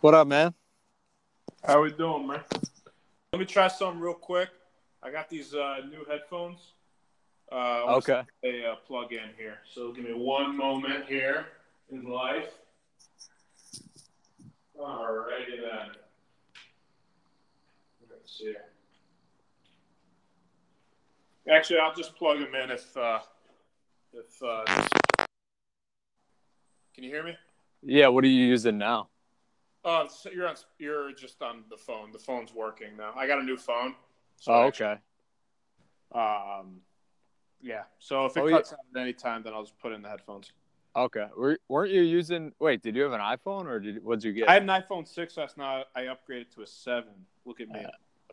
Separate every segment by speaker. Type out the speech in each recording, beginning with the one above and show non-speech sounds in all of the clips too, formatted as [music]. Speaker 1: What up, man?
Speaker 2: How we doing, man? Let me try something real quick. I got these uh, new headphones. Uh, I wanna see
Speaker 1: Okay.
Speaker 2: if They uh, plug in here. So give me one moment here in life. All righty then. Let's see. Actually, I'll just plug them in if uh, if. Uh, can you hear me?
Speaker 1: Yeah, what are you using now?
Speaker 2: Uh, so you're on, you're just on the phone. The phone's working now. I got a new phone. So
Speaker 1: Oh, okay.
Speaker 2: Um, yeah. So if it
Speaker 1: Oh, yeah.
Speaker 2: cuts out at any time, then I'll just put in the headphones.
Speaker 1: Okay. Were, weren't you using? Wait, did you have an iPhone or did what'd you get?
Speaker 2: I had an iPhone six last night. I upgraded to a seven. Look at me.
Speaker 1: Yeah.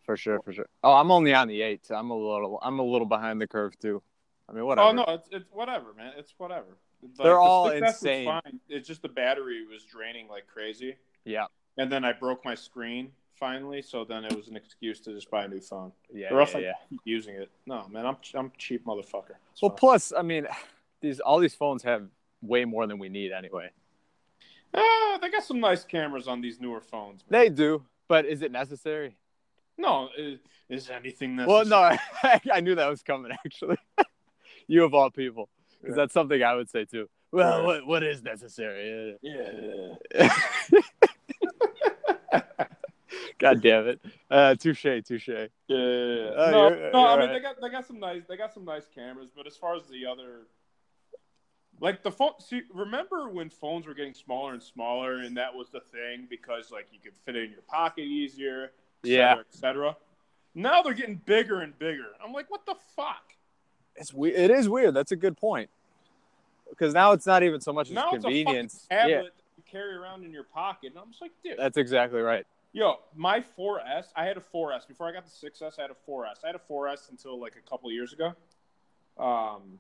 Speaker 1: for sure, for sure. Oh, I'm only on the eight. so I'm a little. I'm a little behind the curve too. I mean, whatever.
Speaker 2: oh no, it's, it's whatever, man. It's whatever. It's
Speaker 1: They're
Speaker 2: the
Speaker 1: all
Speaker 2: 6S was
Speaker 1: insane.
Speaker 2: Fine. It's just the battery was draining like crazy,
Speaker 1: Yeah.
Speaker 2: and then I broke my screen finally. So then it was an excuse to just buy a new phone.
Speaker 1: Yeah.
Speaker 2: Or else
Speaker 1: yeah,
Speaker 2: I-
Speaker 1: yeah.
Speaker 2: Keep using it. No, man. I'm I'm a cheap motherfucker. It's
Speaker 1: Well,
Speaker 2: fine.
Speaker 1: plus, I mean, [sighs] these all these phones have way more than we need anyway.
Speaker 2: Ah, they got some nice cameras on these newer phones. man.
Speaker 1: They do, but is it necessary?
Speaker 2: no, is, is anything necessary?
Speaker 1: Well, no, [laughs] I knew that was coming. Actually, [laughs] you of all people, because
Speaker 2: Yeah.
Speaker 1: that's something I would say too. Well,
Speaker 2: Right.
Speaker 1: what what is necessary?
Speaker 2: Yeah.
Speaker 1: God damn it! Uh, touche, touche.
Speaker 2: Yeah, yeah,
Speaker 1: Oh,
Speaker 2: yeah.
Speaker 1: you're-
Speaker 2: no, no I
Speaker 1: you're
Speaker 2: mean
Speaker 1: right.
Speaker 2: they got they got some nice they got some nice cameras, but as far as the other, like the phone. See, remember when phones were getting smaller and smaller, and that was the thing because like you could fit it in your pocket easier, et
Speaker 1: Yeah.
Speaker 2: cetera, et cetera. Now they're getting bigger and bigger. I'm like, what the fuck?
Speaker 1: It's weird. It is weird. That's a good point. Because now it's not even so much as
Speaker 2: Now it's a fucking
Speaker 1: convenience.
Speaker 2: Tablet
Speaker 1: yeah,
Speaker 2: that you carry around in your pocket, and I'm just like, dude,
Speaker 1: that's exactly right.
Speaker 2: Yo, my 4S, I had a 4S. Before I got the 6S, I had a 4S. I had a 4S until like a couple of years ago. Um,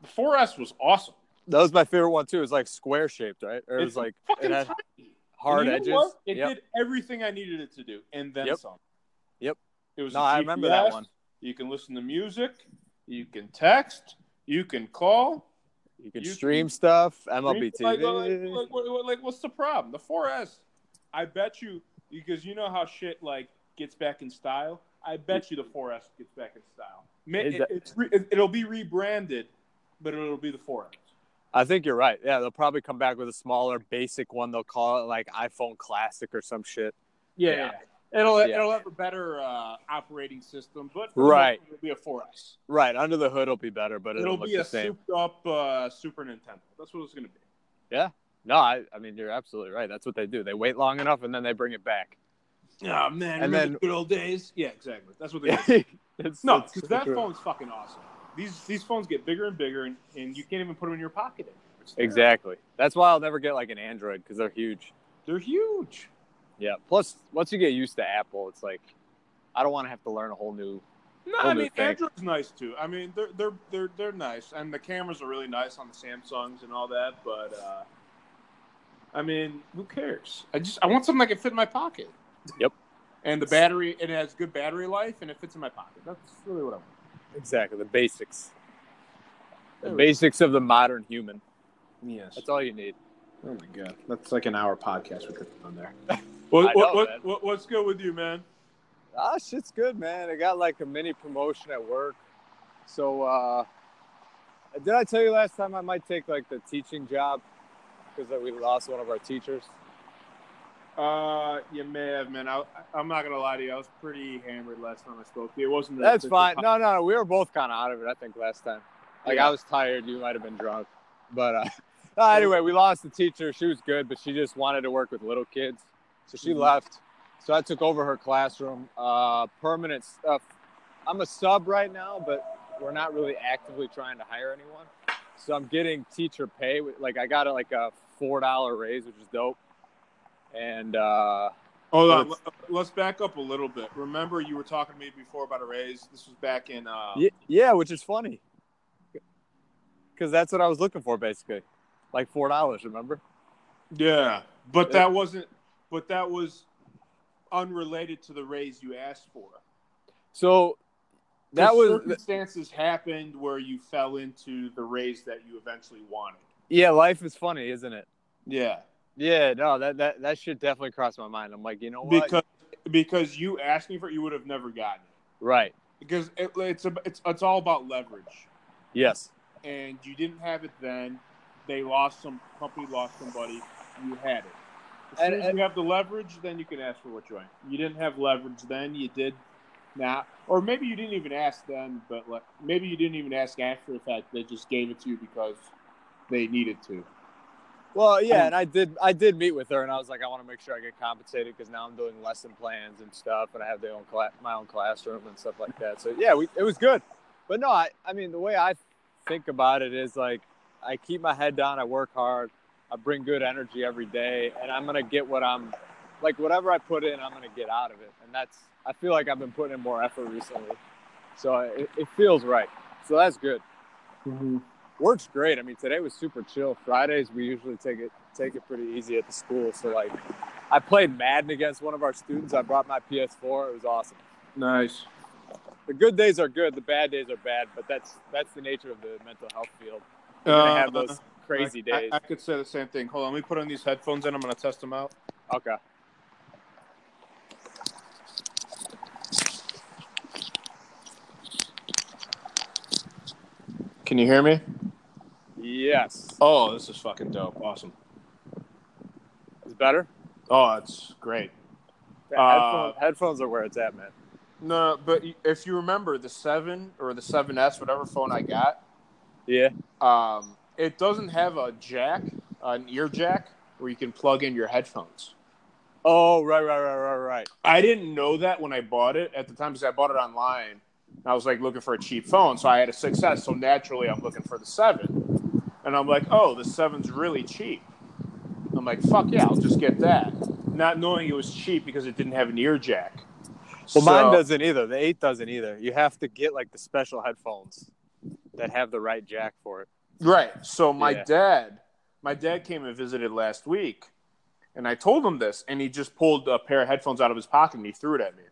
Speaker 2: the 4S was awesome.
Speaker 1: That was my favorite one too. It was like square shaped, right? Or it was
Speaker 2: It's
Speaker 1: like it
Speaker 2: Fucking
Speaker 1: had
Speaker 2: tiny.
Speaker 1: hard
Speaker 2: And
Speaker 1: edges.
Speaker 2: you know what? It
Speaker 1: Yep.
Speaker 2: did everything I needed it to do, and then
Speaker 1: Yep.
Speaker 2: some.
Speaker 1: Yep.
Speaker 2: It was
Speaker 1: No,
Speaker 2: a
Speaker 1: I remember that
Speaker 2: GPS.
Speaker 1: one.
Speaker 2: You can listen to music. You can text. You can call.
Speaker 1: You could
Speaker 2: You
Speaker 1: stream
Speaker 2: can-
Speaker 1: stuff, MLB
Speaker 2: Like, like,
Speaker 1: TV.
Speaker 2: like, what- what- like, what's the problem? The 4S. I bet you because you know how shit like gets back in style. I bet you the 4S gets back in style. Ma-
Speaker 1: Is
Speaker 2: It,
Speaker 1: that-
Speaker 2: it's re, it, it'll be rebranded, but it'll be the 4S.
Speaker 1: I think you're right. Yeah, they'll probably come back with a smaller, basic one. They'll call it like iPhone Classic or some shit.
Speaker 2: Yeah. It'll
Speaker 1: Yeah.
Speaker 2: it'll have a better uh, operating system, but
Speaker 1: Right.
Speaker 2: it'll be a 4S.
Speaker 1: Right under the hood will be better, but it'll,
Speaker 2: It'll
Speaker 1: look
Speaker 2: be
Speaker 1: the
Speaker 2: a
Speaker 1: same.
Speaker 2: souped up uh, Super Nintendo. That's what it's gonna be.
Speaker 1: No, I, I mean you're absolutely right. That's what they do. They wait long enough and then they bring it back.
Speaker 2: Oh
Speaker 1: And
Speaker 2: man, remember
Speaker 1: then-
Speaker 2: the good old days. Yeah, exactly. That's what they.
Speaker 1: [laughs]
Speaker 2: do.
Speaker 1: it's,
Speaker 2: No,
Speaker 1: it's-
Speaker 2: because that phone's fucking awesome. These these phones get bigger and bigger, and, and you can't even put them in your pocket. anymore. It's-
Speaker 1: Exactly. That's why I'll never get like an Android because they're huge.
Speaker 2: They're huge.
Speaker 1: Yeah. Plus, once you get used to Apple, it's like I don't want to have to learn a whole new.
Speaker 2: No,
Speaker 1: Whole
Speaker 2: I
Speaker 1: new
Speaker 2: mean
Speaker 1: thing.
Speaker 2: Android's nice too. I mean they're they're they're they're nice, and the cameras are really nice on the Samsungs and all that. But uh, I mean, who cares? I just I want something that can fit in my pocket.
Speaker 1: Yep.
Speaker 2: And the battery, it has good battery life, and it fits in my pocket. That's really what I want.
Speaker 1: Exactly. The basics. The
Speaker 2: There we
Speaker 1: basics of the modern human.
Speaker 2: Yes.
Speaker 1: That's all you need.
Speaker 2: oh my god, that's like an hour podcast we could put on there. what,
Speaker 1: I know,
Speaker 2: what, what,
Speaker 1: man.
Speaker 2: what, what's good with you, man?
Speaker 1: Ah, shit's good, man. I got like a mini promotion at work. So, uh, did I tell you last time I might take like the teaching job because we lost one of our teachers?
Speaker 2: Uh, you may have, man. I, I'm not gonna lie to you. I was pretty hammered last time I spoke to you. It wasn't. the-
Speaker 1: That's
Speaker 2: the-
Speaker 1: fine. No, no, no. We were both kind of out of it, I think, last time. Like,
Speaker 2: Yeah.
Speaker 1: I was tired. You might have been drunk. But uh, [laughs] no, anyway, we lost the teacher. She was good, but she just wanted to work with little kids. So she
Speaker 2: Mhm.
Speaker 1: left. So I took over her classroom. Uh, permanent stuff. I'm a sub right now, but we're not really actively trying to hire anyone. So I'm getting teacher pay. Like, I got like a $4 raise, which is dope. And uh,
Speaker 2: Hold on.
Speaker 1: Let's-
Speaker 2: Let- Let's back up a little bit. Remember, you were talking to me before about a raise. This was back in. Uh,
Speaker 1: Ye- yeah, which is funny. Because that's what I was looking for, basically. Like $4, remember?
Speaker 2: yeah. But that wasn't. But that was unrelated to the raise you asked for.
Speaker 1: So that
Speaker 2: 'Cause
Speaker 1: was,
Speaker 2: circumstances happened where you fell into the raise that you eventually wanted.
Speaker 1: yeah, life is funny, isn't it?
Speaker 2: Yeah.
Speaker 1: Yeah, no, that, that that should definitely cross my mind. I'm like, you know what?
Speaker 2: because because you asking for it, you would have never gotten it
Speaker 1: right.
Speaker 2: because it, it's a, it's it's all about leverage,
Speaker 1: Yes.
Speaker 2: and you didn't have it then. They lost some company, lost somebody. You had it. As soon
Speaker 1: And-
Speaker 2: as
Speaker 1: and-
Speaker 2: you have the leverage, then you can ask for what you want. You didn't have leverage then. You did not, or maybe you didn't even ask them, but like, maybe you didn't even ask after the fact. They just gave it to you because they needed to.
Speaker 1: Well, yeah, and I did I did meet with her, and I was like, I want to make sure I get compensated because now I'm doing lesson plans and stuff, and I have their own cla- my own classroom and stuff like that. So yeah, we, it was good. But no, I I mean the way I think about it is like I keep my head down, I work hard, I bring good energy every day, and I'm gonna get what I'm like whatever I put in, I'm gonna get out of it, and that's I feel like I've been putting in more effort recently, so it, it feels right. So that's good Mm-hmm. works great. I mean, today was super chill. Fridays we usually take it take it pretty easy at the school. So like, I played Madden against one of our students. I brought my PS4. It was awesome.
Speaker 2: Nice.
Speaker 1: The good days are good. The bad days are bad. But that's that's the nature of the mental health field. You're gonna have those crazy
Speaker 2: Uh, I- I-
Speaker 1: days.
Speaker 2: I, could say the same thing. Hold on, let me put on these headphones and I'm going to test them out.
Speaker 1: okay.
Speaker 2: Can you hear me?
Speaker 1: Yes.
Speaker 2: Oh, this is fucking dope. Awesome.
Speaker 1: It's better.
Speaker 2: Oh, it's great.
Speaker 1: The
Speaker 2: Uh,
Speaker 1: headphone- headphones are where it's at, man.
Speaker 2: No, but y- if you remember the 7 or the 7S, whatever phone I got,
Speaker 1: Yeah.
Speaker 2: um, it doesn't have a jack, an ear jack, where you can plug in your headphones.
Speaker 1: Oh right right right right right.
Speaker 2: I didn't know that when I bought it at the time because I bought it online. And I was like looking for a cheap phone, so I had a 6S. So naturally, I'm looking for the 7. And I'm like, oh, the 7's really cheap. I'm like, fuck yeah, I'll just get that. Not knowing it was cheap because it didn't have an ear jack.
Speaker 1: Well, mine
Speaker 2: So-
Speaker 1: doesn't either. The eight doesn't either. You have to get like the special headphones that have the right jack for it.
Speaker 2: Right. So my
Speaker 1: Yeah.
Speaker 2: dad, my dad came and visited last week, and I told him this, and he just pulled a pair of headphones out of his pocket and he threw it at me.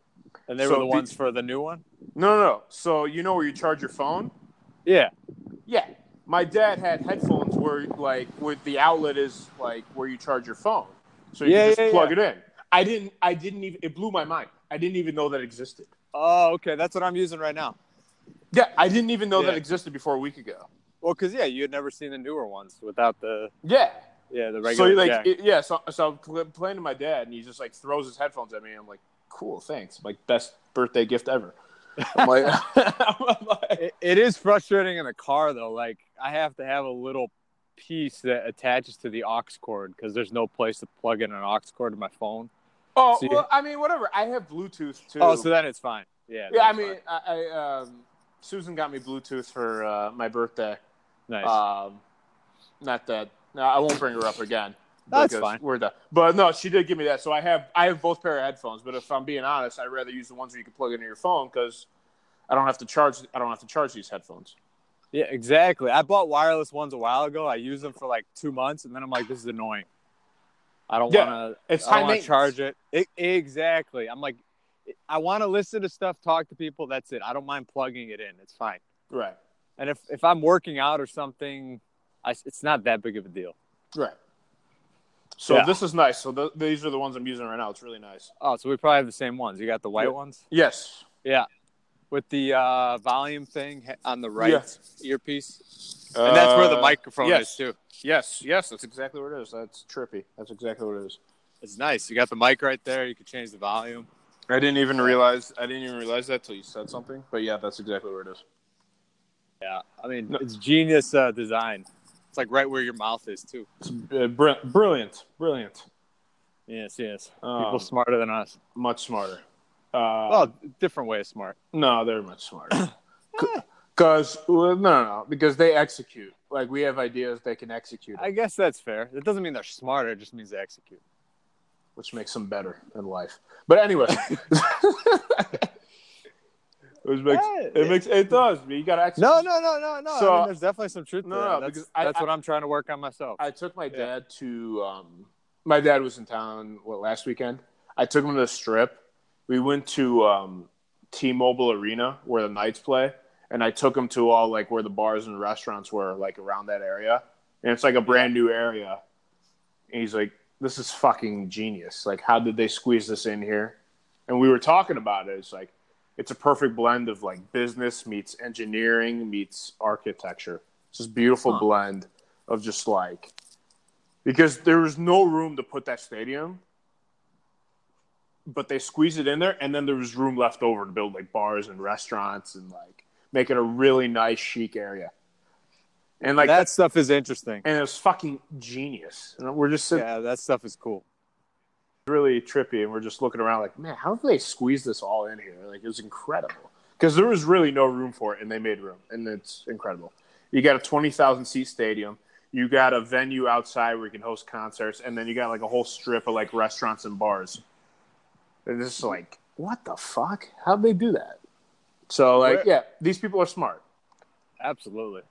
Speaker 1: And they
Speaker 2: So
Speaker 1: were the
Speaker 2: the-
Speaker 1: ones for the new one.
Speaker 2: No, no, no. So you know where you charge your phone?
Speaker 1: Yeah.
Speaker 2: Yeah. My dad had headphones where like where the outlet is like where you charge your phone. So you
Speaker 1: Yeah,
Speaker 2: can just
Speaker 1: yeah,
Speaker 2: plug it in. I didn't I didn't even it blew my mind. I didn't even know that existed.
Speaker 1: Oh, okay. That's what I'm using right now.
Speaker 2: Yeah, I didn't even know
Speaker 1: Yeah.
Speaker 2: that existed before a week ago.
Speaker 1: Well, because yeah, you had never seen the newer ones without the
Speaker 2: Yeah.
Speaker 1: yeah the
Speaker 2: so
Speaker 1: regular.
Speaker 2: like
Speaker 1: jack.
Speaker 2: it- yeah, so so I'm cl- playing to my dad and he just like throws his headphones at me and I'm like, "Cool, thanks." Like best birthday gift ever.
Speaker 1: [laughs]
Speaker 2: I'm like, [laughs] I'm like
Speaker 1: It- it is frustrating in the car though. Like I have to have a little piece that attaches to the aux cord because there's no place to plug in an aux cord to my phone.
Speaker 2: Oh,
Speaker 1: So you-
Speaker 2: well, I mean, whatever. I have Bluetooth too.
Speaker 1: Oh, so then it's fine. Yeah.
Speaker 2: yeah, I
Speaker 1: that's
Speaker 2: mean,
Speaker 1: fine.
Speaker 2: I, I um, Susan got me Bluetooth for uh, my birthday.
Speaker 1: nice.
Speaker 2: Um, not that. No, I won't bring her up again.
Speaker 1: That's
Speaker 2: because
Speaker 1: fine.
Speaker 2: We're done. But no, she did give me that. So I have I have both pair of headphones. But if I'm being honest, I'd rather use the ones where you can plug into your phone because I don't have to charge. I don't have to charge these headphones.
Speaker 1: yeah, exactly. I bought wireless ones a while ago. I used them for like two months, and then I'm like, this is annoying. I don't
Speaker 2: Yeah.
Speaker 1: want to.
Speaker 2: It's
Speaker 1: I
Speaker 2: high
Speaker 1: don't want
Speaker 2: maintenance.
Speaker 1: to charge it. E- Exactly. I'm like, I want to listen to stuff, talk to people. That's it. I don't mind plugging it in. It's fine.
Speaker 2: Right.
Speaker 1: And if, if I'm working out or something, I, it's not that big of a deal.
Speaker 2: Right. So
Speaker 1: Yeah.
Speaker 2: this is nice. So th- these are the ones I'm using right now. It's really nice.
Speaker 1: Oh, so we probably have the same ones. You got the white
Speaker 2: Yeah.
Speaker 1: ones
Speaker 2: Yes.
Speaker 1: with the uh, volume thing he- on the right earpiece,
Speaker 2: Uh,
Speaker 1: and that's where the microphone
Speaker 2: yes.
Speaker 1: is too.
Speaker 2: Yes. Yes. That's exactly what it is. That's trippy. That's exactly what it is.
Speaker 1: It's nice. You got the mic right there. You can change the volume.
Speaker 2: I didn't even realize. I didn't even realize that till you said something. But yeah, that's exactly where it is.
Speaker 1: Yeah, I mean,
Speaker 2: No.
Speaker 1: it's genius uh, design. It's like right where your mouth is too.
Speaker 2: It's uh, br- brilliant, brilliant.
Speaker 1: Yes, yes. People
Speaker 2: Um,
Speaker 1: smarter than us.
Speaker 2: much smarter. Uh,
Speaker 1: Well, different way of smart.
Speaker 2: no, they're much
Speaker 1: [coughs]
Speaker 2: smarter. Because well, no, no, no, because they execute. Like we have ideas, they can execute,
Speaker 1: I guess that's fair. It doesn't mean they're smarter. It just means they execute.
Speaker 2: which makes them better in life. But anyway,
Speaker 1: [laughs]
Speaker 2: which makes
Speaker 1: Yeah.
Speaker 2: it makes it does. but You got to execute.
Speaker 1: No, no, no, no, no.
Speaker 2: So-
Speaker 1: I mean, there's definitely some truth
Speaker 2: No,
Speaker 1: to
Speaker 2: no,
Speaker 1: that. That's,
Speaker 2: because I-
Speaker 1: that's
Speaker 2: I-
Speaker 1: what I'm trying to work on myself.
Speaker 2: I took my
Speaker 1: Yeah.
Speaker 2: dad to um, my dad was in town what last weekend. I took him to the strip. We went to um, T-Mobile Arena where the Knights play, and I took him to all like where the bars and restaurants were like around that area. And it's like a brand new area. And he's like, this is fucking genius. Like, how did they squeeze this in here? And we were talking about it. It's like, it's a perfect blend of like business meets engineering meets architecture. It's this beautiful
Speaker 1: Huh.
Speaker 2: blend of just like, because there was no room to put that stadium, but they squeezed it in there. And then there was room left over to build like bars and restaurants and like make it a really nice, chic area. And like,
Speaker 1: that stuff is interesting.
Speaker 2: and it was fucking genius. And we're just sitting
Speaker 1: Yeah, that stuff is cool.
Speaker 2: really trippy and we're just looking around like man how did they squeeze this all in here like it was incredible because there was really no room for it and they made room and it's incredible you got a 20000 seat stadium you got a venue outside where you can host concerts and then you got like a whole strip of like restaurants and bars and it's just like what the fuck how'd they do that so
Speaker 1: Where-
Speaker 2: like yeah these people are smart
Speaker 1: Absolutely.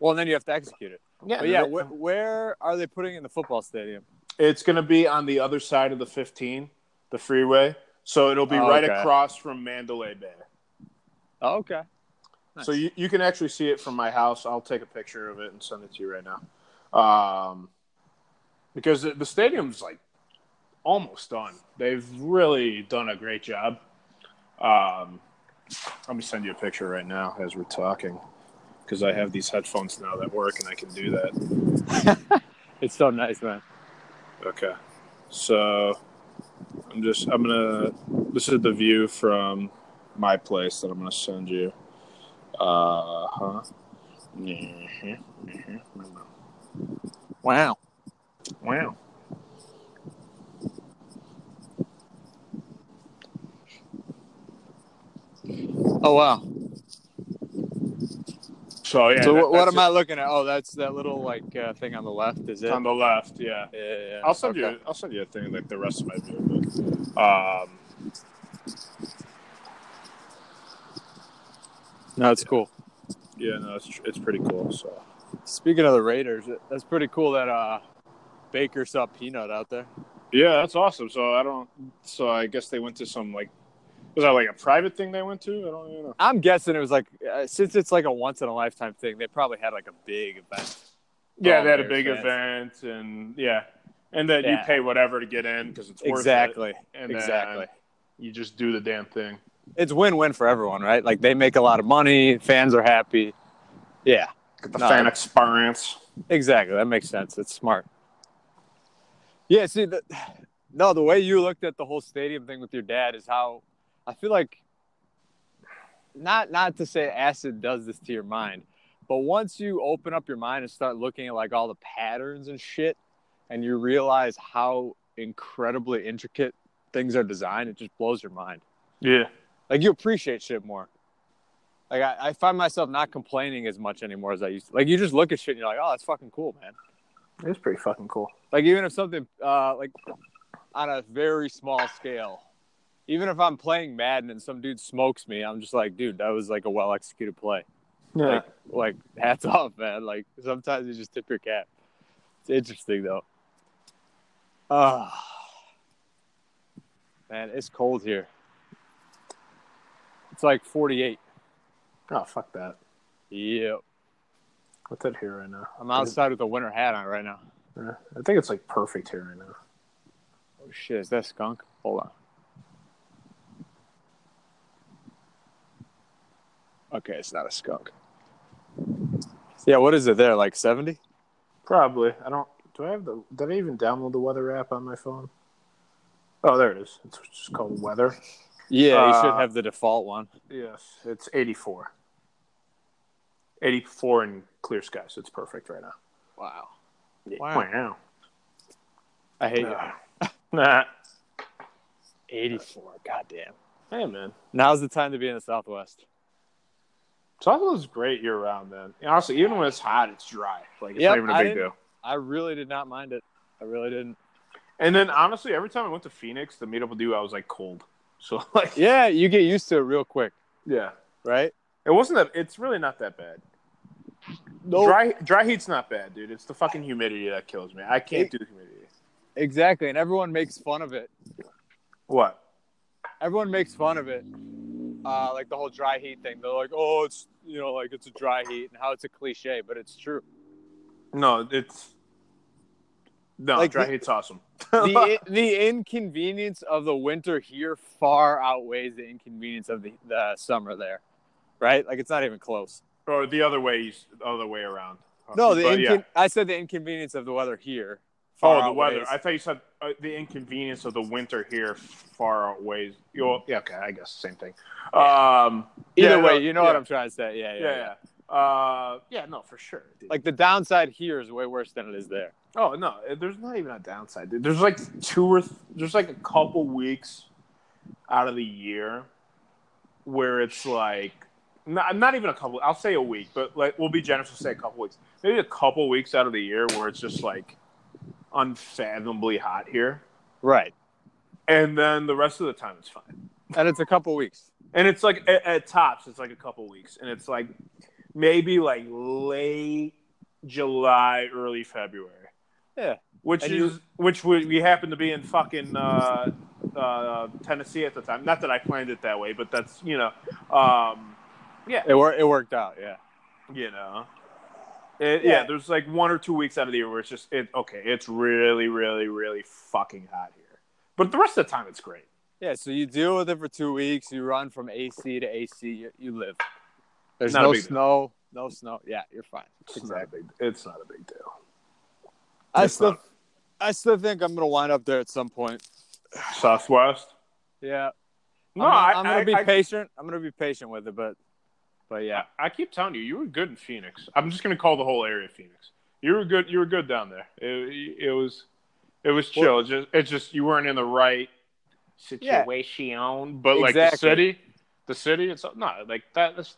Speaker 1: Well, and then you have to execute it.
Speaker 2: yeah
Speaker 1: But yeah,
Speaker 2: they-
Speaker 1: where, where are they putting it in the football stadium?
Speaker 2: It's going to be on the other side of the 15, the freeway. So it'll be
Speaker 1: Oh,
Speaker 2: right
Speaker 1: okay.
Speaker 2: across from Mandalay Bay.
Speaker 1: Oh, okay.
Speaker 2: So you, you can actually see it from my house. I'll take a picture of it and send it to you right now. Um, because the, the stadium's like almost done. They've really done a great job. Um, let me send you a picture right now as we're talking because I have these headphones now that work and I can do that.
Speaker 1: It's so nice, man.
Speaker 2: Okay. So I'm just I'm gonna this is the view from my place that I'm gonna send you. Mm-hmm, Uh huh. mm-hmm,
Speaker 1: Wow.
Speaker 2: Wow.
Speaker 1: Oh, wow.
Speaker 2: So yeah.
Speaker 1: so
Speaker 2: that-
Speaker 1: what, what
Speaker 2: that's
Speaker 1: am I looking at? Oh, that's that little like uh, thing on the left. Is
Speaker 2: it.
Speaker 1: it?
Speaker 2: on the left? Yeah.
Speaker 1: Yeah, yeah, yeah.
Speaker 2: I'll send
Speaker 1: Okay.
Speaker 2: you. I'll send you a thing like the rest of my view. But, um,
Speaker 1: No, it's cool.
Speaker 2: yeah, no, it's it's pretty cool. So
Speaker 1: Speaking of the Raiders, that's pretty cool that uh, Baker saw Peanut out there.
Speaker 2: yeah, that's awesome. So I don't. So I guess they went to some like was that like a private thing they went to? I don't even know.
Speaker 1: I'm guessing it was like uh, since it's like a once in a lifetime thing, they probably had like a big event.
Speaker 2: Yeah,
Speaker 1: Oh,
Speaker 2: they had a
Speaker 1: very
Speaker 2: big event, and yeah, and then you
Speaker 1: Yeah.
Speaker 2: pay whatever to get in because it's worth it.
Speaker 1: Exactly.
Speaker 2: And then
Speaker 1: Exactly.
Speaker 2: you just do the damn thing.
Speaker 1: It's win-win for everyone, right? Like they make a lot of money, fans are happy. Yeah,
Speaker 2: Get the
Speaker 1: No.
Speaker 2: fan experience.
Speaker 1: exactly. That makes sense. It's smart. Yeah. See, the, [sighs] no, the way you looked at the whole stadium thing with your dad is how I feel like. Not not to say acid does this to your mind, but once you open up your mind and start looking at like all the patterns and shit, and you realize how incredibly intricate things are designed, it just blows your mind.
Speaker 2: Yeah,
Speaker 1: like you appreciate shit more. Like I, I find myself not complaining as much anymore as I used to. Like you just look at shit and you're like, oh, that's fucking cool, man.
Speaker 2: it's pretty fucking cool.
Speaker 1: Like even if something uh, like on a very small scale, even if I'm playing Madden and some dude smokes me, I'm just like, dude, that was like a well executed play.
Speaker 2: Yeah,
Speaker 1: Like [laughs] hats off, man. Like sometimes you just tip your cap. It's interesting though. Ah, man, it's cold here. It's like 48.
Speaker 2: oh fuck that.
Speaker 1: Yep.
Speaker 2: What's that here right now?
Speaker 1: I'm outside with a winter hat on right now.
Speaker 2: Yeah, I think it's like perfect here right now.
Speaker 1: Oh shit, is that a skunk? Hold on. Okay, it's not a skunk. Yeah, what is it there? Like 70?
Speaker 2: Probably. I don't. Do I have the? Did I even download the weather app on my phone? Oh, there it is. It's just called weather.
Speaker 1: Yeah, you should
Speaker 2: Uh,
Speaker 1: have the default one.
Speaker 2: Yes, it's 84. 84 and clear skies. It's perfect right now.
Speaker 1: Wow.
Speaker 2: Wow.
Speaker 1: Wow. I hate
Speaker 2: Yeah. [laughs] Nah.
Speaker 1: you. 84. Goddamn.
Speaker 2: Hey, man.
Speaker 1: Now's the time to be in the Southwest.
Speaker 2: Southwest is great year round, man. And honestly, even when it's hot, it's dry. Like, it's
Speaker 1: Yep,
Speaker 2: not even
Speaker 1: I
Speaker 2: a big
Speaker 1: didn't-
Speaker 2: deal.
Speaker 1: I really did not mind it. I really didn't.
Speaker 2: And then, honestly, every time I went to Phoenix to meet up with you, I was like cold. [laughs] So, like, yeah.
Speaker 1: Yeah, you get used to it real quick, right?
Speaker 2: It wasn't that, it's really not that bad. Dry, dry heat's not bad, dude. It's the fucking humidity that kills me. I can't
Speaker 1: It-
Speaker 2: do the humidity.
Speaker 1: Exactly. And everyone makes fun of it.
Speaker 2: What?
Speaker 1: everyone makes fun of it uh, like the whole dry heat thing they're like oh it's you know like it's a dry heat and how it's a cliche but it's true
Speaker 2: No, it's. No,
Speaker 1: Like,
Speaker 2: dry
Speaker 1: the-
Speaker 2: heat's awesome.
Speaker 1: [laughs] the the inconvenience of the winter here far outweighs the inconvenience of the, the summer there, right? Like it's not even close.
Speaker 2: [laughs] or the other way, you s- the other way around.
Speaker 1: No, the
Speaker 2: But,
Speaker 1: incon-
Speaker 2: yeah.
Speaker 1: I said the inconvenience of the weather here.
Speaker 2: Oh,
Speaker 1: far
Speaker 2: the weather.
Speaker 1: outweighs-
Speaker 2: I thought you said uh, the inconvenience of the winter here far outweighs. You know, yeah, okay, I guess same thing. Um,
Speaker 1: Either
Speaker 2: yeah, no,
Speaker 1: way, you know
Speaker 2: yeah,
Speaker 1: what I'm trying to say. Yeah, yeah, yeah.
Speaker 2: Yeah, yeah. Uh, yeah, no, for sure. dude.
Speaker 1: Like the downside here is way worse than it is there.
Speaker 2: oh no, there's not even a downside. Dude. There's like two or th- there's like a couple weeks out of the year where it's like not, not even a couple. I'll say a week, but like we'll be generous to say a couple weeks. Maybe a couple weeks out of the year where it's just like unfathomably hot here.
Speaker 1: Right.
Speaker 2: and then the rest of the time it's fine.
Speaker 1: And it's a couple weeks.
Speaker 2: And it's like at, at tops, it's like a couple weeks, and it's like maybe like late July, early February.
Speaker 1: Yeah.
Speaker 2: which
Speaker 1: And you-
Speaker 2: is which we, we happen to be in fucking uh, uh, Tennessee at the time. Not that I planned it that way, but that's you know, um,
Speaker 1: It, wor- it worked out, yeah.
Speaker 2: you know. It, yeah.
Speaker 1: Yeah.
Speaker 2: there's like one or two weeks out of the year where it's just it, okay. It's really, really, really fucking hot here, but the rest of the time it's great.
Speaker 1: Yeah, so you deal with it for two weeks. You run from AC to AC. You, you live. There's
Speaker 2: Not a
Speaker 1: no
Speaker 2: big deal.
Speaker 1: snow. No snow. Yeah, you're fine.
Speaker 2: It's not a big. It's not a big deal.
Speaker 1: I
Speaker 2: It's
Speaker 1: still,
Speaker 2: not-
Speaker 1: I still think I'm gonna wind up there at some point.
Speaker 2: Southwest.
Speaker 1: Yeah.
Speaker 2: No,
Speaker 1: I'm,
Speaker 2: I,
Speaker 1: gonna- I'm gonna
Speaker 2: I-
Speaker 1: be
Speaker 2: I-
Speaker 1: patient. I'm gonna be patient with it, but, but yeah.
Speaker 2: I, I keep telling you, you were good in Phoenix. I'm just gonna call the whole area Phoenix. You were good. You were good down there. It, it was, it was chill. it's just, it's just you weren't in the right
Speaker 1: Yeah.
Speaker 2: situation. But like the
Speaker 1: Exactly.
Speaker 2: city, the city, it's not like that. That's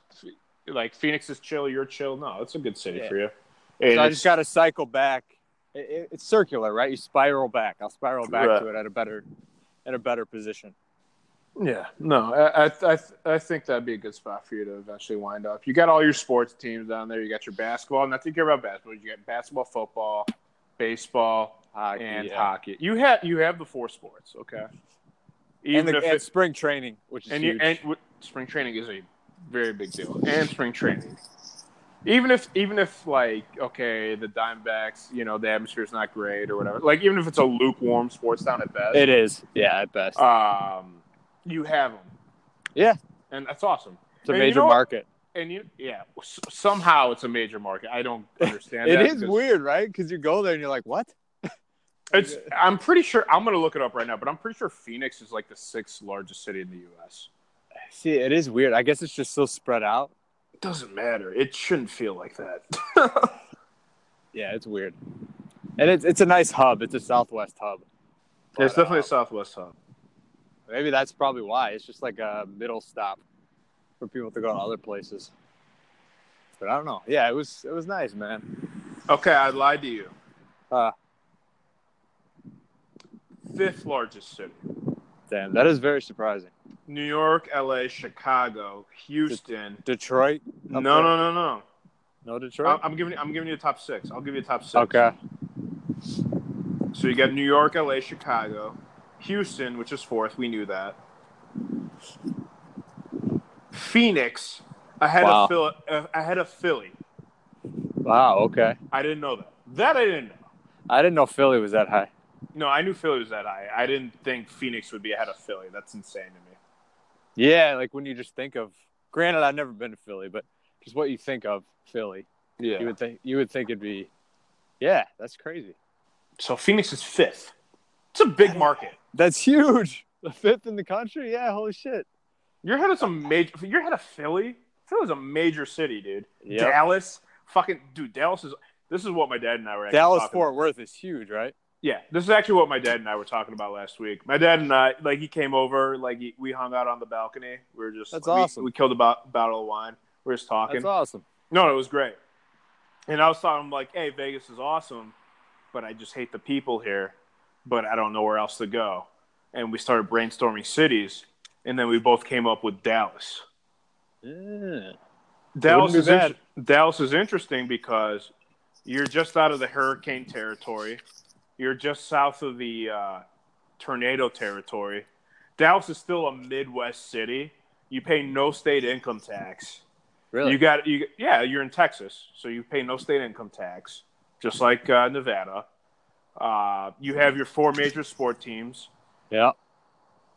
Speaker 2: like Phoenix is chill. You're chill. No, it's a good city
Speaker 1: Yeah.
Speaker 2: for you.
Speaker 1: So
Speaker 2: And
Speaker 1: I
Speaker 2: it's-
Speaker 1: just gotta cycle back. It, it, it's circular, right? You spiral back. I'll spiral back
Speaker 2: Right.
Speaker 1: to it at a better, at a better position.
Speaker 2: Yeah, no, I, I, I, I think that'd be a good spot for you to eventually wind up. You got all your sports teams down there. You got your basketball. Not to care about basketball. You got basketball, football, baseball,
Speaker 1: Hockey,
Speaker 2: and
Speaker 1: yeah.
Speaker 2: hockey. You have you have the four sports. Okay. Even
Speaker 1: Mm-hmm. and, the,
Speaker 2: if
Speaker 1: and
Speaker 2: it's
Speaker 1: spring training, which is
Speaker 2: and you
Speaker 1: huge.
Speaker 2: and w- spring training is a very big deal, and spring training. Even if even if like okay, the Diamondbacks, you know, the atmosphere's not great or whatever. Like even if it's a lukewarm sports town at best,
Speaker 1: it is, yeah, at best.
Speaker 2: um, you have them.
Speaker 1: Yeah.
Speaker 2: and that's awesome.
Speaker 1: it's a
Speaker 2: and you
Speaker 1: major
Speaker 2: know what?
Speaker 1: market.
Speaker 2: And you, yeah, s- somehow it's a major market. I don't
Speaker 1: [laughs]
Speaker 2: understand.
Speaker 1: It
Speaker 2: that
Speaker 1: is
Speaker 2: because
Speaker 1: weird, right? Because you go there and you're like, what?
Speaker 2: It's. I'm pretty sure. I'm gonna look it up right now, but I'm pretty sure Phoenix is like the sixth largest city in the U.S.
Speaker 1: See, it is weird. I guess it's just so spread out.
Speaker 2: It doesn't matter. It shouldn't feel like that. [laughs]
Speaker 1: Yeah, it's weird. And it's it's a nice hub. It's a Southwest hub.
Speaker 2: it's
Speaker 1: But,
Speaker 2: definitely a
Speaker 1: uh,
Speaker 2: Southwest hub.
Speaker 1: maybe that's probably why. It's just like a middle stop for people to go to other places. But I don't know. Yeah, it was it was nice, man.
Speaker 2: Okay, I lied to you.
Speaker 1: Uh.
Speaker 2: Fifth largest city:
Speaker 1: Damn, that is very surprising.
Speaker 2: New York, L.A., Chicago, Houston.
Speaker 1: Detroit?
Speaker 2: No,
Speaker 1: Up
Speaker 2: no,
Speaker 1: there?
Speaker 2: no, no.
Speaker 1: No
Speaker 2: I-
Speaker 1: Detroit.
Speaker 2: I'm giving. I'm giving you a top six. I'll give you a top six.
Speaker 1: okay.
Speaker 2: So you got New York, LA, Chicago, Houston, which is fourth. We knew that. Phoenix ahead
Speaker 1: Wow.
Speaker 2: of Phil- uh, ahead of Philly.
Speaker 1: Wow. Okay.
Speaker 2: I didn't know that. That I didn't know.
Speaker 1: I didn't know Philly was that high.
Speaker 2: No, I knew Philly was that high. I didn't think Phoenix would be ahead of Philly. That's insane to me.
Speaker 1: Yeah, like when you just think of. Granted, I've never been to Philly, but just what you think of Philly,
Speaker 2: Yeah.
Speaker 1: you would think you would think it'd be. Yeah, that's crazy.
Speaker 2: so Phoenix is fifth. It's a big market.
Speaker 1: That's huge. The fifth in the country. Yeah. Holy shit.
Speaker 2: You're ahead of some major. You're ahead of Philly. Philly's a major city, dude.
Speaker 1: Yeah.
Speaker 2: Dallas, fucking dude. Dallas is. This is what my dad and I were. actually
Speaker 1: Dallas
Speaker 2: talking
Speaker 1: Fort Worth is huge, right?
Speaker 2: Yeah, this is actually what my dad and I were talking about last week. My dad and I, like, he came over, like, he, we hung out on the balcony. We were just
Speaker 1: That's
Speaker 2: we,
Speaker 1: awesome.
Speaker 2: We killed a bo- bottle of wine. We are just talking.
Speaker 1: That's awesome.
Speaker 2: No, it was great. And I was telling him like, "Hey, Vegas is awesome, but I just hate the people here. But I don't know where else to go." And we started brainstorming cities, and then we both came up with Dallas.
Speaker 1: Yeah.
Speaker 2: Dallas
Speaker 1: be
Speaker 2: is in- Dallas is interesting because you're just out of the hurricane territory. You're just south of the uh, tornado territory. Dallas is still a Midwest city. You pay no state income tax.
Speaker 1: Really?
Speaker 2: You got you. Yeah, you're in Texas, so you pay no state income tax, just like uh, Nevada. Uh, you have your four major sport teams.
Speaker 1: Yeah.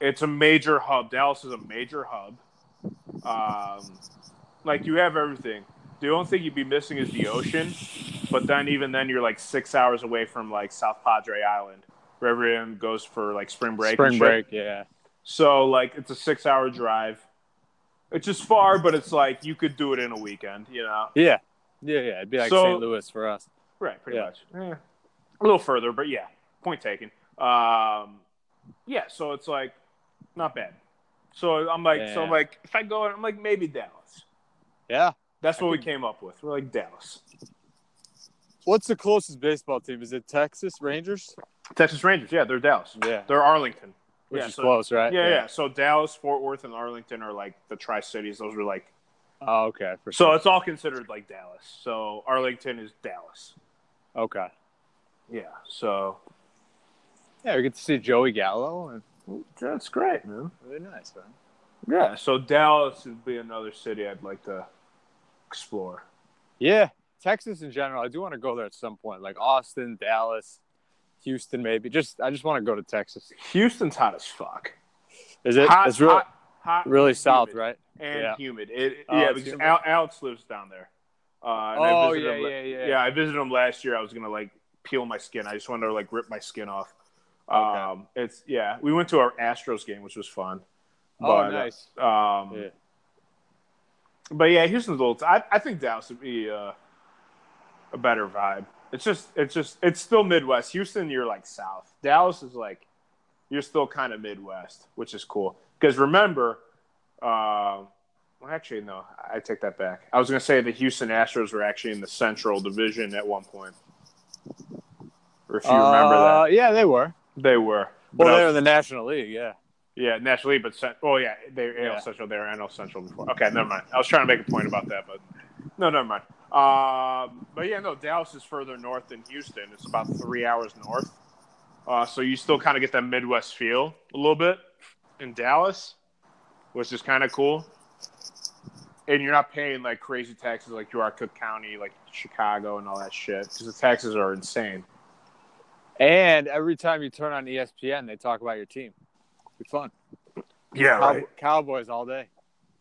Speaker 2: It's a major hub. Dallas is a major hub. Um, like you have everything. The only thing you'd be missing is the ocean, but then even then you're like six hours away from like South Padre Island, where everyone goes for like spring break. and
Speaker 1: Spring
Speaker 2: shit.
Speaker 1: break. Yeah.
Speaker 2: So like it's a six hour drive. It's just far, but it's like you could do it in a weekend, you know?
Speaker 1: Yeah. Yeah. Yeah. It'd be like
Speaker 2: So-
Speaker 1: St. Louis for us.
Speaker 2: Right, pretty
Speaker 1: Yeah.
Speaker 2: much. Eh, a little further, but yeah, point taken. Um, yeah, so it's like not bad. So I'm like, so I'm
Speaker 1: Yeah.
Speaker 2: like, if I go, I'm like maybe Dallas.
Speaker 1: Yeah.
Speaker 2: That's
Speaker 1: I
Speaker 2: what we
Speaker 1: can-
Speaker 2: came up with. We're like Dallas,
Speaker 1: What's the closest baseball team? Is it Texas Rangers?
Speaker 2: Texas Rangers. Yeah, they're Dallas.
Speaker 1: Yeah.
Speaker 2: They're Arlington.
Speaker 1: Which
Speaker 2: Yeah,
Speaker 1: is
Speaker 2: so-
Speaker 1: close, right?
Speaker 2: Yeah, yeah. So Dallas, Fort Worth, and Arlington are like the Tri Cities. Those are like
Speaker 1: Oh, okay. For
Speaker 2: so
Speaker 1: sure.
Speaker 2: it's all considered like Dallas. So Arlington is Dallas.
Speaker 1: Okay.
Speaker 2: Yeah. So
Speaker 1: Yeah, we get to see Joey Gallo. And,
Speaker 2: that's great, man.
Speaker 1: really nice, man.
Speaker 2: Yeah. So Dallas would be another city I'd like to explore.
Speaker 1: Yeah, Texas in general. I do want to go there at some point, like Austin, Dallas, Houston, maybe. Just I just want to go to Texas.
Speaker 2: Houston's hot as fuck.
Speaker 1: Is it?
Speaker 2: hot,
Speaker 1: it's real,
Speaker 2: hot, hot
Speaker 1: really
Speaker 2: and
Speaker 1: south,
Speaker 2: humid.
Speaker 1: right?
Speaker 2: And
Speaker 1: Yeah.
Speaker 2: humid. It,
Speaker 1: Oh,
Speaker 2: yeah,
Speaker 1: it's
Speaker 2: because
Speaker 1: humid.
Speaker 2: Al, Alex lives down there. Uh, and I
Speaker 1: Oh
Speaker 2: visited
Speaker 1: yeah,
Speaker 2: him la-
Speaker 1: yeah, yeah,
Speaker 2: yeah, I visited him last year. I was gonna like peel my skin. I just wanted to like rip my skin off.
Speaker 1: Okay.
Speaker 2: Um, it's yeah. We went to our Astros game, which was fun.
Speaker 1: Oh,
Speaker 2: But, uh,
Speaker 1: nice.
Speaker 2: Um,
Speaker 1: Yeah.
Speaker 2: But yeah, Houston's a little. I I think Dallas would be uh, a better vibe. It's just, it's just, it's still Midwest. Houston, you're like South. Dallas is like, you're still kind of Midwest, which is cool. Because remember, uh, well, actually, no, I take that back. I was gonna say the Houston Astros were actually in the Central Division at one point. Or if you remember
Speaker 1: Uh,
Speaker 2: that,
Speaker 1: Yeah, they were.
Speaker 2: they were. But
Speaker 1: Well,
Speaker 2: I
Speaker 1: they
Speaker 2: was-
Speaker 1: were in the National League. Yeah.
Speaker 2: yeah, National League, but cent- oh yeah, they were AL
Speaker 1: Yeah.
Speaker 2: Central. They were NL Central before. Okay, never mind. I was trying to make a point about that, but no, never mind. Um, but yeah, no, Dallas is further north than Houston. It's about three hours north, uh, so you still kind of get that Midwest feel a little bit in Dallas, which is kind of cool. And you're not paying like crazy taxes like you are Cook County, like Chicago, and all that shit because the taxes are insane.
Speaker 1: And every time you turn on E ESPN, they talk about your team. Be fun.
Speaker 2: Yeah,
Speaker 1: Cow- Cowboys all day.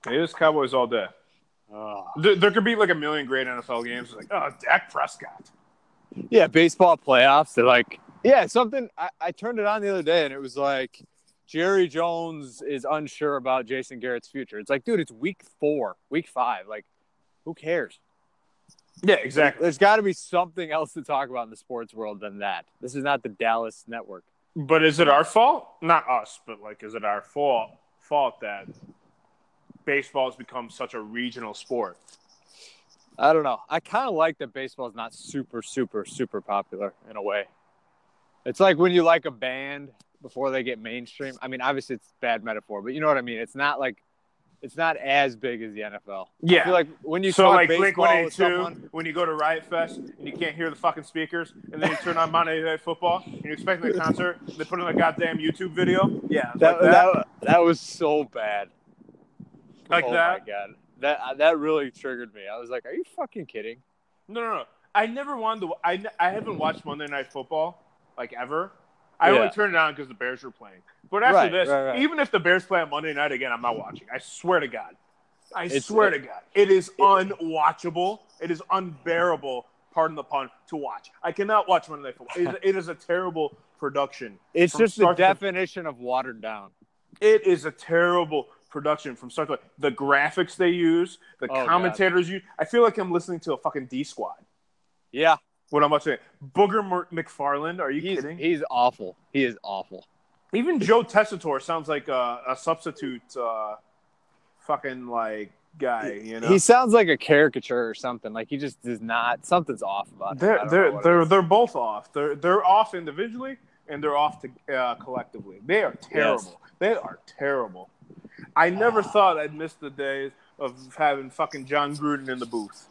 Speaker 2: It is Cowboys all day.
Speaker 1: Oh.
Speaker 2: There, there could be like a million great NFL games. Like, oh, Dak Prescott.
Speaker 1: Yeah, baseball playoffs. They're like, yeah, something. I, I turned it on the other day and it was like, Jerry Jones is unsure about Jason Garrett's future. It's like, dude, it's week four, week five. Like, who cares?
Speaker 2: Yeah,
Speaker 1: There's got to be something else to talk about in the sports world than that. This is not the Dallas network.
Speaker 2: But is it our fault? Not us, but like, is it our fault fault that baseball has become such a regional sport?
Speaker 1: I don't know. I kind of like that baseball is not super, super, super popular in a way. It's like when you like a band before they get mainstream. I mean, obviously it's a bad metaphor, but you know what I mean. It's not like it's not as big as the NFL. I feel like when you
Speaker 2: so
Speaker 1: talk
Speaker 2: like Blink One
Speaker 1: baseball
Speaker 2: Eighty
Speaker 1: with
Speaker 2: Two,
Speaker 1: someone,
Speaker 2: when you go to Riot Fest and you can't hear the fucking speakers, and then you turn on Monday Night Football and you're expecting a concert, and they put on a goddamn YouTube video. Yeah,
Speaker 1: that,
Speaker 2: like that.
Speaker 1: that that was so bad.
Speaker 2: like
Speaker 1: oh
Speaker 2: that.
Speaker 1: my god, that uh, that really triggered me. I was like, "Are you fucking kidding?"
Speaker 2: No, no, no. I never wanted to. I, I haven't watched Monday Night Football like ever. I
Speaker 1: Yeah.
Speaker 2: only turned it on because the Bears were playing. But after
Speaker 1: Right,
Speaker 2: this,
Speaker 1: right, right.
Speaker 2: even if the Bears play on Monday night again, I'm not watching. I swear to God. I
Speaker 1: It's-
Speaker 2: swear to God. It is unwatchable. It is unbearable, pardon the pun, to watch. I cannot watch Monday Night Football. It is, it is a terrible production.
Speaker 1: It's
Speaker 2: From
Speaker 1: just the
Speaker 2: start to-
Speaker 1: definition of watered down.
Speaker 2: It is a terrible production from start to The graphics they use, the
Speaker 1: Oh, God.
Speaker 2: commentators use. I feel like I'm listening to a fucking D squad.
Speaker 1: Yeah,
Speaker 2: What I'm about to say, Booger Mer- McFarland? Are you
Speaker 1: he's
Speaker 2: kidding?
Speaker 1: he's awful. He is awful.
Speaker 2: Even Joe Tessitore sounds like a, a substitute, uh, fucking like guy. You know,
Speaker 1: He sounds like a caricature or something. Like he just does not. Something's off about him. I
Speaker 2: they're
Speaker 1: don't know
Speaker 2: they're
Speaker 1: what it
Speaker 2: they're
Speaker 1: is.
Speaker 2: they're both off. They're they're off individually and they're off to, uh, collectively. They are terrible. They are terrible. I never
Speaker 1: Ah.
Speaker 2: thought I'd miss the days of having fucking John Gruden in the booth.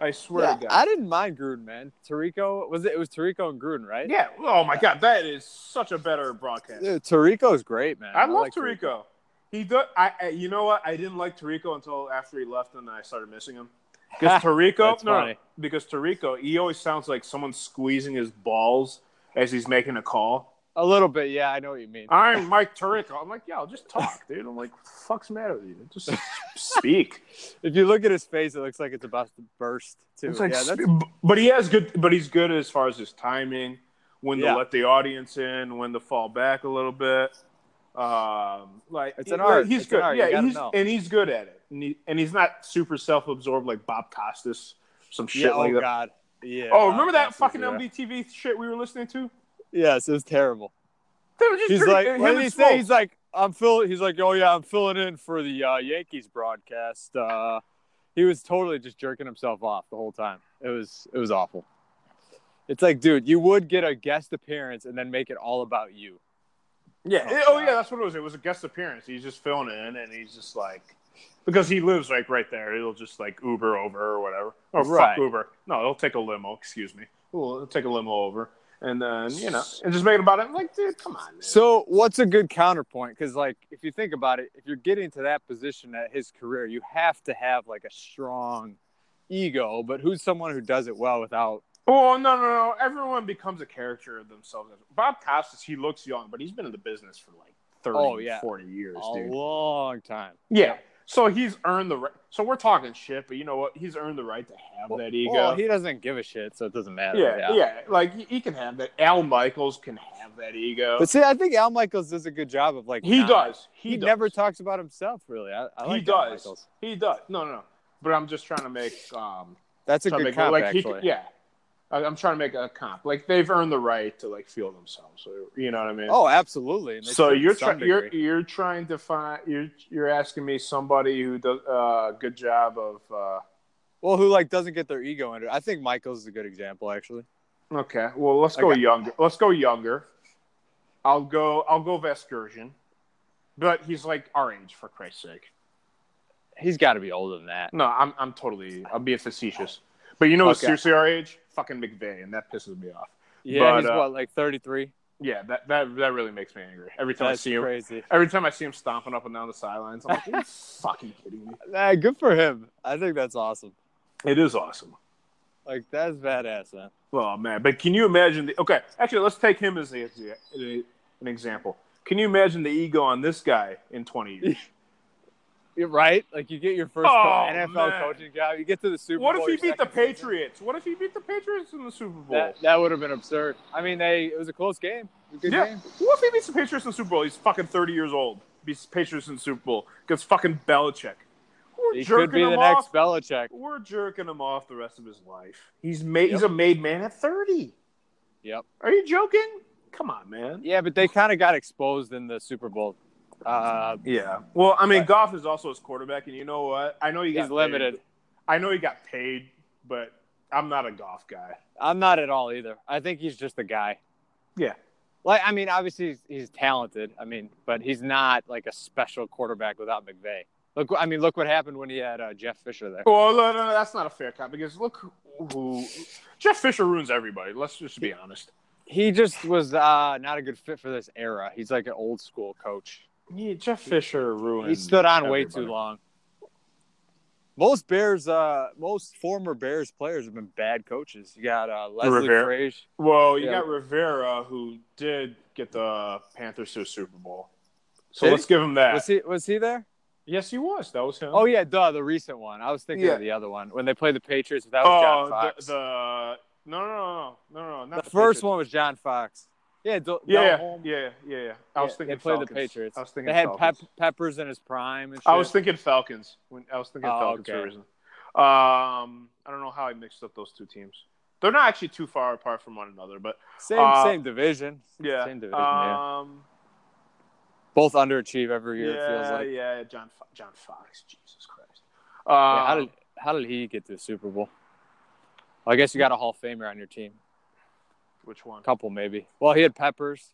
Speaker 2: I swear
Speaker 1: Yeah,
Speaker 2: to God.
Speaker 1: I didn't mind Gruden, man. Tarico was it? It was Tarico and Gruden, right?
Speaker 2: yeah. Oh my God, that is such a better broadcast.
Speaker 1: Dude, Tarico's great, man.
Speaker 2: I love
Speaker 1: like
Speaker 2: Tarico. He does. I, I. You know what? I didn't like Tarico until after he left, and I started missing him.
Speaker 1: [laughs]
Speaker 2: Because Tarico,
Speaker 1: That's
Speaker 2: no, no,
Speaker 1: funny.
Speaker 2: because Tarico, he always sounds like someone squeezing his balls as he's making
Speaker 1: [laughs]
Speaker 2: a call.
Speaker 1: A little bit, yeah, I know what you mean.
Speaker 2: I'm Mike Tirico. I'm like, yeah, I'll just talk, dude. I'm like, what the fuck's the matter with you?
Speaker 1: [laughs]
Speaker 2: Just speak.
Speaker 1: If you look at his face, it looks like it's about to burst too.
Speaker 2: It's like,
Speaker 1: yeah, that's,
Speaker 2: sp- but he has good. But he's good as far as his timing, when
Speaker 1: Yeah.
Speaker 2: to let the audience in, when to fall back a little bit. Um, like
Speaker 1: It's an
Speaker 2: like,
Speaker 1: art.
Speaker 2: He's
Speaker 1: It's an
Speaker 2: good.
Speaker 1: art. You
Speaker 2: Yeah,
Speaker 1: gotta
Speaker 2: he's,
Speaker 1: know.
Speaker 2: and he's good at it. And, he, and he's not super self-absorbed like Bob Costas, some shit
Speaker 1: yeah,
Speaker 2: like
Speaker 1: oh
Speaker 2: that.
Speaker 1: god, yeah.
Speaker 2: Oh, remember that
Speaker 1: Costas,
Speaker 2: fucking
Speaker 1: yeah.
Speaker 2: MDTV shit we were listening to?
Speaker 1: Yes, it was terrible.
Speaker 2: They were just
Speaker 1: [laughs] He's
Speaker 2: pretty-
Speaker 1: like,
Speaker 2: him
Speaker 1: what
Speaker 2: and
Speaker 1: did he
Speaker 2: Smoke.
Speaker 1: say? He's like, I'm filling. He's like, oh yeah, I'm filling in for the uh, Yankees broadcast. Uh, he was totally just jerking himself off the whole time. It was it was awful. It's like, dude, you would get a guest appearance and then make it all about you.
Speaker 2: Yeah.
Speaker 1: Oh,
Speaker 2: it- Oh,
Speaker 1: God.
Speaker 2: yeah. That's what it was. It was a guest appearance. He's just filling in, and he's just like, because he lives like right there, he'll just like Uber over or whatever. Or
Speaker 1: Right.
Speaker 2: fuck Uber. No, he'll take a limo. Excuse me. Well, he'll take a limo over, and then you know, and just make it about it. I'm like, dude, come on. Man.
Speaker 1: So, what's a good counterpoint? Because, like, if you think about it, if you're getting to that position at his career, you have to have like a strong ego. But who's someone who does it well without?
Speaker 2: Oh no, no, no. Everyone becomes a character of themselves. Bob Costas, he looks young, but he's been in the business for like 30,
Speaker 1: Oh, yeah.
Speaker 2: 40 years,
Speaker 1: A
Speaker 2: dude.
Speaker 1: long time.
Speaker 2: Yeah. So he's earned the right. So we're talking shit, but you know what? He's earned the right to have that ego.
Speaker 1: Well, he doesn't give a shit, so it doesn't matter.
Speaker 2: Yeah, yeah, Like he, he can have that. Al Michaels can have that ego.
Speaker 1: But see, I think Al Michaels does a good job of like
Speaker 2: he
Speaker 1: not-
Speaker 2: does. He,
Speaker 1: He,
Speaker 2: does.
Speaker 1: never talks about himself really. I, I
Speaker 2: He
Speaker 1: like Al
Speaker 2: does.
Speaker 1: Michaels.
Speaker 2: He does. No, no, no. But I'm just trying to make. Um,
Speaker 1: That's a
Speaker 2: trying to
Speaker 1: good
Speaker 2: make
Speaker 1: comp,
Speaker 2: like he,
Speaker 1: actually.
Speaker 2: yeah. I- I'm trying to make a comp. Like they've earned the right to like feel themselves. or- You know what I mean?
Speaker 1: Oh, absolutely. and they
Speaker 2: so
Speaker 1: should to
Speaker 2: you're
Speaker 1: some
Speaker 2: trying you're
Speaker 1: degree.
Speaker 2: you're trying to find you're you're asking me somebody who does a uh, good job of. Uh,
Speaker 1: well, who like doesn't get their ego into? it. I think Michaels is a good example actually.
Speaker 2: Okay. Well, let's
Speaker 1: I
Speaker 2: go
Speaker 1: got-
Speaker 2: younger. Let's go younger. I'll go. I'll go Vescursion, but he's like our age for Christ's sake.
Speaker 1: He's got to be older than that.
Speaker 2: No, I'm. I'm totally. I'm being facetious. But you know what's
Speaker 1: Okay.
Speaker 2: seriously our age? Fucking McVeigh, and that pisses me off.
Speaker 1: Yeah,
Speaker 2: But,
Speaker 1: he's
Speaker 2: uh,
Speaker 1: what like 33.
Speaker 2: Yeah, that that that really makes me angry every time
Speaker 1: That's
Speaker 2: I see him.
Speaker 1: crazy.
Speaker 2: Every time I see him stomping up and down the sidelines, I'm like, [laughs] Are you fucking kidding me?
Speaker 1: Nah, good for him. I think that's awesome.
Speaker 2: It is awesome.
Speaker 1: Like that's badass, man.
Speaker 2: Oh man, but can you imagine the? Okay, actually, let's take him as the, the, an example. Can you imagine the ego on this guy in 20 years?
Speaker 1: You're right. Like you get your first
Speaker 2: Oh,
Speaker 1: co- NFL
Speaker 2: man.
Speaker 1: coaching job, you get to the Super
Speaker 2: What
Speaker 1: Bowl.
Speaker 2: if he
Speaker 1: your
Speaker 2: beat the
Speaker 1: second season.
Speaker 2: Patriots? What if he beat the Patriots in the Super Bowl?
Speaker 1: That, that would have been absurd. I mean, they it was a close game. It was a good
Speaker 2: yeah.
Speaker 1: game.
Speaker 2: What if he beats the Patriots in the Super Bowl? He's fucking 30 years old. Beats the Patriots in the Super Bowl. Gets fucking Belichick. We're
Speaker 1: He
Speaker 2: jerking
Speaker 1: could be
Speaker 2: him
Speaker 1: the
Speaker 2: off.
Speaker 1: next Belichick.
Speaker 2: We're jerking him off the rest of his life. He's made. He's
Speaker 1: Yep.
Speaker 2: a made man at 30.
Speaker 1: Yep.
Speaker 2: Are you joking? Come on, man.
Speaker 1: Yeah, but they kind of got exposed in the Super Bowl. Uh,
Speaker 2: Yeah. Well, I mean,
Speaker 1: But-
Speaker 2: Goff is also his quarterback, and you know what? I know he got
Speaker 1: he's
Speaker 2: paid.
Speaker 1: limited.
Speaker 2: I know he got paid, but I'm not a Goff guy.
Speaker 1: I'm not at all either. I think he's just a guy.
Speaker 2: Yeah.
Speaker 1: Like, I mean, obviously he's, he's talented. I mean, but he's not like a special quarterback without McVay. Look, I mean, look what happened when he had uh, Jeff Fisher there.
Speaker 2: Well, no, no, no, that's not a fair comp because look who, who Jeff Fisher ruins everybody. Let's just be honest.
Speaker 1: He just was uh, not a good fit for this era. He's like an old school coach.
Speaker 2: Yeah, Jeff Fisher ruins.
Speaker 1: He stood on way too long. Most Bears, uh, most former Bears players have been bad coaches. You got uh, Leslie
Speaker 2: Rivera.
Speaker 1: Frazier.
Speaker 2: Well, you
Speaker 1: Yeah.
Speaker 2: got Rivera, who did get the Panthers to a Super Bowl. So
Speaker 1: Did
Speaker 2: let's give him that.
Speaker 1: Was he was he there?
Speaker 2: yes, he was. That was him.
Speaker 1: Oh yeah, duh, the recent one. I was thinking
Speaker 2: Yeah.
Speaker 1: of the other one when they played the Patriots. That was John
Speaker 2: Oh,
Speaker 1: Fox.
Speaker 2: the,
Speaker 1: The,
Speaker 2: the no, no, no, no, no, no, not the,
Speaker 1: first
Speaker 2: Patriots.
Speaker 1: one was John Fox. Yeah, Del-
Speaker 2: Yeah,
Speaker 1: Delhomme.
Speaker 2: yeah, yeah, yeah. I was
Speaker 1: Yeah,
Speaker 2: thinking
Speaker 1: they played
Speaker 2: Falcons.
Speaker 1: the Patriots.
Speaker 2: I was thinking
Speaker 1: They had
Speaker 2: Falcons.
Speaker 1: pep- Peppers in his prime. And shit.
Speaker 2: I was thinking Falcons. When I was thinking
Speaker 1: Oh,
Speaker 2: Falcons for
Speaker 1: okay.
Speaker 2: a reason. Um, I don't know how I mixed up those two teams. They're not actually too far apart from one another, but
Speaker 1: same
Speaker 2: uh,
Speaker 1: same division.
Speaker 2: yeah.
Speaker 1: same division. yeah.
Speaker 2: Um,
Speaker 1: Both underachieve every
Speaker 2: yeah,
Speaker 1: year. it feels
Speaker 2: yeah,
Speaker 1: like.
Speaker 2: John Fo- John Fox. Jesus Christ. Um,
Speaker 1: Yeah, how did how did he get to the Super Bowl? Well, I guess you got a Hall of Famer on your team,
Speaker 2: which one?
Speaker 1: a couple maybe. Well, he had Peppers.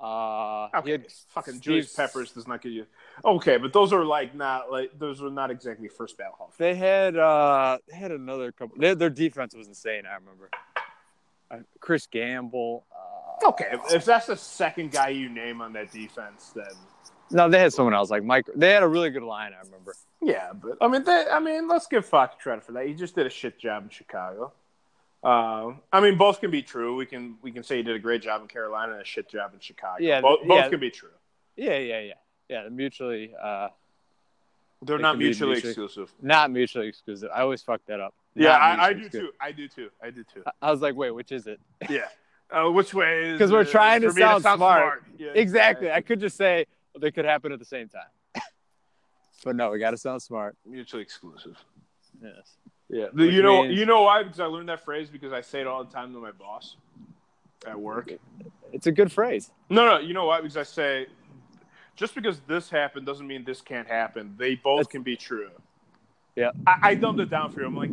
Speaker 1: Uh, he
Speaker 2: Okay,
Speaker 1: had
Speaker 2: fucking
Speaker 1: Steve-
Speaker 2: Julius Peppers does not get you. Okay, but those are like not like those are not exactly first ballot Hall of Fame.
Speaker 1: They had uh, they had another couple. Their, their defense was insane. I remember. Uh, Chris Gamble. Uh,
Speaker 2: Okay, if- if that's the second guy you name on that defense, then
Speaker 1: no, they had someone else like Mike. They had a really good line. I remember.
Speaker 2: Yeah, but I mean, that, I mean, let's give Fox credit for that. He just did a shit job in Chicago. Uh, I mean, both can be true. We can we can say he did a great job in Carolina and a shit job in Chicago.
Speaker 1: Yeah,
Speaker 2: both, both
Speaker 1: yeah.
Speaker 2: can be true.
Speaker 1: Yeah, yeah, yeah, yeah. they're Mutually, uh,
Speaker 2: They're
Speaker 1: They
Speaker 2: not
Speaker 1: can be
Speaker 2: mutually
Speaker 1: mutually-
Speaker 2: exclusive.
Speaker 1: not mutually exclusive. I always fuck that up.
Speaker 2: Yeah,
Speaker 1: Not
Speaker 2: I, I
Speaker 1: mutually
Speaker 2: do
Speaker 1: exclusive.
Speaker 2: too. I do too. I do too.
Speaker 1: I- I was like, wait, which is it?
Speaker 2: [laughs] Yeah. Uh, which way? is
Speaker 1: 'Cause we're
Speaker 2: it?
Speaker 1: trying to
Speaker 2: For me, it
Speaker 1: sound
Speaker 2: sounds
Speaker 1: smart.
Speaker 2: Yeah.
Speaker 1: Exactly. I could just say well, they could happen at the same time. [laughs] but no, we got to sound smart.
Speaker 2: Mutually exclusive.
Speaker 1: Yes.
Speaker 2: Yeah.
Speaker 1: Which
Speaker 2: you know
Speaker 1: means-
Speaker 2: you know why? Because I learned that phrase because I say it all the time to my boss at work.
Speaker 1: It's a good phrase.
Speaker 2: No, no, you know why? Because I say just because this happened doesn't mean this can't happen. They both
Speaker 1: That's-
Speaker 2: can be true.
Speaker 1: Yeah.
Speaker 2: I, I dumbed it down for you. I'm like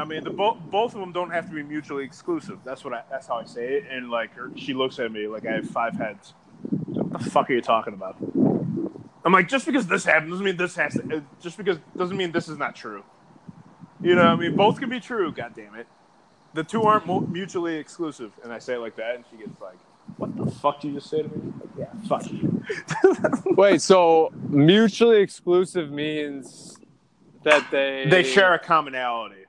Speaker 2: I mean the both both of them don't have to be mutually exclusive. That's what I that's how I say it. And like her, she looks at me like I have five heads. What the fuck are you talking about? I'm like, just because this happened doesn't mean this has to. uh, Just because doesn't mean this is not true. You know, what I mean, both can be true. God damn it, the two aren't mu- mutually exclusive. And I say it like that, and she gets like, "What the fuck did you just say to me?" Like, yeah, fuck you.
Speaker 1: [laughs] Wait, so mutually exclusive means that they
Speaker 2: They share a commonality.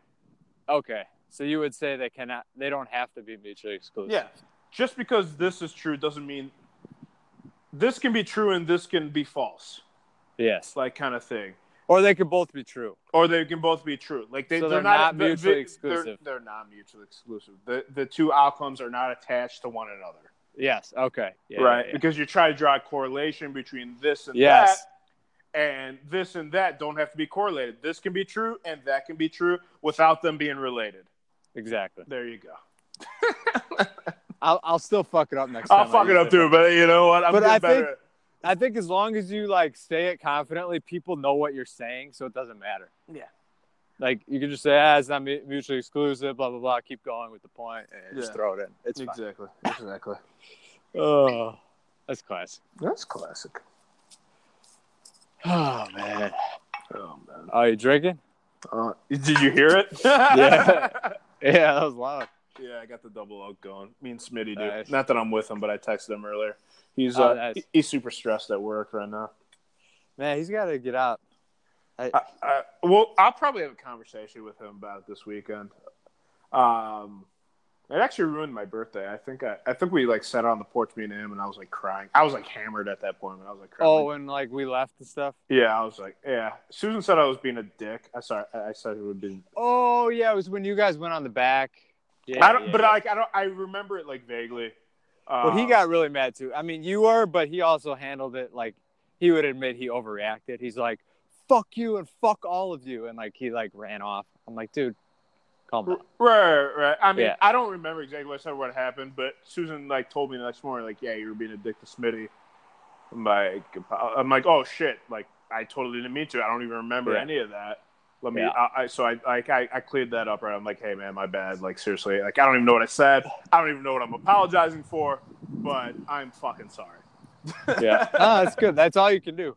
Speaker 1: Okay, so you would say they cannot, they don't have to be mutually exclusive.
Speaker 2: Yeah, just because this is true doesn't mean this can be true and this can be false,
Speaker 1: Yes.
Speaker 2: like kind of thing.
Speaker 1: Or they could both be true.
Speaker 2: or they can both be true. Like they,
Speaker 1: So
Speaker 2: they're,
Speaker 1: they're
Speaker 2: not,
Speaker 1: not
Speaker 2: the- the-
Speaker 1: mutually
Speaker 2: they're-
Speaker 1: exclusive.
Speaker 2: They're, not mutually exclusive. The the two outcomes are not attached to one another,
Speaker 1: Yes. Okay. Yeah,
Speaker 2: right?
Speaker 1: yeah, yeah.
Speaker 2: Because you try to draw a correlation between this and
Speaker 1: Yes.
Speaker 2: that, and this and that don't have to be correlated. This can be true and that can be true without them being related.
Speaker 1: Exactly.
Speaker 2: There you go.
Speaker 1: I'll, I'll still fuck it up next
Speaker 2: I'll
Speaker 1: time. I
Speaker 2: fuck it
Speaker 1: use
Speaker 2: up too, but you know what? I'm
Speaker 1: But
Speaker 2: getting
Speaker 1: I
Speaker 2: better.
Speaker 1: think-
Speaker 2: at-
Speaker 1: I think as long as you like say it confidently, people know what you're saying, so it doesn't matter.
Speaker 2: Yeah.
Speaker 1: Like you can just say, ah, it's not mu- mutually exclusive, blah blah blah. Keep going with the point and just
Speaker 2: Yeah.
Speaker 1: throw it in. It's fine.
Speaker 2: exactly, exactly.
Speaker 1: Oh, that's classic.
Speaker 2: That's classic.
Speaker 1: Oh man.
Speaker 2: Oh man!
Speaker 1: Oh, you drinking?
Speaker 2: Uh, did you hear [laughs] it?
Speaker 1: Yeah. [laughs] Yeah, that was loud.
Speaker 2: Yeah, I got the double oak going. Me and Smitty do.
Speaker 1: Nice.
Speaker 2: Not that I'm with him, but I texted him earlier. He's
Speaker 1: Oh,
Speaker 2: uh,
Speaker 1: nice.
Speaker 2: he- he's super stressed at work right now.
Speaker 1: Man, he's got to get out.
Speaker 2: I, I, well, I'll probably have a conversation with him about it this weekend. Um, it actually ruined my birthday. I think I, I think we like sat on the porch, me and him, and I was like crying. I was like hammered at that point, and I was like, crying.
Speaker 1: Oh, and like we left and stuff.
Speaker 2: yeah, I was like, yeah. Susan said I was being a dick. I sorry, I I said it would be.
Speaker 1: Oh yeah, it was when you guys went on the back. Yeah,
Speaker 2: I don't,
Speaker 1: yeah,
Speaker 2: but
Speaker 1: yeah.
Speaker 2: like I don't, I remember it like vaguely.
Speaker 1: Well, he
Speaker 2: Um,
Speaker 1: got really mad too. I mean, you were, but he also handled it like he would admit he overreacted. He's like, "Fuck you and fuck all of you," and like he like ran off. I'm like, dude, calm
Speaker 2: Right,
Speaker 1: down.
Speaker 2: right. right. I mean,
Speaker 1: Yeah.
Speaker 2: I don't remember exactly what I said what happened, but Susan like told me the next morning, like, yeah, you were being a dick to Smitty. I'm like, I'm like, oh shit, like I totally didn't mean to. I don't even remember
Speaker 1: Yeah.
Speaker 2: any of that. Let me.
Speaker 1: Yeah.
Speaker 2: I, I so I like I, I cleared that up. Right. I'm like, hey man, my bad. Like seriously, like I don't even know what I said. I don't even know what I'm apologizing for, but I'm fucking sorry.
Speaker 1: [laughs]
Speaker 2: [laughs]
Speaker 1: [laughs] Yeah, oh, that's good. That's all you can do.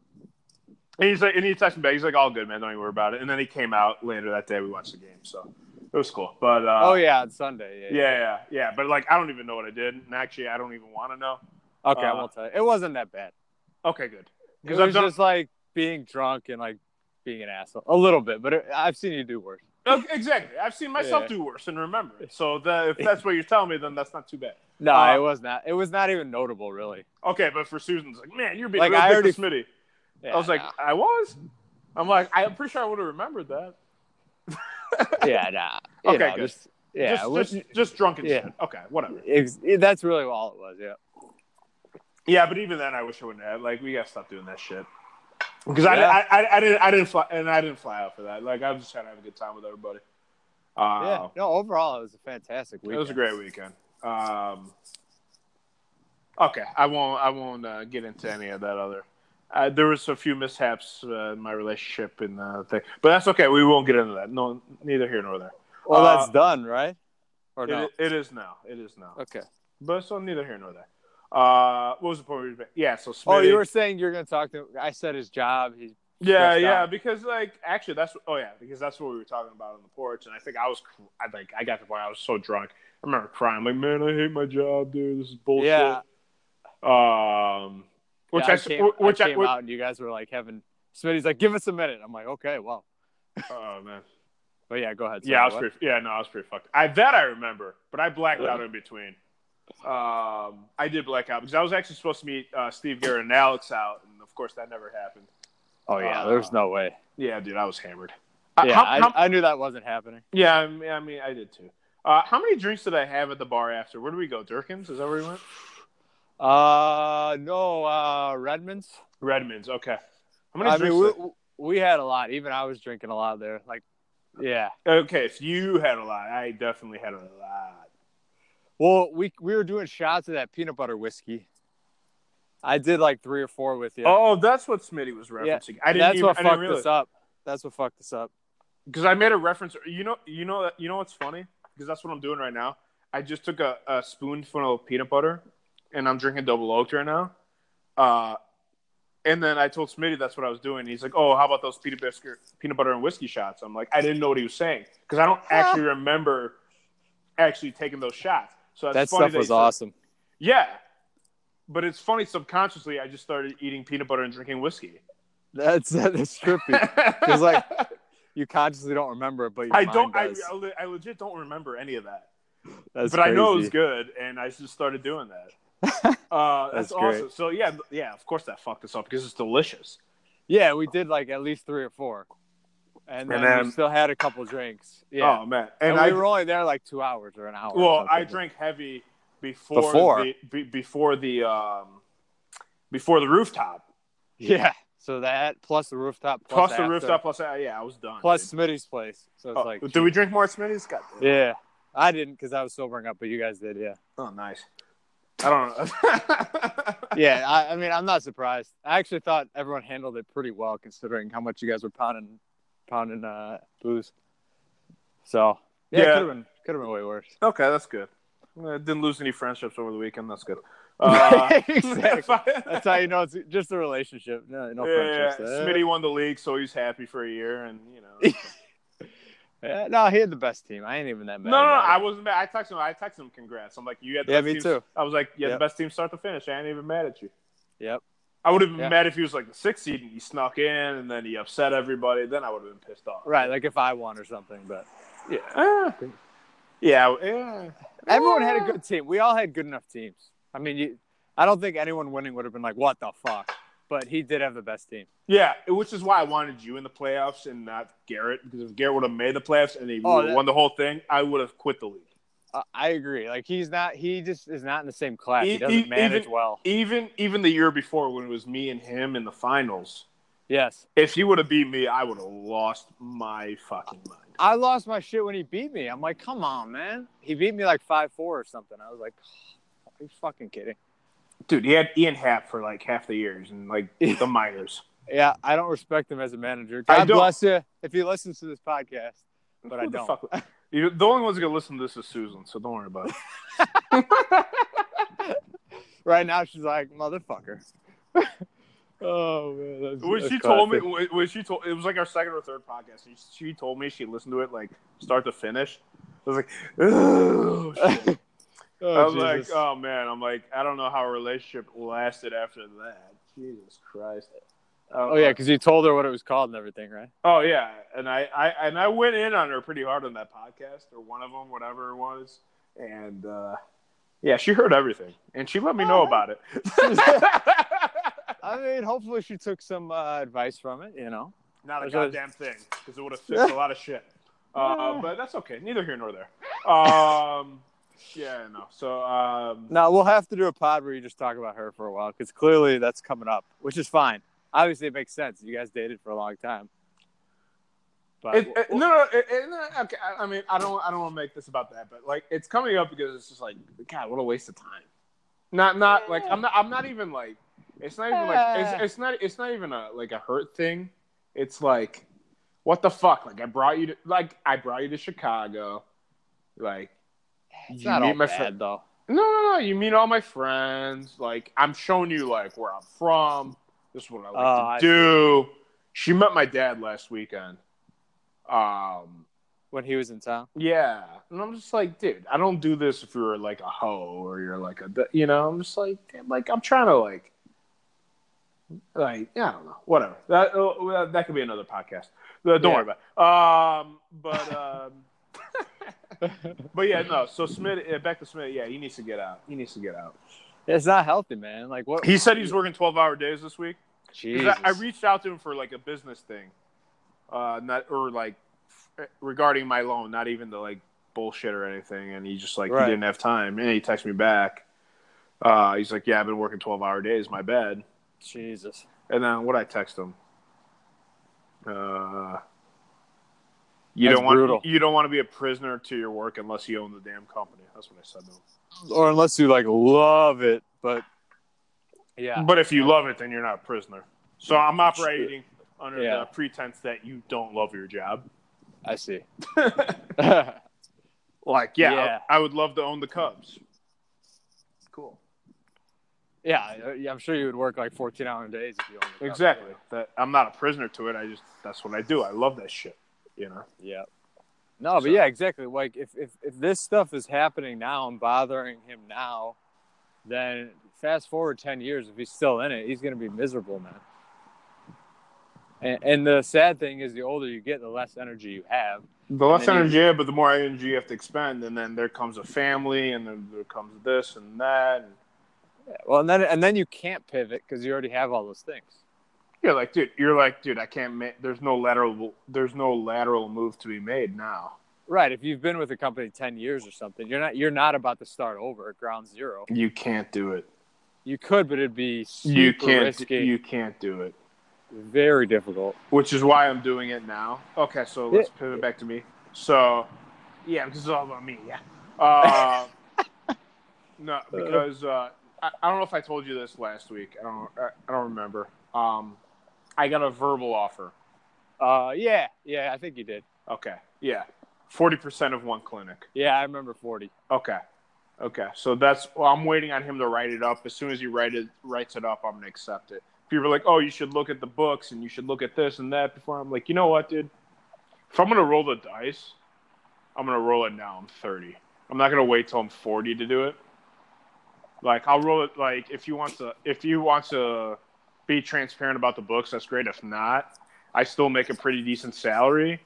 Speaker 2: And he's like, and he texted me back. He's like, all good, man. Don't even worry about it. And then he came out later that day. We watched the game, so it was cool. But uh,
Speaker 1: oh yeah, on Sunday. Yeah.
Speaker 2: Yeah, yeah, yeah. But like, I don't even know what I did, and actually, I don't even want to know.
Speaker 1: yeah. Okay, I
Speaker 2: Uh,
Speaker 1: won't tell you. It wasn't that bad.
Speaker 2: Okay, good.
Speaker 1: It
Speaker 2: Because I've
Speaker 1: was
Speaker 2: done.
Speaker 1: just like being drunk and like being an asshole a little bit. But it, I've seen you do worse.
Speaker 2: Okay, exactly. I've seen myself
Speaker 1: Yeah.
Speaker 2: do worse and remember it. So that, if that's what you're telling me, then that's not too bad.
Speaker 1: No,
Speaker 2: Uh,
Speaker 1: it was not. It was not even notable, really.
Speaker 2: Okay, but for Susan's like, man, you're being
Speaker 1: Like,
Speaker 2: like, I
Speaker 1: I
Speaker 2: already
Speaker 1: already-
Speaker 2: Smitty.
Speaker 1: Yeah,
Speaker 2: I was like,
Speaker 1: nah.
Speaker 2: I was. I'm like, I'm pretty sure I would have remembered that.
Speaker 1: [laughs] yeah, nah. You
Speaker 2: Okay,
Speaker 1: know,
Speaker 2: good.
Speaker 1: just- yeah,
Speaker 2: just,
Speaker 1: it was-
Speaker 2: just, just drunk and
Speaker 1: yeah.
Speaker 2: shit. Okay, whatever.
Speaker 1: ex- that's really all it was. Yeah.
Speaker 2: Yeah, but even then, I wish I wouldn't have. Like, we gotta stop doing that shit. Because
Speaker 1: Yeah.
Speaker 2: I, I, I, I didn't, I didn't fly, and I didn't fly out for that. Like, I was just trying to have a good time with everybody. Uh,
Speaker 1: Yeah. No, overall, it was a fantastic week.
Speaker 2: It was a great weekend. Um, okay, I won't. I won't uh, get into any of that other. Uh, there was a few mishaps uh, in my relationship and uh, thing, but that's okay. We won't get into that. No, neither here nor there.
Speaker 1: Well, that's
Speaker 2: Uh,
Speaker 1: done, right? Or
Speaker 2: It,
Speaker 1: no?
Speaker 2: it is now. It is now.
Speaker 1: okay.
Speaker 2: But so neither here nor there. Uh, what was the point? we were making? Yeah. So Smitty,
Speaker 1: Oh, you were saying you're going to talk to. I said his job. He.
Speaker 2: Yeah,
Speaker 1: stressed
Speaker 2: yeah,
Speaker 1: out.
Speaker 2: because like actually that's oh yeah, because that's what we were talking about on the porch, and I think I was cr- I like I got to the point I was so drunk. I remember crying like, man, I hate my job, dude. This is bullshit.
Speaker 1: Yeah.
Speaker 2: Um, which
Speaker 1: yeah, I
Speaker 2: I, s-
Speaker 1: came,
Speaker 2: which
Speaker 1: I
Speaker 2: I,
Speaker 1: came out and you guys were like having. Smitty's like, give us a minute. I'm like, okay, well.
Speaker 2: oh man,
Speaker 1: But yeah, go ahead.
Speaker 2: yeah, I was
Speaker 1: Sorry,
Speaker 2: pretty, yeah, no, I was pretty fucked. I that I remember, but I blacked
Speaker 1: Yeah.
Speaker 2: out in between. Um, I did black out because I was actually supposed to meet uh, Steve Garrett and Alex out, and of course that never happened.
Speaker 1: what? Oh yeah,
Speaker 2: Uh,
Speaker 1: there's no way.
Speaker 2: Yeah, dude, I was hammered. Uh,
Speaker 1: Yeah,
Speaker 2: how-
Speaker 1: I,
Speaker 2: how-
Speaker 1: I knew that wasn't happening.
Speaker 2: yeah, I mean, I mean, I did too. Uh, how many drinks did I have at the bar after? Where did we go? Durkin's? Is that where we went?
Speaker 1: Uh, no, uh, Redmond's.
Speaker 2: Redmond's. Okay. How many
Speaker 1: I
Speaker 2: drinks?
Speaker 1: mean, we,
Speaker 2: did-
Speaker 1: we had a lot. Even I was drinking a lot there. Like, yeah.
Speaker 2: okay, if you had a lot, I definitely had a lot.
Speaker 1: Well, we we were doing shots of that peanut butter whiskey. I did like three or four with you.
Speaker 2: Oh, that's what Smitty was referencing. I didn't
Speaker 1: that's
Speaker 2: even,
Speaker 1: what
Speaker 2: I
Speaker 1: fucked
Speaker 2: didn't
Speaker 1: us up. That's what fucked us up.
Speaker 2: because I made a reference. You know, you know, you know what's funny? Because that's what I'm doing right now. I just took a, a spoonful of peanut butter, and I'm drinking double oaked right now. Uh, and then I told Smitty that's what I was doing. He's like, "Oh, how about those peanut biscuit, peanut butter and whiskey shots?" I'm like, I didn't know what he was saying because I don't actually remember actually taking those shots. So that's
Speaker 1: That
Speaker 2: funny
Speaker 1: stuff
Speaker 2: that
Speaker 1: was
Speaker 2: he said-
Speaker 1: awesome. [laughs]
Speaker 2: Yeah, but it's funny. Subconsciously, I just started eating peanut butter and drinking whiskey.
Speaker 1: That's that's
Speaker 2: [laughs]
Speaker 1: trippy.
Speaker 2: Because
Speaker 1: like, you consciously don't remember it, but your
Speaker 2: I
Speaker 1: mind
Speaker 2: don't. I,
Speaker 1: does.
Speaker 2: I, le- I legit don't remember any of that.
Speaker 1: That's
Speaker 2: but I know it was
Speaker 1: crazy.
Speaker 2: good, and I just started doing that.
Speaker 1: [laughs]
Speaker 2: Uh, that's,
Speaker 1: That's great.
Speaker 2: awesome. So yeah, th- yeah. Of course, that fucked us up because it's delicious.
Speaker 1: Yeah, we did like at least three or four, and then,
Speaker 2: And
Speaker 1: we
Speaker 2: then-
Speaker 1: still had a couple drinks. Yeah,
Speaker 2: Oh man,
Speaker 1: and,
Speaker 2: and, I
Speaker 1: we were only there like two hours or an hour. or
Speaker 2: well,
Speaker 1: something.
Speaker 2: I drank heavy before
Speaker 1: Before.
Speaker 2: the be, before the um before the rooftop.
Speaker 1: [laughs] Yeah, so that plus the rooftop, plus,
Speaker 2: Plus, the
Speaker 1: after,
Speaker 2: rooftop. Plus uh, yeah, I was done.
Speaker 1: plus
Speaker 2: dude.
Speaker 1: Smitty's place. So it's
Speaker 2: Oh,
Speaker 1: like,
Speaker 2: did we drink more at Smitty's? God, damn.
Speaker 1: yeah, I didn't because I was sobering up, but you guys did. Yeah,
Speaker 2: Oh, nice. I don't know. [laughs]
Speaker 1: yeah. I, I mean, I'm not surprised. I actually thought everyone handled it pretty well considering how much you guys were pounding, pounding uh, booze. So yeah,
Speaker 2: Yeah.
Speaker 1: could have been could have been way worse.
Speaker 2: okay, that's good. I didn't lose any friendships over the weekend. That's good. Uh,
Speaker 1: [laughs]
Speaker 2: [laughs]
Speaker 1: exactly. That's how you know it's just a relationship. No, no
Speaker 2: yeah,
Speaker 1: friendships.
Speaker 2: yeah.
Speaker 1: Uh,
Speaker 2: Smitty won the league, so he's happy for a year, and you
Speaker 1: [laughs]
Speaker 2: know.
Speaker 1: yeah, no, he had the best team. I ain't even that
Speaker 2: no, no,
Speaker 1: mad.
Speaker 2: no,
Speaker 1: about
Speaker 2: I
Speaker 1: it.
Speaker 2: wasn't mad. I texted him. I texted him. Congrats. I'm like, you had the
Speaker 1: Yeah,
Speaker 2: best
Speaker 1: me
Speaker 2: team-
Speaker 1: too.
Speaker 2: I was like, yeah,
Speaker 1: Yep.
Speaker 2: the best team start to finish. I ain't even mad at you.
Speaker 1: Yep.
Speaker 2: I would have been
Speaker 1: Yeah.
Speaker 2: mad if he was like the sixth seed and he snuck in and then he upset everybody. Then I would have been pissed off.
Speaker 1: Right, like if I won or something, but
Speaker 2: Yeah. Eh. Yeah. eh.
Speaker 1: everyone had a good team. We all had good enough teams. I mean, you, I don't think anyone winning would have been like, "What the fuck?" But he did have the best team.
Speaker 2: Yeah, which is why I wanted you in the playoffs and not Garrett because if Garrett would have made the playoffs and he
Speaker 1: Oh,
Speaker 2: would've
Speaker 1: that-
Speaker 2: won the whole thing, I would have quit the league.
Speaker 1: I, I agree. Like he's not. He just is not in the same class. He,
Speaker 2: E-
Speaker 1: doesn't
Speaker 2: e-
Speaker 1: manage
Speaker 2: even-
Speaker 1: well.
Speaker 2: Even even the year before when it was me and him in the finals,
Speaker 1: Yes,
Speaker 2: if he would have beat me, I would have lost my fucking mind.
Speaker 1: I lost my shit when he beat me. I'm like, "Come on, man!" He beat me like five four or something. I was like, "Are you fucking kidding?"
Speaker 2: Dude, he had Ian Happ for like half the years and like [laughs] the minors.
Speaker 1: Yeah, I don't respect him as a manager.
Speaker 2: I
Speaker 1: God
Speaker 2: don't-
Speaker 1: bless you if he listens to this podcast. But I
Speaker 2: Who the
Speaker 1: don't. [laughs]
Speaker 2: fuck would- You- The only one's gonna listen to this is Susan, so don't worry about it.
Speaker 1: Right now, she's like, motherfucker. [laughs] oh man, that's,
Speaker 2: [laughs] When she told me, when when she told, it was like our second or third podcast. and She told me she listened to it like start to finish. I was like,
Speaker 1: [laughs]
Speaker 2: oh, shit. [laughs] I was like,
Speaker 1: uh,
Speaker 2: oh man, I'm like, I don't know how our relationship lasted after that. Jesus Christ. Um,
Speaker 1: oh yeah, because you told her what it was called and everything, right?
Speaker 2: Oh yeah, and I, I and I went in on her pretty hard on that podcast or one of them, whatever it was, and uh, yeah, she heard everything and she let me know
Speaker 1: Oh,
Speaker 2: about it.
Speaker 1: I mean, hopefully she took some uh, advice from it, you know.
Speaker 2: Not a
Speaker 1: Which was-
Speaker 2: goddamn thing because it would have fixed a lot of shit. Uh, but that's okay. Neither here nor there. Um, yeah, no. So um,
Speaker 1: Now we'll have to do a pod where you just talk about her for a while, because clearly that's coming up, which is fine. Obviously, it makes sense. You guys dated for a long time. But
Speaker 2: It, it, no, no, it, it, no, okay. I- I mean, I don't, I don't want to make this about that, but like, it's coming up because it's just like, God, what a waste of time. Not, not like I'm not, I'm not even like, it's not even like, it's, it's not, it's not even a like a hurt thing. It's like, what the fuck? Like, I brought you to, like, I brought you to Chicago. Like,
Speaker 1: it's
Speaker 2: you
Speaker 1: not
Speaker 2: meet
Speaker 1: all
Speaker 2: my
Speaker 1: bad,
Speaker 2: friend-
Speaker 1: though.
Speaker 2: no, no, no, you meet all my friends. Like, I'm showing you like where I'm from. This is what I like
Speaker 1: Oh,
Speaker 2: to
Speaker 1: I see.
Speaker 2: do. She met my dad last weekend. Um.
Speaker 1: When he was in town.
Speaker 2: Yeah. And I'm just like, dude, I don't do this if you're like a hoe or you're like a, you know, I'm just like, damn, like, I'm trying to like, oh, like, yeah, I don't know, whatever. That, uh, that could be another podcast. Don't
Speaker 1: Yeah.
Speaker 2: worry about it. Um, but um, but yeah, no. So Smith, uh, back to Smith. Yeah, he needs to get out. He needs to get out.
Speaker 1: It's not healthy, man. Like what?
Speaker 2: He said he's working twelve hour days this week. 'Cause
Speaker 1: Jesus.
Speaker 2: I, I reached out to him for like a business thing, uh, not or like f- eh, regarding my loan, not even the like bullshit or anything. And he just like
Speaker 1: Right.
Speaker 2: he didn't have time, and he texted me back. Uh, he's like, "Yeah, I've been working twelve hour days. My bad."
Speaker 1: Jesus.
Speaker 2: And then what I text him, uh, you
Speaker 1: That's
Speaker 2: don't want
Speaker 1: brutal.
Speaker 2: you don't want to be a prisoner to your work unless you own the damn company. That's what I said to him.
Speaker 1: Or unless you like love it, but yeah,
Speaker 2: But if you love it, then you're not a prisoner. So I'm operating under
Speaker 1: Yeah.
Speaker 2: the pretense that you don't love your job.
Speaker 1: I see. [laughs]
Speaker 2: [laughs]
Speaker 1: yeah,
Speaker 2: Like, yeah,
Speaker 1: Yeah.
Speaker 2: I, I would love to own the Cubs. Cool.
Speaker 1: I- uh, yeah, I'm sure you would work like 14 hour days if you owned the company.
Speaker 2: Exactly. That I'm not a prisoner to it. I just that's what I do. I love that shit. You know.
Speaker 1: Yeah. No, but
Speaker 2: So-
Speaker 1: yeah, exactly. Like if, if if this stuff is happening now and bothering him now, then fast forward ten years, if he's still in it, he's gonna be miserable, man. And, and the sad thing is, the older you get, the less energy you have.
Speaker 2: The less
Speaker 1: And then you-
Speaker 2: energy, you have, but the more energy you have to expend, and then there comes a family, and then there comes this and that. And
Speaker 1: Well, and then and then you can't pivot because you already have all those things.
Speaker 2: you're like, dude, you're like, dude, I can't make. There's no lateral. There's no lateral move to be made now.
Speaker 1: Right. If you've been with a company ten years or something, you're not you're not about to start over at ground zero.
Speaker 2: You can't do it.
Speaker 1: You could, but it'd be super
Speaker 2: you can't.
Speaker 1: risky,
Speaker 2: You can't do it.
Speaker 1: very difficult.
Speaker 2: which is why I'm doing it now. Okay, so let's pivot back to me. So, yeah, because it's all about me. Yeah. Uh, no, because uh, I, I don't know if I told you this last week. I don't. I, I don't remember. Um, I got a verbal offer.
Speaker 1: Uh, yeah, yeah, I think you did.
Speaker 2: Okay. Yeah. Forty percent of one clinic.
Speaker 1: Yeah, I remember forty.
Speaker 2: Okay. Okay. So that's. Well, I'm waiting on him to write it up. As soon as he write it, writes it up, I'm gonna accept it. People are like, "Oh, you should look at the books and you should look at this and that." Before I'm like, you know what, dude? If I'm gonna roll the dice, I'm gonna roll it now. I'm 30. I'm not gonna wait till I'm 40 to do it. Like I'll roll it. Like if you want to, if you want to be transparent about the books, that's great. If not, I still make a pretty decent salary,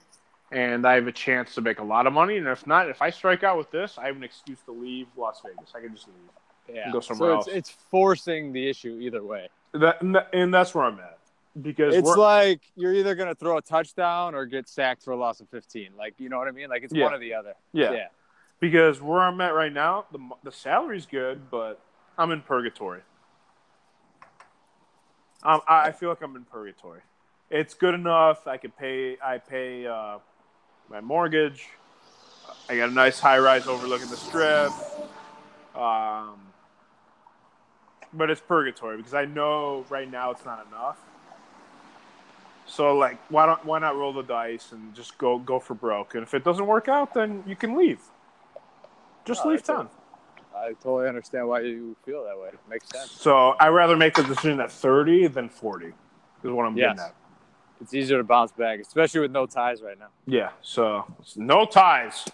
Speaker 2: and I have a chance to make a lot of money. And if not, if I strike out with this, I have an excuse to leave Las Vegas. I can just leave.
Speaker 1: Yeah.
Speaker 2: Go somewhere
Speaker 1: so it's,
Speaker 2: else.
Speaker 1: it's forcing the issue either way.
Speaker 2: That, and that- and that's where I'm at because
Speaker 1: It's
Speaker 2: we're,
Speaker 1: like you're either going to throw a touchdown or get sacked for a loss of 15. Like, you know what I mean? Like, it's
Speaker 2: Yeah.
Speaker 1: one or the other.
Speaker 2: yeah,
Speaker 1: yeah.
Speaker 2: because where I'm at right now, the mo- the salary's good, but I'm in purgatory. Um, I, I feel like I'm in purgatory. It's good enough. I could pay. I pay uh, my mortgage. I got a nice high rise overlooking the strip. Um, but it's purgatory because I know right now it's not enough. So like, why don't why not roll the dice and just go go for broke? And if it doesn't work out, then you can leave. Just
Speaker 1: No,
Speaker 2: leave
Speaker 1: that's
Speaker 2: town.
Speaker 1: I totally understand why you feel that way. makes sense.
Speaker 2: So I would rather make the decision at thirty than forty. Is what I'm
Speaker 1: Yes.
Speaker 2: getting at.
Speaker 1: It's easier to bounce back, especially with no ties right now.
Speaker 2: Yeah. So no ties.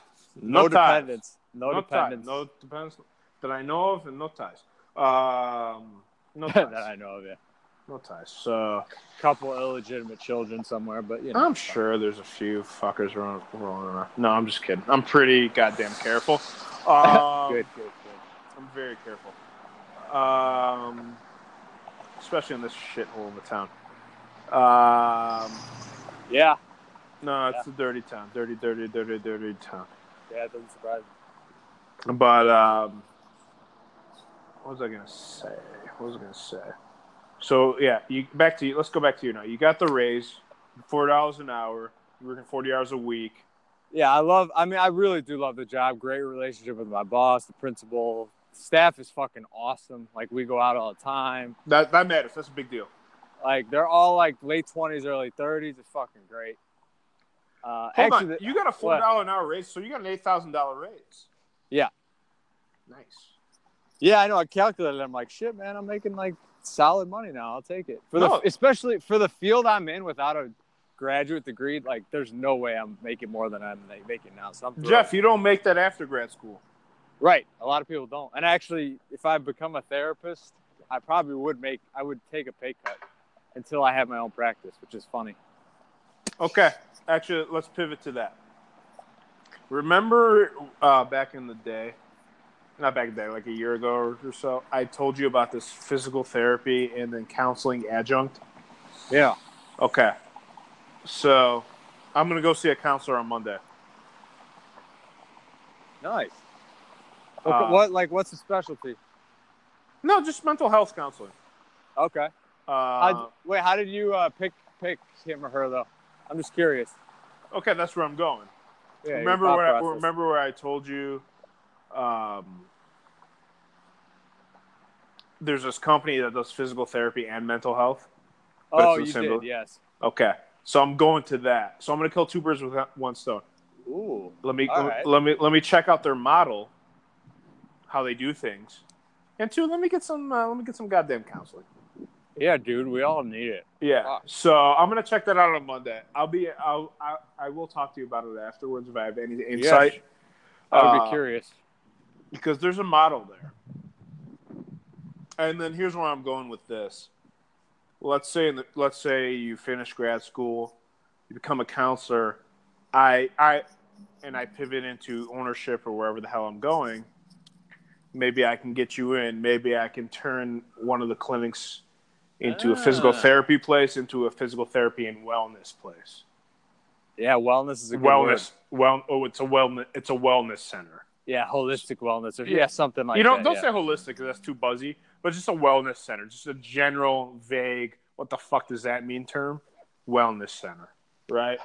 Speaker 2: No, ties.
Speaker 1: dependence. No,
Speaker 2: no
Speaker 1: dependence.
Speaker 2: ties. No dependence that I know of, and no ties. Um,
Speaker 1: [laughs] [laughs]
Speaker 2: no
Speaker 1: that I
Speaker 2: ties.
Speaker 1: know of, yeah.
Speaker 2: no ties. So
Speaker 1: Couple illegitimate children somewhere, but you know.
Speaker 2: I'm sure there's a few fuckers rolling, rolling around. No, I'm just kidding. I'm pretty goddamn
Speaker 1: [laughs]
Speaker 2: careful. Um,
Speaker 1: good, good, good.
Speaker 2: I'm very careful. Um, especially in this shithole of a town. Um,
Speaker 1: Yeah.
Speaker 2: no, it's a dirty town. Dirty, dirty, dirty, dirty town.
Speaker 1: Yeah, it doesn't surprise me.
Speaker 2: But um, what was I gonna say? What was I gonna say? So yeah, you back to you. Let's go back to you now. You got the raise, four dollars an hour. You're working forty hours a week.
Speaker 1: Yeah, I love. I mean, I really do love the job. Great relationship with my boss, the principal, staff is fucking awesome. Like we go out all the time.
Speaker 2: That that matters. That's a big deal.
Speaker 1: Like they're all like late twenties, early thirties. It's fucking great. Uh,
Speaker 2: Hold
Speaker 1: actually,
Speaker 2: on.
Speaker 1: the-
Speaker 2: you got a four dollar an hour raise, so you got an eight thousand dollar raise.
Speaker 1: Yeah.
Speaker 2: Nice.
Speaker 1: yeah, I know. I calculated. it. I'm like, shit, man. I'm making like solid money now. I'll take it for the
Speaker 2: No.
Speaker 1: especially for the field I'm in without a graduate degree. Like, there's no way I'm making more than I'm like, making now. So I'm thrilled.
Speaker 2: Jeff, you don't make that after grad school.
Speaker 1: Right. A lot of people don't. And actually, if I become a therapist, I probably would make, I would take a pay cut until I have my own practice, which is funny.
Speaker 2: Okay, actually, let's pivot to that. Remember uh, back in the day, not back in the day, like a year ago or so, I told you about this physical therapy and then counseling adjunct.
Speaker 1: Yeah.
Speaker 2: Okay, so I'm gonna go see a counselor on Monday.
Speaker 1: Nice.
Speaker 2: Uh,
Speaker 1: Okay, what like what's the specialty?
Speaker 2: No, just mental health counseling.
Speaker 1: Okay.
Speaker 2: Uh,
Speaker 1: How'd- wait, how did you uh, pick pick him or her though? I'm just curious.
Speaker 2: okay, that's where I'm going.
Speaker 1: Yeah, your
Speaker 2: remember
Speaker 1: thought
Speaker 2: where I,
Speaker 1: process.
Speaker 2: remember where I told you um, there's this company that does physical therapy and mental health. but
Speaker 1: Oh,
Speaker 2: it's a
Speaker 1: you
Speaker 2: symbol.
Speaker 1: did. Yes.
Speaker 2: Okay. So I'm going to that. So I'm going to kill two birds with one stone.
Speaker 1: Ooh.
Speaker 2: Let me
Speaker 1: All
Speaker 2: let,
Speaker 1: right.
Speaker 2: me let me check out their model, how they do things. And two, let me get some uh, let me get some goddamn counseling.
Speaker 1: Yeah, dude, we all need it.
Speaker 2: Yeah.
Speaker 1: Fuck.
Speaker 2: So I'm going to check that out on Monday. I'll be I'll, I I will talk to you about it afterwards if I have any insight
Speaker 1: I would
Speaker 2: Uh,
Speaker 1: be curious.
Speaker 2: because there's a model there. And then here's where I'm going with this. Let's say in the, let's say you finish grad school, you become a counselor. I I and I pivot into ownership or wherever the hell I'm going. Maybe I can get you in. Maybe I can turn one of the clinics into a physical
Speaker 1: Ah.
Speaker 2: therapy place, into a physical therapy and wellness place.
Speaker 1: Yeah, wellness is a good word.
Speaker 2: Wellness, well, oh, it's a wellness, it's a wellness center.
Speaker 1: Yeah, holistic wellness or yeah,
Speaker 2: Yeah.
Speaker 1: something like
Speaker 2: you don't
Speaker 1: that.
Speaker 2: don't
Speaker 1: yeah.
Speaker 2: say holistic 'cause that's too buzzy, but just a wellness center, just a general vague. What the fuck does that mean? Term wellness center,
Speaker 1: [laughs]
Speaker 2: right?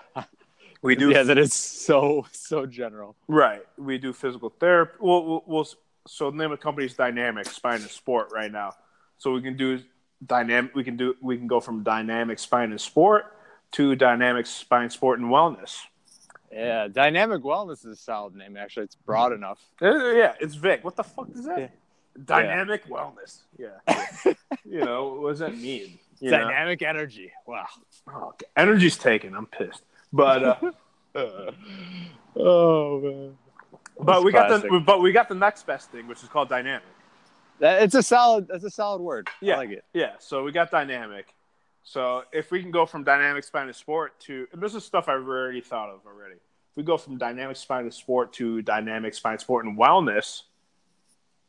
Speaker 2: We do
Speaker 1: Yeah, that is so so general.
Speaker 2: right. We do physical therapy. We'll, we'll, we'll so the name of the company's dynamic spine and sport right now. So we can do dynamic. We can do we can go from dynamic spine and sport to dynamic spine sport and wellness.
Speaker 1: Yeah, dynamic wellness is a solid name. Actually, it's broad enough.
Speaker 2: Uh, Yeah, it's Vic. What the fuck does that?
Speaker 1: Yeah.
Speaker 2: Dynamic wellness.
Speaker 1: [laughs]
Speaker 2: Yeah. you know what does that mean? You know?
Speaker 1: Dynamic energy. Wow.
Speaker 2: Oh, okay. energy's taken. I'm pissed. But
Speaker 1: [laughs]
Speaker 2: uh,
Speaker 1: oh man,
Speaker 2: but we got the
Speaker 1: classic.
Speaker 2: but we got the next best thing, which is called dynamic.
Speaker 1: that, it's a solid. That's a solid word.
Speaker 2: Yeah.
Speaker 1: I like it.
Speaker 2: Yeah. So we got dynamic. So if we can go from dynamic spine to sport to and this is stuff I've already thought of already. If we go from dynamic spine to sport to dynamic spine sport and wellness,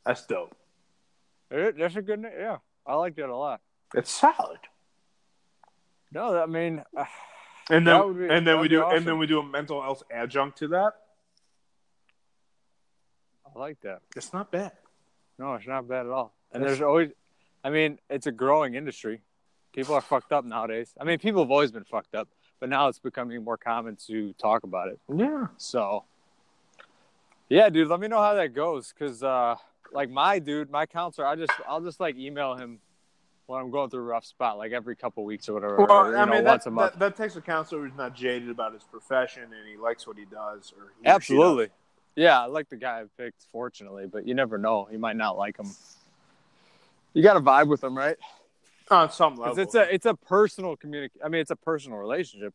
Speaker 2: that's dope.
Speaker 1: Eh, That's a good name. Yeah, I like that a lot.
Speaker 2: It's solid.
Speaker 1: No, that- I mean, uh,
Speaker 2: And
Speaker 1: That
Speaker 2: then
Speaker 1: would be-
Speaker 2: and
Speaker 1: that
Speaker 2: then we
Speaker 1: would be
Speaker 2: do
Speaker 1: awesome.
Speaker 2: and then we do a mental health adjunct to that.
Speaker 1: I like that.
Speaker 2: It's not bad.
Speaker 1: No, it's not bad at all. And
Speaker 2: That's-
Speaker 1: there's always, I mean, it's a growing industry. People are fucked up nowadays. I mean, people have always been fucked up, but now it's becoming more common to talk about it.
Speaker 2: Yeah.
Speaker 1: So, yeah, dude, let me know how that goes. Cause, uh, like my dude, my counselor, I just, I'll just like email him when I'm going through a rough spot, like every couple weeks or whatever.
Speaker 2: Well,
Speaker 1: or, you
Speaker 2: I
Speaker 1: know,
Speaker 2: mean,
Speaker 1: once
Speaker 2: that,
Speaker 1: a month.
Speaker 2: That, that takes a counselor who's not jaded about his profession and he likes what he does. Or he or she
Speaker 1: Absolutely. Yeah, I like the guy I picked, fortunately, but you never know. You might not like him. You got to vibe with him, right?
Speaker 2: does. on some level.
Speaker 1: Because it's a it's a personal communic. I mean, it's a personal relationship.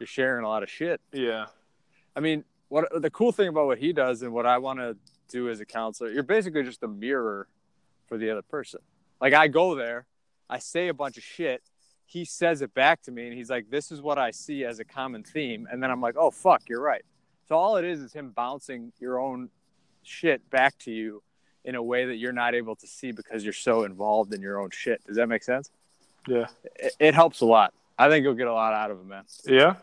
Speaker 1: You're sharing a lot of shit.
Speaker 2: yeah,
Speaker 1: I mean, what the cool thing about what he does and what I want to do as a counselor, you're basically just a mirror for the other person. Like I go there, I say a bunch of shit, he says it back to me, and he's like, "This is what I see as a common theme," and then I'm like, "Oh fuck, you're right." So all it is is him bouncing your own shit back to you in a way that you're not able to see because you're so involved in your own shit. Does that make sense?
Speaker 2: Yeah.
Speaker 1: It, it helps a lot. I think you'll get a lot out of it, man.
Speaker 2: yeah,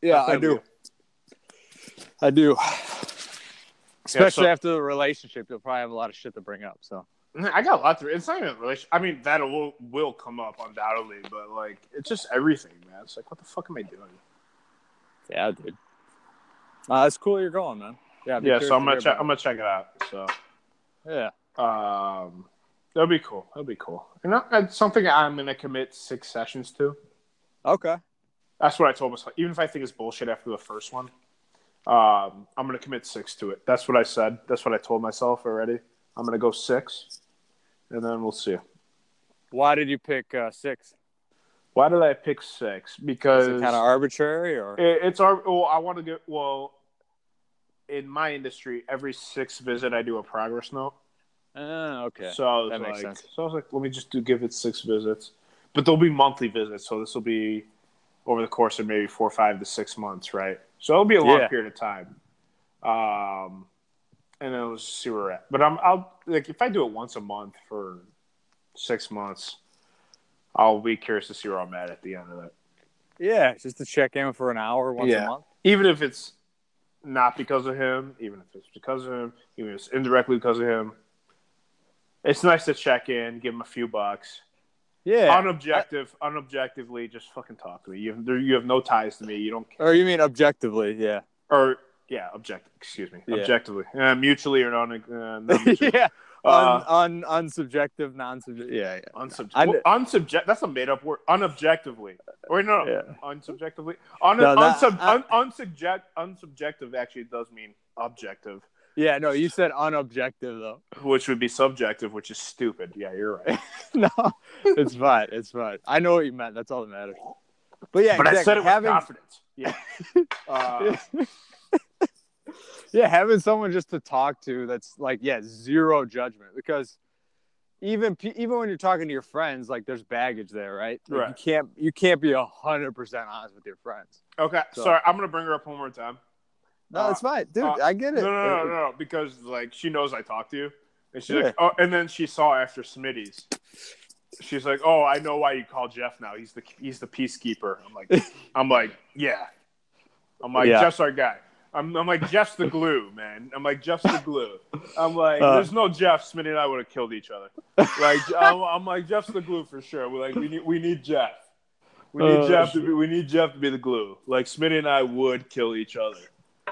Speaker 1: Yeah, I
Speaker 2: Definitely.
Speaker 1: do. I do. Especially
Speaker 2: so-
Speaker 1: after the relationship, you'll probably have a lot of shit to bring up. So
Speaker 2: I got a lot to. It's not even a relation. I mean, that will will come up undoubtedly, but like, it's just everything, man. It's like, what the fuck am I doing?
Speaker 1: yeah, dude. Uh, it's cool you're going, man. Yeah, I'd be
Speaker 2: yeah,
Speaker 1: curious
Speaker 2: so I'm
Speaker 1: to
Speaker 2: gonna
Speaker 1: hear
Speaker 2: check. I'm
Speaker 1: about
Speaker 2: gonna check it out. So,
Speaker 1: it. Yeah,
Speaker 2: um, that'll be cool. That'll be cool. And that- that's something I'm gonna commit six sessions to.
Speaker 1: okay.
Speaker 2: That's what I told myself. Even if I think it's bullshit after the first one, um, I'm going to commit six to it. That's what I said. That's what I told myself already. I'm going to go six, and then we'll see.
Speaker 1: Why did you pick uh, six?
Speaker 2: Why did I pick six?
Speaker 1: Is
Speaker 2: Because
Speaker 1: it kind of arbitrary, or
Speaker 2: it, it's our. Well, I want to get. Well, in my industry, every sixth visit, I do a progress note.
Speaker 1: Uh, okay?
Speaker 2: So I was
Speaker 1: that makes
Speaker 2: like,
Speaker 1: sense.
Speaker 2: so I was like, let me just do give it six visits, but they'll be monthly visits. So this will be over the course of maybe four, five to six months, right? So it'll be a long
Speaker 1: Yeah.
Speaker 2: period of time. Um, and then we'll see where we're at. But I'm, I'll like if I do it once a month for six months, I'll be curious to see where I'm at at the end of it.
Speaker 1: Yeah, just to check in for an hour once
Speaker 2: Yeah.
Speaker 1: a month.
Speaker 2: Even if it's not because of him, even if it's because of him, even if it's indirectly because of him, it's nice to check in, give him a few bucks.
Speaker 1: Yeah.
Speaker 2: Unobjective, unobjectively, just fucking talk to me. You have, there- you have no ties to me. You don't care.
Speaker 1: or you mean objectively? Yeah.
Speaker 2: [laughs] Or yeah, objective. Excuse me.
Speaker 1: Yeah.
Speaker 2: Objectively, uh, mutually or non. Uh,
Speaker 1: [laughs]
Speaker 2: non-
Speaker 1: yeah.
Speaker 2: uh,
Speaker 1: un, un unsubjective, non-subjective. Yeah, yeah.
Speaker 2: unsub-
Speaker 1: I-
Speaker 2: well, unsubject. That's a made up word. Unobjectively. Or no, no.
Speaker 1: Yeah.
Speaker 2: unsubjectively. Un-
Speaker 1: No, that-
Speaker 2: unsub-
Speaker 1: I-
Speaker 2: un- unsubject. Unsubjective actually does mean objective,
Speaker 1: Yeah, no, you said unobjective though.
Speaker 2: which would be subjective, which is stupid. Yeah, you're right.
Speaker 1: [laughs] no, it's fine. It's fine. I know what you meant. That's all that matters. But yeah,
Speaker 2: but I
Speaker 1: exactly.
Speaker 2: said it with
Speaker 1: having
Speaker 2: confidence.
Speaker 1: [laughs]
Speaker 2: Yeah. Uh,
Speaker 1: yeah, having someone just to talk to that's like yeah, zero judgment because even pe- even when you're talking to your friends, like there's baggage there, right? Like,
Speaker 2: Right.
Speaker 1: You can't you can't be hundred percent honest with your friends.
Speaker 2: okay.
Speaker 1: So-
Speaker 2: Sorry, I'm gonna bring her up one more time.
Speaker 1: No,
Speaker 2: Uh,
Speaker 1: it's fine, dude.
Speaker 2: uh,
Speaker 1: I get it.
Speaker 2: No, no, no, no, no, because like she knows I talked to you, and she's
Speaker 1: Yeah.
Speaker 2: like, oh, and then she saw after Smitty's, she's like, oh, I know why you call Jeff now. He's the he's the peacekeeper. I'm
Speaker 1: [laughs]
Speaker 2: like, I'm like, yeah, I'm like
Speaker 1: Yeah.
Speaker 2: Jeff's our guy. I'm, I'm like Jeff's the glue, man. I'm like Jeff's the glue. I'm like,
Speaker 1: Uh.
Speaker 2: there's no Jeff. Smitty and I would have killed each other.
Speaker 1: [laughs]
Speaker 2: Like, I'm, I'm like Jeff's the glue for sure. We're like, we need we need Jeff. We need
Speaker 1: Uh.
Speaker 2: Jeff to be we need Jeff to be the glue. Like Smitty and I would kill each other.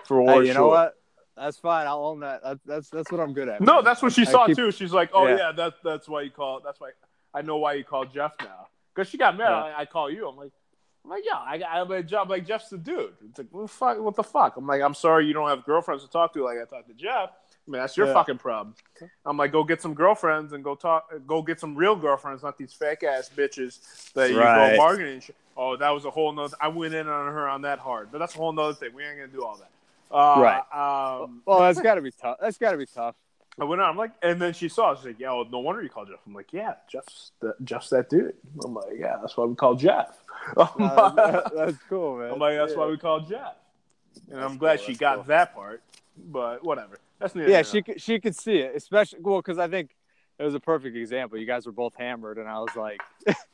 Speaker 2: For
Speaker 1: Hey,
Speaker 2: war
Speaker 1: you know
Speaker 2: sure.
Speaker 1: what? That's fine. I'll own that. that that's that's what I'm good at.
Speaker 2: No,
Speaker 1: man.
Speaker 2: that's what she
Speaker 1: I
Speaker 2: saw
Speaker 1: keep-
Speaker 2: too. She's like, "Oh yeah,
Speaker 1: Yeah.
Speaker 2: that's that's why you call. That's why I know why you call Jeff now because she got mad.
Speaker 1: Yeah.
Speaker 2: I, I call you. I'm like, I'm like, yeah, I, I'm a job. Like Jeff's the dude. It's like, well, fuck, what the fuck? I'm like, I'm sorry, you don't have girlfriends to talk to. Like I talked to Jeff. I mean, that's your
Speaker 1: Yeah.
Speaker 2: fucking problem. I'm like, go get some girlfriends and go talk. Go get some real girlfriends, not these fake ass bitches that you go
Speaker 1: Right.
Speaker 2: bargaining. and shit. Oh, that was a whole nother. I went in on her on that hard, but that's a whole nother thing. We ain't gonna do all that. Uh, right. Um,
Speaker 1: well, that's got to be tough. That's got to be
Speaker 2: [laughs]
Speaker 1: tough.
Speaker 2: I went on. I'm like, and then she saw. She's like, yeah, well, no wonder you call Jeff. I'm like, yeah, Jeff's the, Jeff's that dude. I'm like, yeah, that's why we call Jeff. [laughs] I'm
Speaker 1: Uh,
Speaker 2: like,
Speaker 1: that- that's cool, man.
Speaker 2: that's
Speaker 1: yeah.
Speaker 2: why we call Jeff. And
Speaker 1: That's
Speaker 2: I'm glad
Speaker 1: cool,
Speaker 2: she
Speaker 1: that's
Speaker 2: got
Speaker 1: cool.
Speaker 2: that part, but whatever. That's neither.
Speaker 1: Yeah,
Speaker 2: here nor
Speaker 1: she could, she could see it, especially well, because I think it was a perfect example. You guys were both hammered, and I was like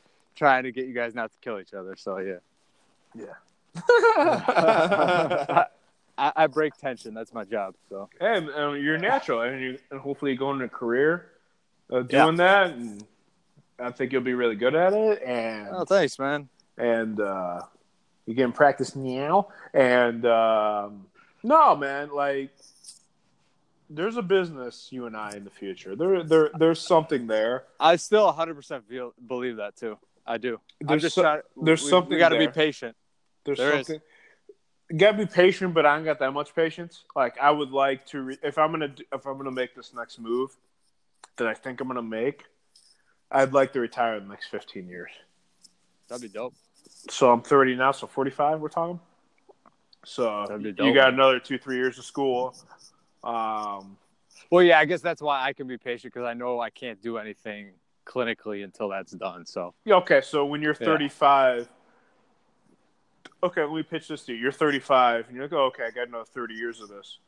Speaker 1: [laughs] trying to get you guys not to kill each other. So yeah,
Speaker 2: there.
Speaker 1: [laughs]
Speaker 2: [laughs]
Speaker 1: I, I break tension. That's my job. So
Speaker 2: and, and you're natural, and you and hopefully you go into a career of
Speaker 1: Yeah.
Speaker 2: doing that. And I think you'll be really good at it. And
Speaker 1: oh, thanks, man.
Speaker 2: and uh, you can practice now. And um, no, man, like there's a business you and I in the future. There, there, there's something there.
Speaker 1: I still 100 percent feel believe that too. I do. I'm
Speaker 2: There's
Speaker 1: just
Speaker 2: so-
Speaker 1: trying.
Speaker 2: there's
Speaker 1: we,
Speaker 2: something
Speaker 1: We got to be
Speaker 2: there.
Speaker 1: patient.
Speaker 2: there's
Speaker 1: there is.
Speaker 2: something. You gotta be patient, but I ain't got that much patience. Like I would like to, re- if I'm gonna, do- if I'm gonna make this next move that I think I'm gonna make, I'd like to retire in the next 15 years.
Speaker 1: That'd be dope.
Speaker 2: So I'm 30 now, so 45 we're talking. So
Speaker 1: That'd be
Speaker 2: you
Speaker 1: dope.
Speaker 2: got another two, three years of school. Um,
Speaker 1: Well, yeah, I guess that's why I can be patient because I know I can't do anything clinically until that's done. So
Speaker 2: yeah, okay, so when you're
Speaker 1: Yeah.
Speaker 2: 35, okay, let me pitch this to you. You're 35, and you're like, oh, okay, I got another 30 years of this.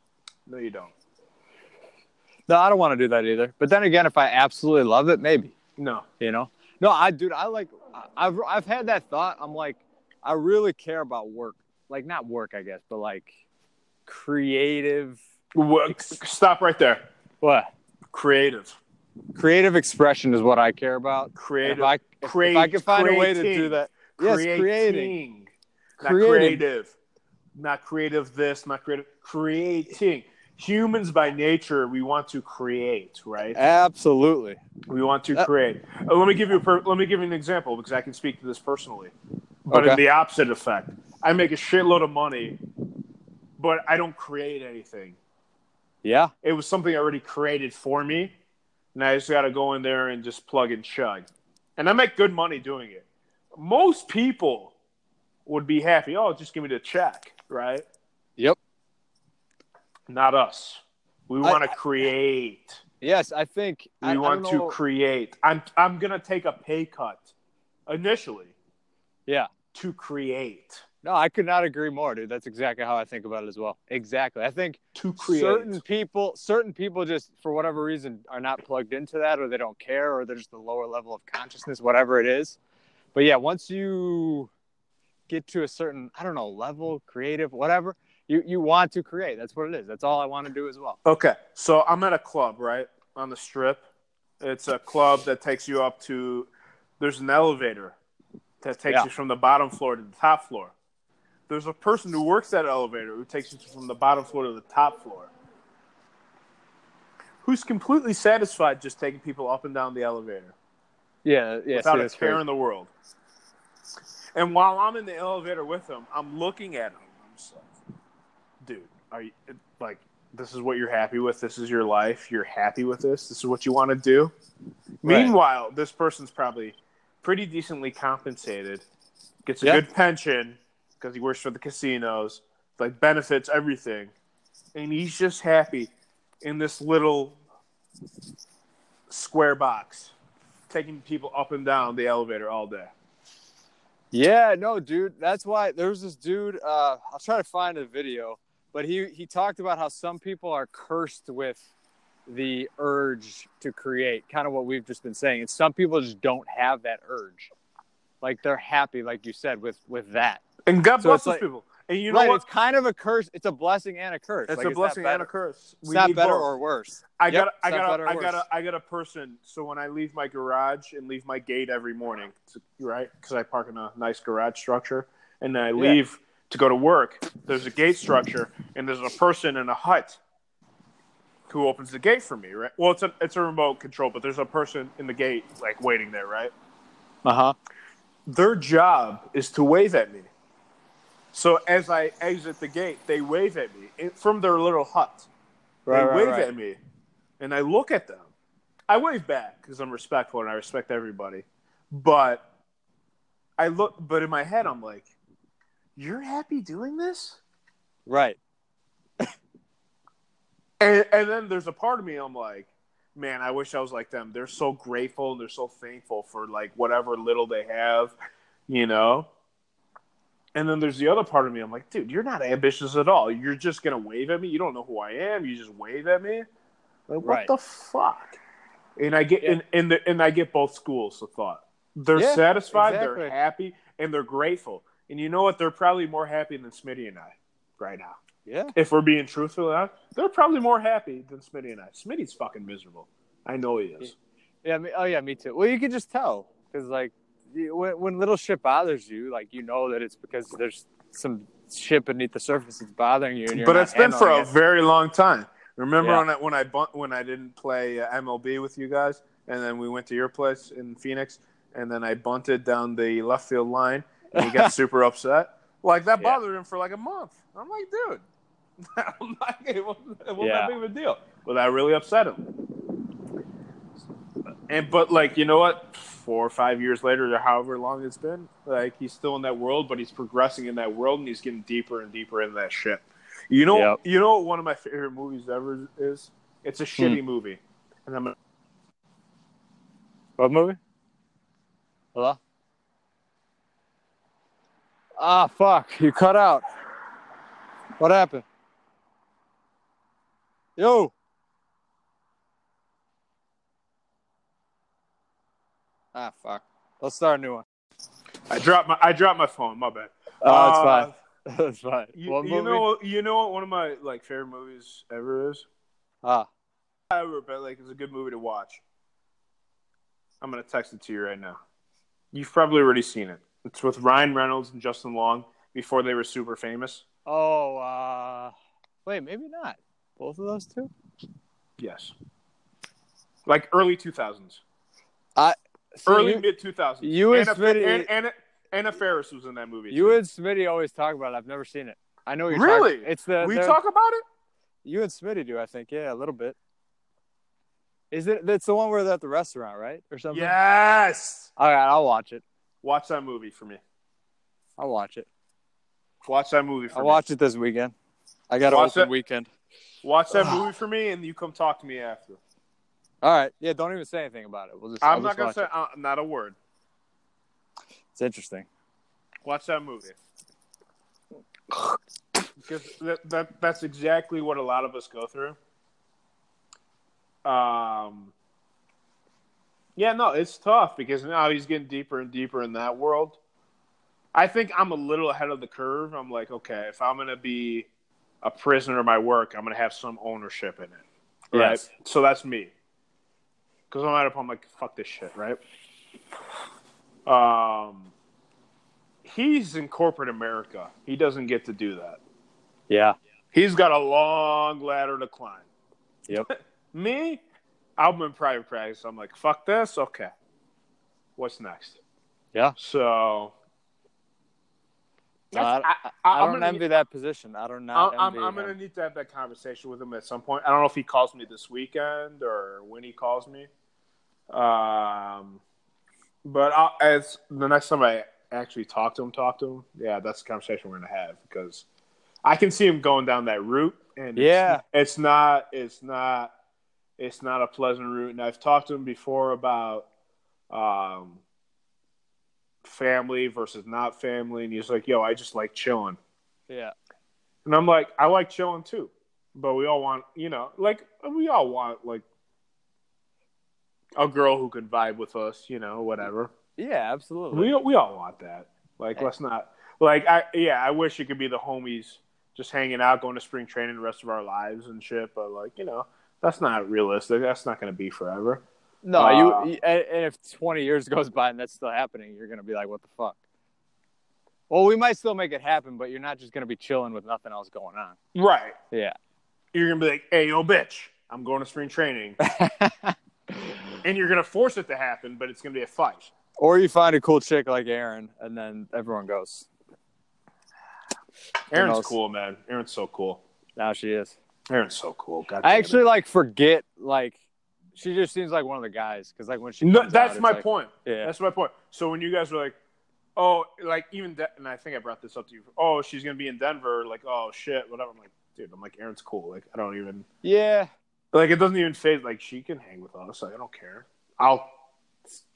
Speaker 2: No, you don't.
Speaker 1: no, I don't want to do that either. But then again, if I absolutely love it, maybe.
Speaker 2: No.
Speaker 1: you know no i dude i like I- i've i've had that thought i'm like i really care about work like not work i guess but like creative
Speaker 2: Wha- Stop right there.
Speaker 1: what
Speaker 2: Creative.
Speaker 1: creative expression is what i care about And
Speaker 2: Creative.
Speaker 1: if i if,
Speaker 2: Create-
Speaker 1: if i can find a way to
Speaker 2: creating.
Speaker 1: do that yes creating
Speaker 2: creating. Not
Speaker 1: Creating.
Speaker 2: creative. Not creative this, not creative. Creating. Humans by nature, we want to create, right?
Speaker 1: absolutely
Speaker 2: We want to
Speaker 1: Uh,
Speaker 2: create. Uh, let me give you a per- let me give you an example because I can speak to this personally. But in
Speaker 1: Okay.
Speaker 2: the opposite effect, I make a shitload of money, but I don't create anything.
Speaker 1: yeah
Speaker 2: It was something already created for me, and I just got to go in there and just plug and chug. And I make good money doing it. Most people would be happy. Oh, just give me the check, right?
Speaker 1: Yep.
Speaker 2: Not us. We
Speaker 1: I-
Speaker 2: want to create.
Speaker 1: yes i think
Speaker 2: We
Speaker 1: I, I
Speaker 2: want
Speaker 1: don't
Speaker 2: to
Speaker 1: know-
Speaker 2: create. I'm I'm gonna take a pay cut initially.
Speaker 1: Yeah.
Speaker 3: to create.
Speaker 1: No, I could not agree more, dude. That's exactly how I think about it as well. Exactly. I think
Speaker 3: To create.
Speaker 1: certain people certain people just for whatever reason are not plugged into that or they don't care or they're just the lower level of consciousness whatever it is but yeah once you get to a certain i don't know level creative whatever you you want to create that's what it is that's all i want to do as well
Speaker 3: Okay,
Speaker 2: So I'm at a club, right? On the strip. It's a club that takes you up to there's an elevator that takes
Speaker 1: Yeah.
Speaker 2: you from the bottom floor to the top floor. There's a person who works that elevator who takes you from the bottom floor to the top floor. Who's completely satisfied just taking people up and down the elevator
Speaker 1: yeah yeah
Speaker 2: without
Speaker 1: see,
Speaker 2: a
Speaker 1: that's
Speaker 2: care
Speaker 1: crazy.
Speaker 2: in the world. And while I'm in the elevator with him, I'm looking at him. I'm just like, dude, are you like, this is what you're happy with? This is your life. You're happy with this. This is what you want to do.
Speaker 1: Right.
Speaker 2: Meanwhile, this person's probably pretty decently compensated, gets a
Speaker 1: Yeah.
Speaker 2: good pension because he works for the casinos, like benefits everything, and he's just happy in this little square box taking people up and down the elevator all day.
Speaker 1: Yeah, no, dude. That's why there was this dude. Uh, I'll try to find a video, but he he talked about how some people are cursed with the urge to create, kind of what we've just been saying. And some people just don't have that urge. Like they're happy, like you said, with with that.
Speaker 2: And God
Speaker 1: So
Speaker 2: bless
Speaker 1: it's
Speaker 2: those
Speaker 1: like-
Speaker 2: people. And you know
Speaker 1: right?
Speaker 2: what?
Speaker 1: It's kind of a curse. It's a blessing and a curse.
Speaker 2: It's
Speaker 1: Like,
Speaker 2: a
Speaker 1: not
Speaker 2: blessing and
Speaker 1: better-
Speaker 2: a curse.
Speaker 1: It's not better
Speaker 2: both.
Speaker 1: or worse.
Speaker 2: I
Speaker 1: Yep,
Speaker 2: got I
Speaker 1: it's not
Speaker 2: got
Speaker 1: better or
Speaker 2: I got
Speaker 1: worse.
Speaker 2: a, I got a person. So when I leave my garage and leave my gate every morning, to- right? Because I park in a nice garage structure, and then I leave to go to work. There's a gate structure, and there's a person in a hut who opens the gate for me, right? Well, it's a it's a remote control, but there's a person in the gate like waiting there, right?
Speaker 1: Uh huh.
Speaker 2: their job is to wave at me. So as I exit the gate, they wave at me in- from their little hut.
Speaker 1: Right,
Speaker 2: they
Speaker 1: right,
Speaker 2: wave
Speaker 1: right.
Speaker 2: at me, and I look at them. I wave back because I'm respectful and I respect everybody. But I look, but in my head, I'm like, "You're happy doing this?"
Speaker 1: Right.
Speaker 2: And, and then there's a part of me, I'm like, man, I wish I was like them. They're so grateful and they're so thankful for like whatever little they have, you know? And then there's the other part of me, I'm like, dude, you're not ambitious at all. You're just going to wave at me. You don't know who I am. You just wave at me. Like, what
Speaker 1: Right.
Speaker 2: the fuck? And I get
Speaker 1: Yeah.
Speaker 2: and, and, the, and I get both schools of thought. They're
Speaker 1: Yeah,
Speaker 2: satisfied,
Speaker 1: exactly.
Speaker 2: they're happy, and they're grateful. And you know what? They're probably more happy than Smitty and I right now
Speaker 1: Yeah.
Speaker 2: if we're being truthful, enough, they're probably more happy than Smitty and I. Smitty's fucking miserable. I know he is.
Speaker 1: Yeah. Me, oh, yeah. Me too. Well, you can just tell because, like, you- when, when little shit bothers you, like, you know that it's because there's some shit beneath the surface that's bothering you. And you're
Speaker 2: But
Speaker 1: not
Speaker 2: it's been for a
Speaker 1: handling it.
Speaker 2: very long time. Remember
Speaker 1: Yeah.
Speaker 2: when I when I bu- when I didn't play uh, MLB with you guys, and then we went to your place in Phoenix, and then I bunted down the left field line, and [laughs]
Speaker 1: [laughs]
Speaker 2: he got super upset. Like that
Speaker 1: Yeah.
Speaker 2: bothered him for like a month. I'm like, dude, [laughs] I'm not, it wasn't, it wasn't
Speaker 1: Yeah.
Speaker 2: that big of a deal. But that really upset him. And but like you know what, four or five years later, or however long it's been, like he's still in that world, but he's progressing in that world, and he's getting deeper and deeper in that shit. You know,
Speaker 1: Yep. Hmm.
Speaker 2: you know what one of my favorite movies ever is. It's a shitty movie, and I'm
Speaker 1: What movie? Hello. Ah, fuck! You cut out. What happened? Yo. Ah, fuck. Let's start a new one.
Speaker 2: I dropped my I dropped my phone. My bad.
Speaker 1: Oh, it's
Speaker 2: Uh,
Speaker 1: fine. That's fine. [laughs]
Speaker 2: You,
Speaker 1: What
Speaker 2: you
Speaker 1: movie?
Speaker 2: know, you know what one of my like favorite movies ever is.
Speaker 1: ah,
Speaker 2: Ever, but like it's a good movie to watch. I'm gonna text it to you right now. You've probably already seen it. It's with Ryan Reynolds and Justin Long before they were super famous.
Speaker 1: Oh, uh, wait, maybe not. Both of those two?
Speaker 2: Yes. Like early 2000s,
Speaker 1: See,
Speaker 2: early
Speaker 1: you,
Speaker 2: mid 2000s.
Speaker 1: you and
Speaker 2: Anna,
Speaker 1: Smitty-
Speaker 2: Anna, Anna, Anna Ferris was in that movie.
Speaker 1: you
Speaker 2: too.
Speaker 1: and Smitty always talk about it. I've never seen it. I know what you're
Speaker 2: Really?
Speaker 1: talking- It's the
Speaker 2: we
Speaker 1: they're-
Speaker 2: talk about it.
Speaker 1: You and Smitty do, I think. Yeah, a little bit. Is it? That's the one where they're at the restaurant, right, or something?
Speaker 2: Yes.
Speaker 1: All right, I'll watch it.
Speaker 2: Watch that movie for me.
Speaker 1: I'll watch it.
Speaker 2: Watch that movie for
Speaker 1: I'll
Speaker 2: me.
Speaker 1: watch it this weekend. I got an
Speaker 2: Watch
Speaker 1: open
Speaker 2: it.
Speaker 1: weekend.
Speaker 2: Watch that movie for me, and you come talk to me after.
Speaker 1: All right. Yeah, don't even say anything about it. We'll just. I'll
Speaker 2: I'm uh, not
Speaker 1: just
Speaker 2: gonna
Speaker 1: watch
Speaker 2: say
Speaker 1: it.
Speaker 2: uh, not a word.
Speaker 1: It's interesting.
Speaker 2: Watch that movie. Because that, that, that's exactly what a lot of us go through. Um, yeah, no, it's tough because now he's getting deeper and deeper in that world. I think I'm a little ahead of the curve. I'm like, okay, if I'm gonna be a prisoner of my work, I'm gonna have some ownership in it. Right.
Speaker 1: Yes.
Speaker 2: So that's me. Because I'm at up, I'm like, fuck this shit, right? Um, he's in corporate America. He doesn't get to do that.
Speaker 1: Yeah.
Speaker 2: He's got a long ladder to climb.
Speaker 1: Yep.
Speaker 2: [laughs] Me, I'm in private practice. I'm like, fuck this. Okay. What's next?
Speaker 1: Yeah.
Speaker 2: So.
Speaker 1: Uh,
Speaker 2: I,
Speaker 1: I
Speaker 2: I'm
Speaker 1: don't
Speaker 2: gonna-
Speaker 1: envy that position. I do not
Speaker 2: I'm,
Speaker 1: envy
Speaker 2: I'm
Speaker 1: him.
Speaker 2: going to need to have that conversation with him at some point. I don't know if he calls me this weekend or when he calls me. Um, but I'll, as the next time I actually talk to him, talk to him, yeah, that's the conversation we're going to have because I can see him going down that route. And it's-
Speaker 1: Yeah.
Speaker 2: it's, not, it's not, it's not a pleasant route. And I've talked to him before about, um, family versus not family. And he's like, yo, I just like chilling.
Speaker 1: Yeah.
Speaker 2: And I'm like, I like chilling too, but we all want, you know, like we all want like a girl who could vibe with us, you know, whatever.
Speaker 1: Yeah. Absolutely.
Speaker 2: We we all want that. Like, let's not like I yeah, I wish it could be the homies just hanging out, going to spring training the rest of our lives and shit. But like, you know, that's not realistic. That's not going to be forever.
Speaker 1: No,
Speaker 2: Uh,
Speaker 1: you, you and, and if 20 years [laughs] goes by and that's still happening, you're going to be like, what the fuck? Well, we might still make it happen, but you're not just going to be chilling with nothing else going on.
Speaker 2: Right.
Speaker 1: Yeah.
Speaker 2: You're gonna be like, hey, yo, bitch, I'm going to spring training, and you're gonna force it to happen, but it's gonna be a fight.
Speaker 1: or you find a cool chick like Aaron, and then everyone goes.
Speaker 2: Aaron's
Speaker 1: knows?
Speaker 2: cool, man. Aaron's so cool.
Speaker 1: Now she is.
Speaker 2: Aaron's so cool. God
Speaker 1: I
Speaker 2: damn
Speaker 1: actually
Speaker 2: it.
Speaker 1: like forget like she just seems like one of the guys because like when she
Speaker 2: no,
Speaker 1: comes out,
Speaker 2: that's
Speaker 1: it's
Speaker 2: my
Speaker 1: like-
Speaker 2: point.
Speaker 1: Yeah.
Speaker 2: That's my point. So when you guys were like, oh, like even De- and I think I brought this up to you. Oh, she's gonna be in Denver. Like, oh shit, whatever. I'm like, dude, I'm like Aaron's cool. Like, I don't even
Speaker 1: yeah.
Speaker 2: like it doesn't even phase. Like, she can hang with us. Like, I don't care. I'll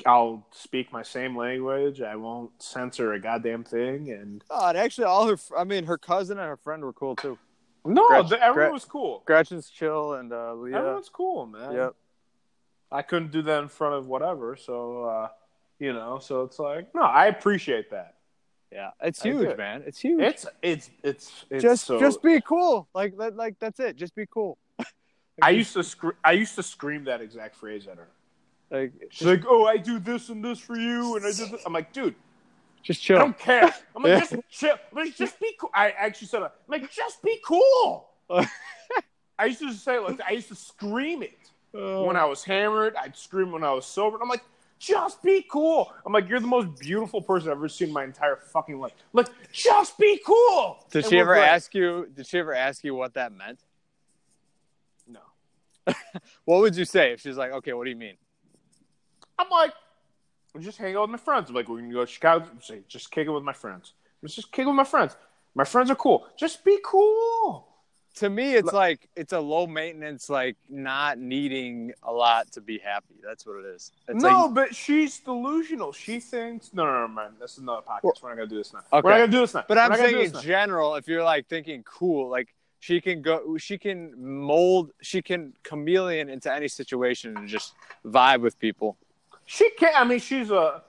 Speaker 2: I'll speak my same language. I won't censor a goddamn thing. And
Speaker 1: Oh, and actually, all her I mean, her cousin and her friend were cool too.
Speaker 2: no,
Speaker 1: Gretchen-
Speaker 2: the, everyone
Speaker 1: Gret-
Speaker 2: was cool.
Speaker 1: Gretchen's chill and uh, Leah.
Speaker 2: Everyone's cool, man.
Speaker 1: Yep.
Speaker 2: I couldn't do that in front of whatever. So, uh, you know, so it's like, no, I appreciate that.
Speaker 1: Yeah. It's
Speaker 2: I do
Speaker 1: huge,
Speaker 2: it.
Speaker 1: man. It's huge.
Speaker 2: It's it's it's, it's
Speaker 1: just
Speaker 2: so-
Speaker 1: just be cool. Like that like that's it. Just be cool. [laughs]
Speaker 2: I used to scre- I used to scream that exact phrase at her.
Speaker 1: like
Speaker 2: She's like, "Oh, I do this and this for you," and I did. This. I'm like, "Dude,
Speaker 1: just
Speaker 2: I
Speaker 1: chill.
Speaker 2: don't care. I'm like,
Speaker 1: Yeah.
Speaker 2: just chill. I'm like, just be cool." I actually said, that. "I'm like, just be
Speaker 1: [laughs]
Speaker 2: cool." I used to just say it like that. I used to scream it when
Speaker 1: Oh.
Speaker 2: I was hammered. I'd scream when I was sober. And I'm like, just be cool. I'm like, you're the most beautiful person I've ever seen in my entire fucking life. Like, just be cool.
Speaker 1: Did
Speaker 2: And
Speaker 1: she
Speaker 2: we're
Speaker 1: ever
Speaker 2: like,
Speaker 1: ask you? Did she ever ask you what that meant?
Speaker 2: No.
Speaker 1: What would you say if she's like, "Okay, what do you mean?"
Speaker 2: I'm like, I'm just hanging out with my friends. I'm like, we're gonna go to Chicago. I'm saying, just kick it with my friends. Let's just kick it with my friends. My friends are cool. Just be cool.
Speaker 1: To me, it's like it's a low maintenance, like not needing a lot to be happy. That's what it is. It's
Speaker 2: no,
Speaker 1: like,
Speaker 2: but she's delusional. She thinks no, no, no, man. This is another podcast.
Speaker 1: Well-
Speaker 2: we're not gonna do this now.
Speaker 1: Okay.
Speaker 2: We're not gonna do this now.
Speaker 1: but
Speaker 2: We're
Speaker 1: I'm
Speaker 2: not gonna
Speaker 1: saying
Speaker 2: do this
Speaker 1: in
Speaker 2: now.
Speaker 1: general, if you're like thinking cool, like she can go, she can mold, she can chameleon into any situation and just vibe with people.
Speaker 2: she can't. I mean, she's a.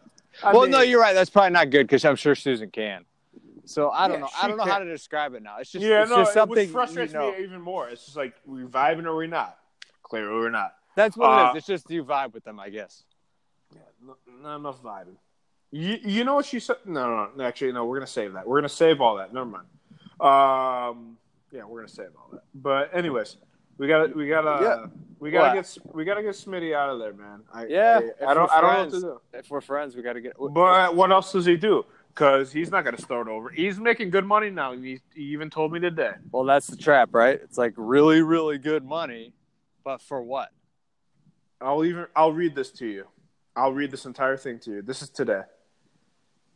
Speaker 2: I
Speaker 1: well,
Speaker 2: mean,
Speaker 1: no, you're right. That's probably not good because I'm sure Susan can. So I don't
Speaker 2: Yeah,
Speaker 1: know. I
Speaker 2: she
Speaker 1: don't know
Speaker 2: can.
Speaker 1: how to describe it now. It's just,
Speaker 2: yeah,
Speaker 1: it's
Speaker 2: no,
Speaker 1: just
Speaker 2: it-
Speaker 1: something.
Speaker 2: which frustrates
Speaker 1: you know.
Speaker 2: me even more. It's just like we vibing or we not. Clearly, we're not.
Speaker 1: That's what it
Speaker 2: Uh,
Speaker 1: is. It's just you vibe with them, I guess.
Speaker 2: Yeah, no, not enough vibing. You, you know what she said? No, no, no. Actually, no. We're gonna save that. We're gonna save all that. Never mind. Um, yeah, we're gonna save all that. But anyways, we gotta, we gotta,
Speaker 1: Yeah.
Speaker 2: we gotta
Speaker 1: What?
Speaker 2: get, S- we gotta get Smitty out of there, man. I,
Speaker 1: Yeah,
Speaker 2: I, I
Speaker 1: if
Speaker 2: don't,
Speaker 1: we're
Speaker 2: I don't know what to
Speaker 1: friends.
Speaker 2: do.
Speaker 1: If we're friends, we got to get.
Speaker 2: But what else does he do? Because he's not gonna start over. He's making good money now. and He, he even told me today.
Speaker 1: Well, that's the trap, right? It's like really, really good money, but for what?
Speaker 2: I'll even I'll read this to you. I'll read this entire thing to you. This is today.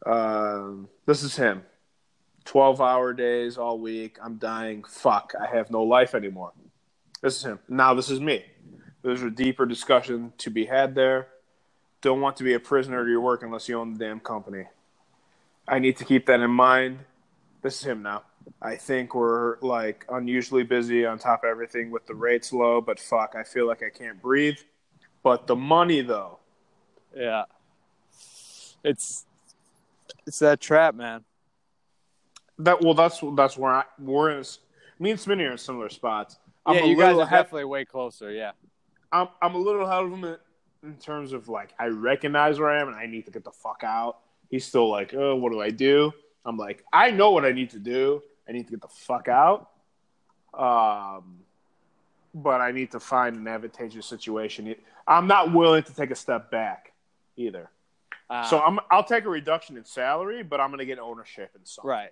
Speaker 2: Um, this is him. Twelve hour days all week. I'm dying. Fuck. I have no life anymore. This is him. Now this is me. There's a deeper discussion to be had there. Don't want to be a prisoner to your work unless you own the damn company. I need to keep that in mind. This is him now. I think we're like unusually busy on top of everything with the rates low, but fuck, I feel like I can't breathe. But the money though,
Speaker 1: Yeah. It's it's that trap, man.
Speaker 2: that well, that's that's where I we're in. a s me and Smitty are in similar spots. I'm
Speaker 1: yeah,
Speaker 2: a
Speaker 1: you guys
Speaker 2: little
Speaker 1: are
Speaker 2: ahead-
Speaker 1: definitely way closer. Yeah.
Speaker 2: I'm I'm a little ahead of him in, in terms of like I recognize where I am and I need to get the fuck out. He's still like, oh, what do I do? I'm like, I know what I need to do. I need to get the fuck out. Um, but I need to find an advantageous situation. I'm not willing to take a step back either.
Speaker 1: Uh,
Speaker 2: so I'm I'll take a reduction in salary, but I'm gonna get ownership in something.
Speaker 1: right,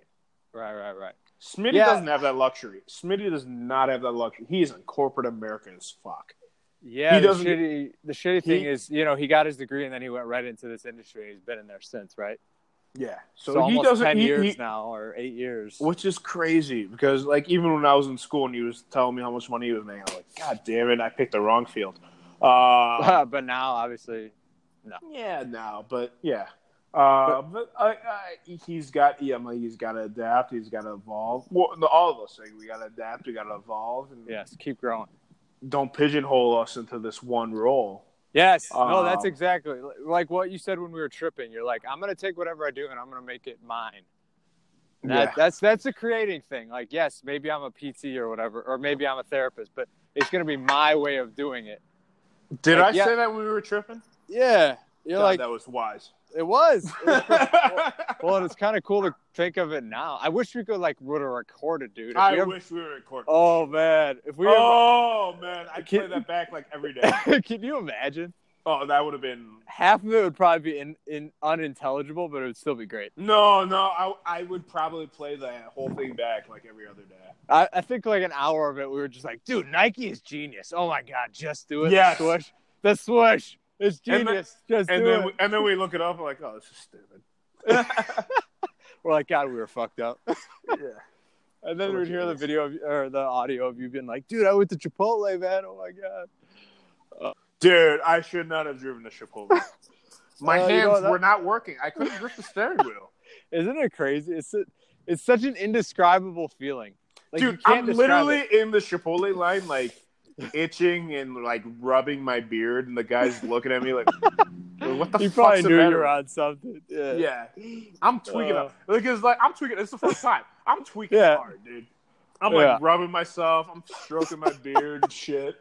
Speaker 1: right, right, right.
Speaker 2: Smitty
Speaker 1: Yeah.
Speaker 2: doesn't have that luxury. Smitty does not have that luxury. He is in corporate America as fuck.
Speaker 1: Yeah,
Speaker 2: He
Speaker 1: the
Speaker 2: doesn't-
Speaker 1: shitty the shitty
Speaker 2: he-
Speaker 1: thing is, you know, he got his degree and then he went right into this industry. He's been in there since, right?
Speaker 2: Yeah.
Speaker 1: So,
Speaker 2: So, he
Speaker 1: almost
Speaker 2: doesn't.
Speaker 1: ten
Speaker 2: he-
Speaker 1: years
Speaker 2: he-
Speaker 1: now or eight years. [laughs]
Speaker 2: which is crazy because like even when I was in school and he was telling me how much money he was making, I was like, God damn it, I picked the wrong field.
Speaker 1: [laughs]
Speaker 2: Uh,
Speaker 1: but now, obviously,
Speaker 2: yeah, no, but yeah, uh, but, I, I, he's got yeah, I'm like, he's got to adapt, he's got to evolve. Well, the- all of us, like, we got to adapt, we got to evolve, and
Speaker 1: yes, keep growing.
Speaker 2: don't pigeonhole us into this one role.
Speaker 1: Yes, no, that's
Speaker 2: Um,
Speaker 1: exactly like what you said when we were tripping. You're like, I'm gonna take whatever I do and I'm gonna make it mine. That,
Speaker 2: yeah,
Speaker 1: That's that's a creating thing. Like, yes, maybe I'm a PT or whatever, or maybe I'm a therapist, but it's gonna be my way of doing it.
Speaker 2: did
Speaker 1: like,
Speaker 2: I
Speaker 1: yeah.
Speaker 2: say that when we were tripping?
Speaker 1: Yeah, you're
Speaker 2: God,
Speaker 1: like,
Speaker 2: that
Speaker 1: [laughs]
Speaker 2: was wise.
Speaker 1: it was. It was perfect.
Speaker 2: [laughs]
Speaker 1: well, it's kind of cool to think of it now. I wish we could like would have recorded, dude. If
Speaker 2: I
Speaker 1: we ever-
Speaker 2: wish we were recording.
Speaker 1: Oh man, if we.
Speaker 2: oh man, I play
Speaker 1: Can-
Speaker 2: that back like every
Speaker 1: [laughs]
Speaker 2: day.
Speaker 1: Ever... [laughs] Can you imagine?
Speaker 2: Oh, that would have been
Speaker 1: Half of it would probably be in, in unintelligible, but it would still be great.
Speaker 2: no, no. I I would probably play the whole thing back like every other day.
Speaker 1: I, I think like an hour of it, we were just like, dude, Nike is genius. Oh my god, just do it.
Speaker 2: Yes.
Speaker 1: The swoosh, the swoosh is
Speaker 2: And then-
Speaker 1: genius. just
Speaker 2: And
Speaker 1: do
Speaker 2: then
Speaker 1: it.
Speaker 2: we, and then we look it up like, oh, this is stupid.
Speaker 1: We're like, God, we were fucked up. [laughs]
Speaker 2: yeah,
Speaker 1: And then
Speaker 2: What
Speaker 1: we'd
Speaker 2: you
Speaker 1: hear the
Speaker 2: guys-
Speaker 1: video of, or the audio of you being like, dude, I went to Chipotle, man. Oh my god.
Speaker 2: dude, I should not have driven the
Speaker 1: [laughs]
Speaker 2: Chipotle. My
Speaker 1: Uh,
Speaker 2: hands
Speaker 1: you know, that-
Speaker 2: were not working. I couldn't grip the steering wheel.
Speaker 1: Isn't it crazy? It's a, it's such an indescribable feeling. Like, you
Speaker 2: dude,
Speaker 1: can't
Speaker 2: I'm
Speaker 1: describe
Speaker 2: literally
Speaker 1: it.
Speaker 2: in the Chipotle line, like
Speaker 1: [laughs]
Speaker 2: itching and like rubbing my beard, and the guy's looking at me like, what the
Speaker 1: You
Speaker 2: fuck's
Speaker 1: probably
Speaker 2: the
Speaker 1: knew you
Speaker 2: matter?
Speaker 1: were on something. Yeah.
Speaker 2: Yeah, I'm tweaking
Speaker 1: Uh.
Speaker 2: up. Like it's like I'm tweaking. It's
Speaker 1: [laughs]
Speaker 2: the first time I'm tweaking
Speaker 1: Yeah.
Speaker 2: hard, dude. I'm
Speaker 1: Yeah.
Speaker 2: like rubbing myself. I'm stroking my beard and shit.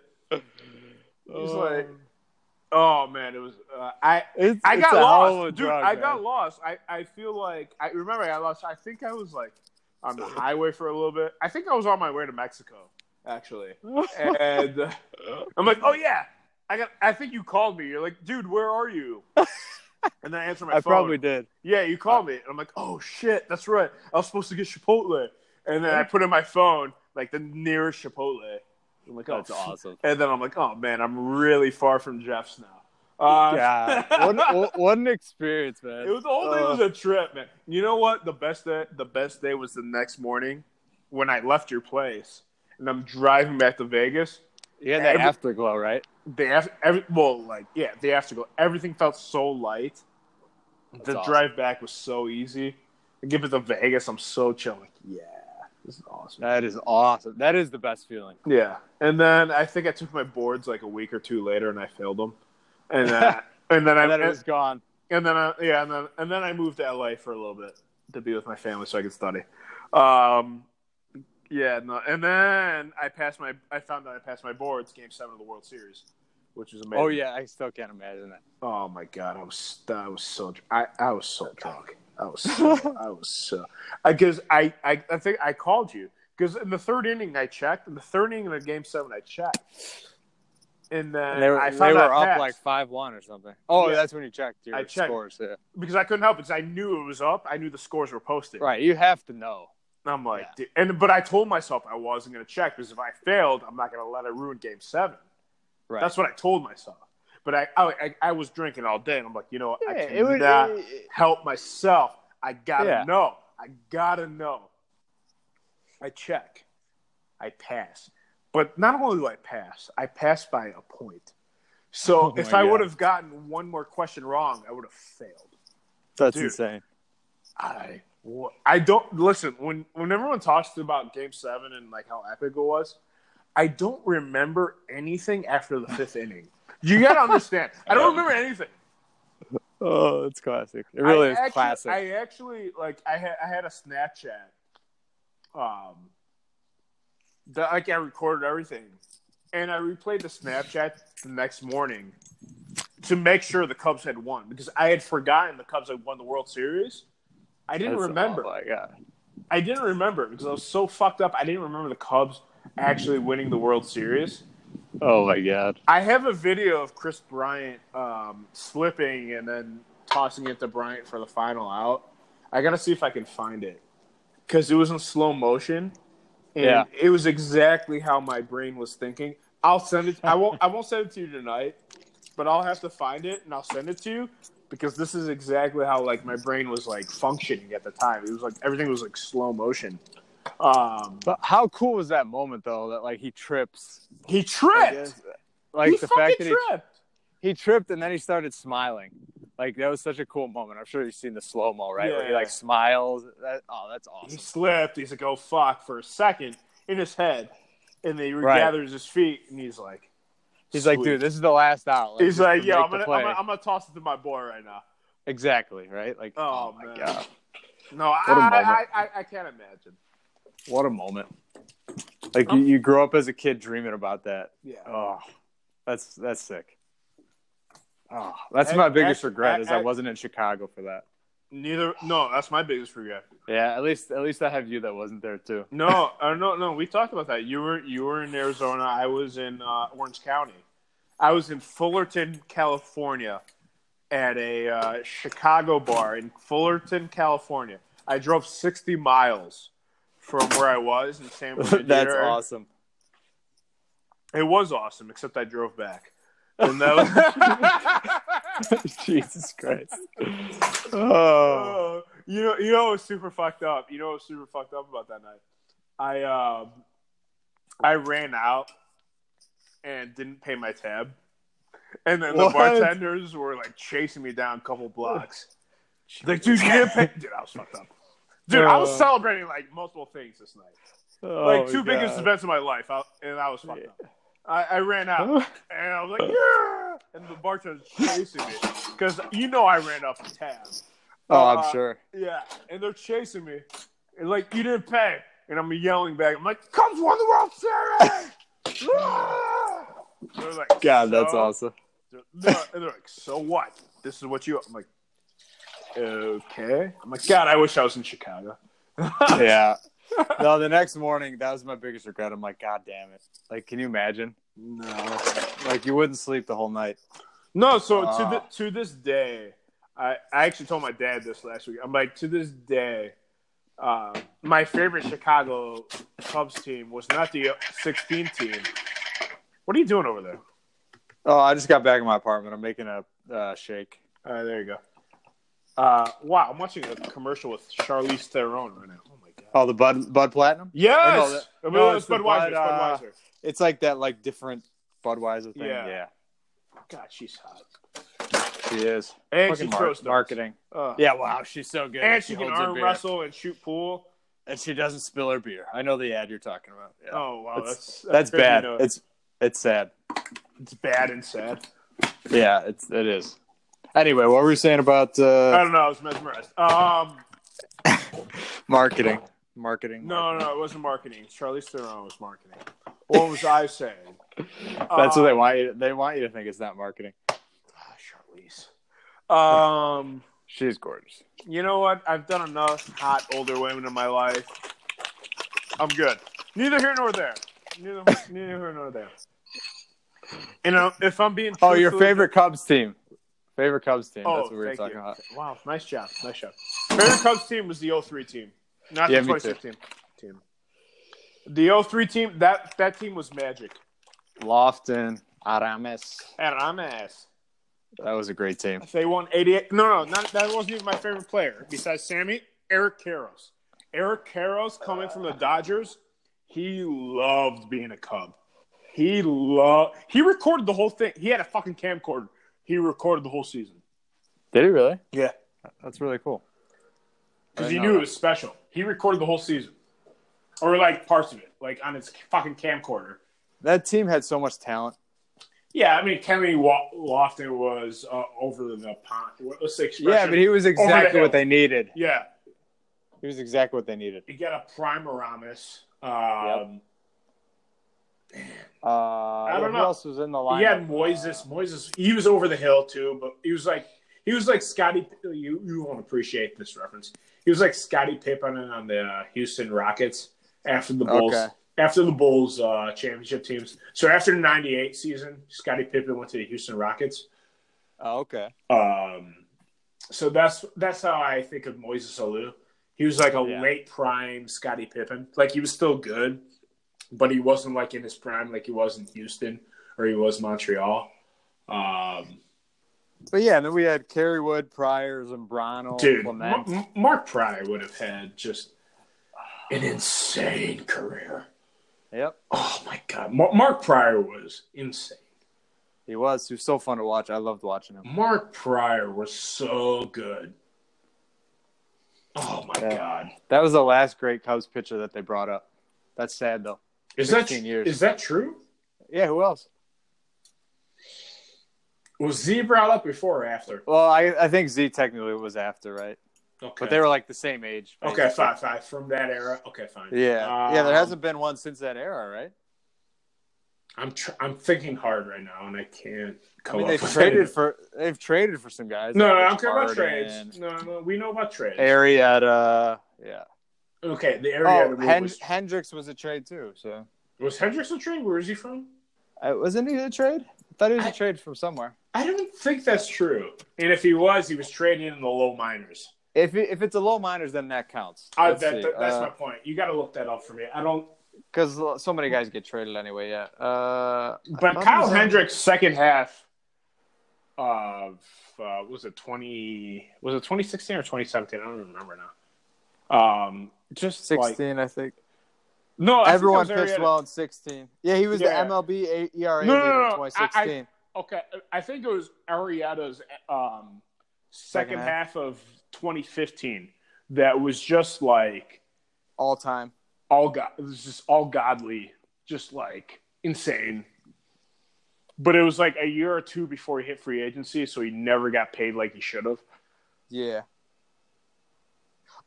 Speaker 2: He's like, oh man, it was. Uh, I
Speaker 1: it's,
Speaker 2: I
Speaker 1: it's
Speaker 2: got
Speaker 1: a hell of a
Speaker 2: lost, dude.
Speaker 1: drug,
Speaker 2: I
Speaker 1: man. [laughs]
Speaker 2: got lost. I I feel like I remember I got lost. I think I was like on the highway for a little bit. I think I was on my way to Mexico
Speaker 1: [laughs]
Speaker 2: actually, and uh, I'm like, oh yeah. I got. I think you called me. You're like, dude, where
Speaker 1: [laughs]
Speaker 2: are you? And then I answer my
Speaker 1: I
Speaker 2: phone.
Speaker 1: probably did.
Speaker 2: Yeah, you called me. And I'm like, oh shit, that's right. I was supposed to get Chipotle. And then I put in my phone, like the nearest Chipotle. I'm like, oh,
Speaker 1: That's
Speaker 2: f-
Speaker 1: awesome.
Speaker 2: And then I'm like, oh man, I'm really far from Jeff's now. Uh,
Speaker 1: God,
Speaker 2: [laughs]
Speaker 1: what, what, what an experience, man.
Speaker 2: it was the whole thing
Speaker 1: Uh,
Speaker 2: was a trip, man. You know what? The best day, the best day was the next morning when I left your place and I'm driving back to Vegas.
Speaker 1: you had that
Speaker 2: every-
Speaker 1: afterglow, right?
Speaker 2: The after, every, well, like yeah, the afterglow. Everything felt so light.
Speaker 1: That's
Speaker 2: the
Speaker 1: awesome.
Speaker 2: drive back was so easy. I give it to Vegas. I'm so chill. Like, yeah, this is awesome.
Speaker 1: That is awesome. That is the best feeling.
Speaker 2: yeah, and then I think I took my boards like a week or two later, and I failed them. And
Speaker 1: [laughs]
Speaker 2: then, and then I
Speaker 1: And then it was gone.
Speaker 2: and then I, yeah, and then and then I moved to LA for a little bit to be with my family so I could study. Um, yeah, no, and then I passed my. I found out I passed my boards game seven of the World Series, which was amazing.
Speaker 1: Oh yeah, I still can't imagine that.
Speaker 2: Oh my god, I was I was so dr- I, I was so drunk. I was so, I was so because I, I I think I called you because in the third inning I checked in the third inning of game seven I checked and then
Speaker 1: And they were,
Speaker 2: I
Speaker 1: they
Speaker 2: found
Speaker 1: were
Speaker 2: out
Speaker 1: up
Speaker 2: passed,
Speaker 1: like five one or something. Oh,
Speaker 2: Yeah.
Speaker 1: that's when you checked your
Speaker 2: I checked.
Speaker 1: scores. Yeah.
Speaker 2: because I couldn't help it 'cause I knew it was up I knew the scores were posted
Speaker 1: Right, you have to know.
Speaker 2: and I'm like dude, and but I told myself I wasn't gonna check because if I failed I'm not gonna let it ruin game seven
Speaker 1: Right.
Speaker 2: that's what I told myself but I I, I, I was drinking all day and I'm like you know what?
Speaker 1: Yeah,
Speaker 2: I
Speaker 1: it
Speaker 2: cannot
Speaker 1: would-
Speaker 2: not
Speaker 1: it-
Speaker 2: help myself. I gotta
Speaker 1: Yeah.
Speaker 2: know. I gotta know. I check. I pass. But not only do I pass, I pass by a point. So
Speaker 1: Oh
Speaker 2: if
Speaker 1: my
Speaker 2: I
Speaker 1: God.
Speaker 2: would have gotten one more question wrong, I would have failed.
Speaker 1: that's
Speaker 2: dude.
Speaker 1: insane.
Speaker 2: I wh- I don't listen when when everyone talks about Game Seven and like how epic it was. I don't remember anything after the fifth inning. You gotta understand. I don't remember anything.
Speaker 1: Oh, it's classic. It really
Speaker 2: I
Speaker 1: is
Speaker 2: actually,
Speaker 1: classic.
Speaker 2: I actually like. I had I had a Snapchat, um, that like I recorded everything, and I replayed the Snapchat the next morning to make sure the Cubs had won because I had forgotten the Cubs had won the World Series. I didn't
Speaker 1: That's-
Speaker 2: remember.
Speaker 1: Oh my god.
Speaker 2: I didn't remember because I was so fucked up. I didn't remember the Cubs actually winning the World Series.
Speaker 1: Oh my god.
Speaker 2: I have a video of Chris Bryant um, slipping and then tossing it to Bryant for the final out. I gotta see if I can find it because it was in slow motion, and
Speaker 1: Yeah.
Speaker 2: it was exactly how my brain was thinking. I'll send it. I won't. I won't send it to you tonight, but I'll have to find it and I'll send it to you because this is exactly how like my brain was like functioning at the time. It was like everything was like slow motion. Um,
Speaker 1: But how cool was that moment though? That like he trips.
Speaker 2: he
Speaker 1: I
Speaker 2: tripped.
Speaker 1: guess. Like
Speaker 2: he
Speaker 1: the
Speaker 2: fucking
Speaker 1: fact that he
Speaker 2: tripped.
Speaker 1: he tripped and then he started smiling. Like that was such a cool moment. I'm sure you've seen the slow mo, right? Where he
Speaker 2: Yeah.
Speaker 1: like smiles. That, oh, that's
Speaker 2: He
Speaker 1: awesome.
Speaker 2: slipped. He's like, "Oh fuck!" for a second in his head, and then he
Speaker 1: Right.
Speaker 2: gathers his feet, and he's like,
Speaker 1: He's like,
Speaker 2: "Sweet."
Speaker 1: dude, this is the last out. Like,
Speaker 2: he's
Speaker 1: just
Speaker 2: like,
Speaker 1: to
Speaker 2: "Yo,
Speaker 1: make
Speaker 2: I'm
Speaker 1: the
Speaker 2: gonna, I'm
Speaker 1: play."
Speaker 2: gonna, I'm gonna toss it to my boy right now."
Speaker 1: exactly right. Like, oh,
Speaker 2: Oh,
Speaker 1: my
Speaker 2: man.
Speaker 1: god,
Speaker 2: No, I,
Speaker 1: a moment.
Speaker 2: I, I, I can't imagine.
Speaker 1: what a moment! Like you, you grow up as a kid dreaming about that.
Speaker 2: Yeah,
Speaker 1: Oh, that's that's sick. Oh, that's my
Speaker 2: Ac-
Speaker 1: biggest
Speaker 2: ac-
Speaker 1: regret
Speaker 2: ac-
Speaker 1: is I
Speaker 2: ac-
Speaker 1: wasn't in Chicago for that.
Speaker 2: neither. No, that's my biggest regret.
Speaker 1: Yeah, at least at least I have you that wasn't there [laughs] too.
Speaker 2: No, I no, no. We talked about that. You were, you were in Arizona. I was in uh, Orange County. I was in Fullerton, California, at a uh, Chicago bar in Fullerton, California. I drove sixty miles from where I was in
Speaker 1: [laughs]
Speaker 2: San Francisco.
Speaker 1: that's [laughs] awesome.
Speaker 2: It was awesome, except I drove back. And that
Speaker 1: [laughs]
Speaker 2: was-
Speaker 1: Jesus Christ. Oh,
Speaker 2: Oh, you know, you know, what was super fucked up. You know, what was super fucked up about that night. I, um, I ran out and didn't pay my tab, and then
Speaker 1: What?
Speaker 2: the bartenders were like chasing me down a couple blocks. Like, dude, you didn't pay. Dude, I was fucked up. Dude, I was
Speaker 1: Oh.
Speaker 2: celebrating like multiple things this night. like two biggest events of my life, I, and I was fucked
Speaker 1: Yeah.
Speaker 2: up. I, I ran out, and I was like, yeah, and the bartender was chasing me because you know I ran up the tab.
Speaker 1: Oh, I'm [laughs]
Speaker 2: Uh,
Speaker 1: sure.
Speaker 2: Yeah, and they're chasing me, and like you didn't pay, and I'm yelling back. I'm like, "Cubs won the World Series!" Ah! they're like,
Speaker 1: God, that's
Speaker 2: "So-"
Speaker 1: awesome.
Speaker 2: They're, they're- and they're like, "So what? This is what you." I'm like, "Okay." I'm like, "God, I wish I was in Chicago."
Speaker 1: [laughs] yeah. No, the next morning, that was my biggest regret. I'm like, God damn it. Like, can you imagine?
Speaker 2: No.
Speaker 1: Like, you wouldn't sleep the whole night.
Speaker 2: No, so
Speaker 1: Ah.
Speaker 2: to the, to this day, I, I actually told my dad this last week. I'm like, to this day, uh, my favorite Chicago Cubs team was not the 16 team. What are you doing over there?
Speaker 1: Oh, I just got back in my apartment. I'm making a uh, shake.
Speaker 2: Uh, there you go. Uh, wow, I'm watching a commercial with Charlize Theron right now. Oh my god.
Speaker 1: Oh, the Bud Bud Platinum.
Speaker 2: Yes.
Speaker 1: no, that-
Speaker 2: I mean,
Speaker 1: no,
Speaker 2: it's
Speaker 1: it's the
Speaker 2: Budweiser.
Speaker 1: Bud,
Speaker 2: it's
Speaker 1: uh,
Speaker 2: Budweiser.
Speaker 1: It's like that, like different Budweiser thing.
Speaker 2: Yeah.
Speaker 1: Yeah,
Speaker 2: God, she's hot.
Speaker 1: she is.
Speaker 2: And she
Speaker 1: Fucking mar-
Speaker 2: throws darts.
Speaker 1: marketing.
Speaker 2: Ugh.
Speaker 1: Yeah, wow, she's so good.
Speaker 2: And she can
Speaker 1: holds her
Speaker 2: arm
Speaker 1: beer.
Speaker 2: wrestle and shoot pool.
Speaker 1: and she doesn't spill her beer. I know the ad you're talking about. Yeah.
Speaker 2: Oh wow,
Speaker 1: It's-
Speaker 2: that's
Speaker 1: that's
Speaker 2: crazy
Speaker 1: bad.
Speaker 2: to-
Speaker 1: It's it's sad.
Speaker 2: it's bad and sad.
Speaker 1: Yeah, it's it is. Anyway, what were we saying about uh,
Speaker 2: I don't know. I was mesmerized. Um,
Speaker 1: marketing? Marketing.
Speaker 2: no, no, it wasn't marketing. Charlize Theron was marketing. What was I saying?
Speaker 1: [laughs] That's
Speaker 2: uh,
Speaker 1: what they want you. They want you to think it's not marketing.
Speaker 2: Ah, Charlize. Um,
Speaker 1: She's gorgeous.
Speaker 2: you know what? I've done enough hot older women in my life. I'm good. Neither here nor there. Neither, neither here nor there. You know, if I'm being
Speaker 1: Oh, your
Speaker 2: truthful-
Speaker 1: favorite Cubs team. Favorite Cubs team.
Speaker 2: Oh,
Speaker 1: That's what we were
Speaker 2: thank
Speaker 1: talking
Speaker 2: you.
Speaker 1: about.
Speaker 2: Wow, nice job, nice job. Favorite Cubs team was the 03 team, not
Speaker 1: Yeah,
Speaker 2: the
Speaker 1: me too.
Speaker 2: 2016 team. The 03 team that that team was magic.
Speaker 1: Lofton, Aramis.
Speaker 2: And I'm ass.
Speaker 1: That was a great team.
Speaker 2: They won 88. No, no, not, that wasn't even my favorite player. Besides Sammy, Eric Caros. Eric Caros coming from the Dodgers, he loved being a Cub. He loved. He recorded the whole thing. He had a fucking camcorder. He recorded the whole season.
Speaker 1: Did he really?
Speaker 2: Yeah.
Speaker 1: That's really cool.
Speaker 2: because he
Speaker 1: I know
Speaker 2: knew
Speaker 1: that.
Speaker 2: it was special. He recorded the whole season, or like parts of it, like on his fucking camcorder.
Speaker 1: That team had so much talent.
Speaker 2: Yeah, I mean Kenny Wa- Lofton was uh, over the pond. Let's say expression.
Speaker 1: Yeah, but he was exactly
Speaker 2: hill.
Speaker 1: what they needed.
Speaker 2: yeah,
Speaker 1: Oh He was exactly what they needed.
Speaker 2: you got a Primeramus. Um,
Speaker 1: Uh, I
Speaker 2: don't
Speaker 1: who
Speaker 2: know.
Speaker 1: else was in the
Speaker 2: He had
Speaker 1: lineup?
Speaker 2: Moises. Moises. He was over the hill too, but he was like he was like Scotty. You you won't appreciate this reference. He was like Scotty Pippen on the uh, Houston Rockets after the Bulls
Speaker 1: Okay.
Speaker 2: after the Bulls uh, championship teams. So after the '98 season, Scotty Pippen went to the Houston Rockets.
Speaker 1: Oh, okay.
Speaker 2: Um, so that's that's how I think of Moises Alou. He was like a
Speaker 1: Yeah.
Speaker 2: late prime Scottie Pippen. Like he was still good, but he wasn't like in his prime, like he was in Houston or he was Montreal. Um,
Speaker 1: But yeah, and then we had Kerrywood, Pryor, Zambrano,
Speaker 2: dude, Ma-
Speaker 1: Clement.
Speaker 2: M- Mark Pryor would have had just an insane career.
Speaker 1: Yep,
Speaker 2: Oh my god, Ma- Mark Pryor was insane.
Speaker 1: he was. He was so fun to watch. I loved watching him.
Speaker 2: Mark Pryor was so good. Oh my
Speaker 1: Yeah.
Speaker 2: god.
Speaker 1: That was the last great Cubs pitcher that they brought up. That's sad though.
Speaker 2: Is that
Speaker 1: 16 years.
Speaker 2: is that true?
Speaker 1: Yeah, who else?
Speaker 2: Was Z brought up before or after?
Speaker 1: Well, I, I think Z technically was after, right?
Speaker 2: Okay.
Speaker 1: But they were like the same age.
Speaker 2: okay,
Speaker 1: basically.
Speaker 2: fine, fine. From that era, okay, fine.
Speaker 1: Yeah, yeah. There
Speaker 2: Um,
Speaker 1: hasn't been one since that era, right?
Speaker 2: I'm tr- I'm thinking hard right now, and I can't.
Speaker 1: I
Speaker 2: Come
Speaker 1: mean,
Speaker 2: up
Speaker 1: they've
Speaker 2: with
Speaker 1: traded
Speaker 2: anything.
Speaker 1: for they've traded for some guys.
Speaker 2: No,
Speaker 1: like
Speaker 2: I'm
Speaker 1: Rich
Speaker 2: talking about
Speaker 1: Martin,
Speaker 2: trades. No, no, we know about trades.
Speaker 1: Arrieta, yeah.
Speaker 2: Okay, the area
Speaker 1: Oh,
Speaker 2: that we
Speaker 1: Hen-
Speaker 2: was,
Speaker 1: Hendricks was a trade too. So
Speaker 2: was Hendricks a trade? Where is he from?
Speaker 1: uh, wasn't he a trade? I thought he was a
Speaker 2: I-
Speaker 1: trade from somewhere.
Speaker 2: I don't think that's true. And if he was, he was traded in the low minors.
Speaker 1: If it, if it's a low minors, then that counts.
Speaker 2: I, that, that-
Speaker 1: uh,
Speaker 2: that's my point. You got to look that up for me. I don't.
Speaker 1: because so many guys get traded anyway. Yeah. Uh, I
Speaker 2: But
Speaker 1: thought it
Speaker 2: Kyle
Speaker 1: was on-
Speaker 2: Hendricks' second half of uh, what was it twenty? Was it twenty sixteen or twenty seventeen? I don't even remember now. Um, just like
Speaker 1: sixteen, I think.
Speaker 2: no, Oh, I think
Speaker 1: Everyone
Speaker 2: that was
Speaker 1: pitched
Speaker 2: Arrieta.
Speaker 1: well in sixteen. Yeah, he was
Speaker 2: Yeah.
Speaker 1: the MLB E A- ERA
Speaker 2: No, no,
Speaker 1: leader
Speaker 2: no, no.
Speaker 1: in twenty sixteen.
Speaker 2: Okay, I think it was Arrieta's um, second,
Speaker 1: Second
Speaker 2: half. of twenty fifteen that was just like
Speaker 1: All time.
Speaker 2: all god. It was just all godly, just like insane. But it was like a year or two before he hit free agency, so he never got paid like he should have.
Speaker 1: Yeah.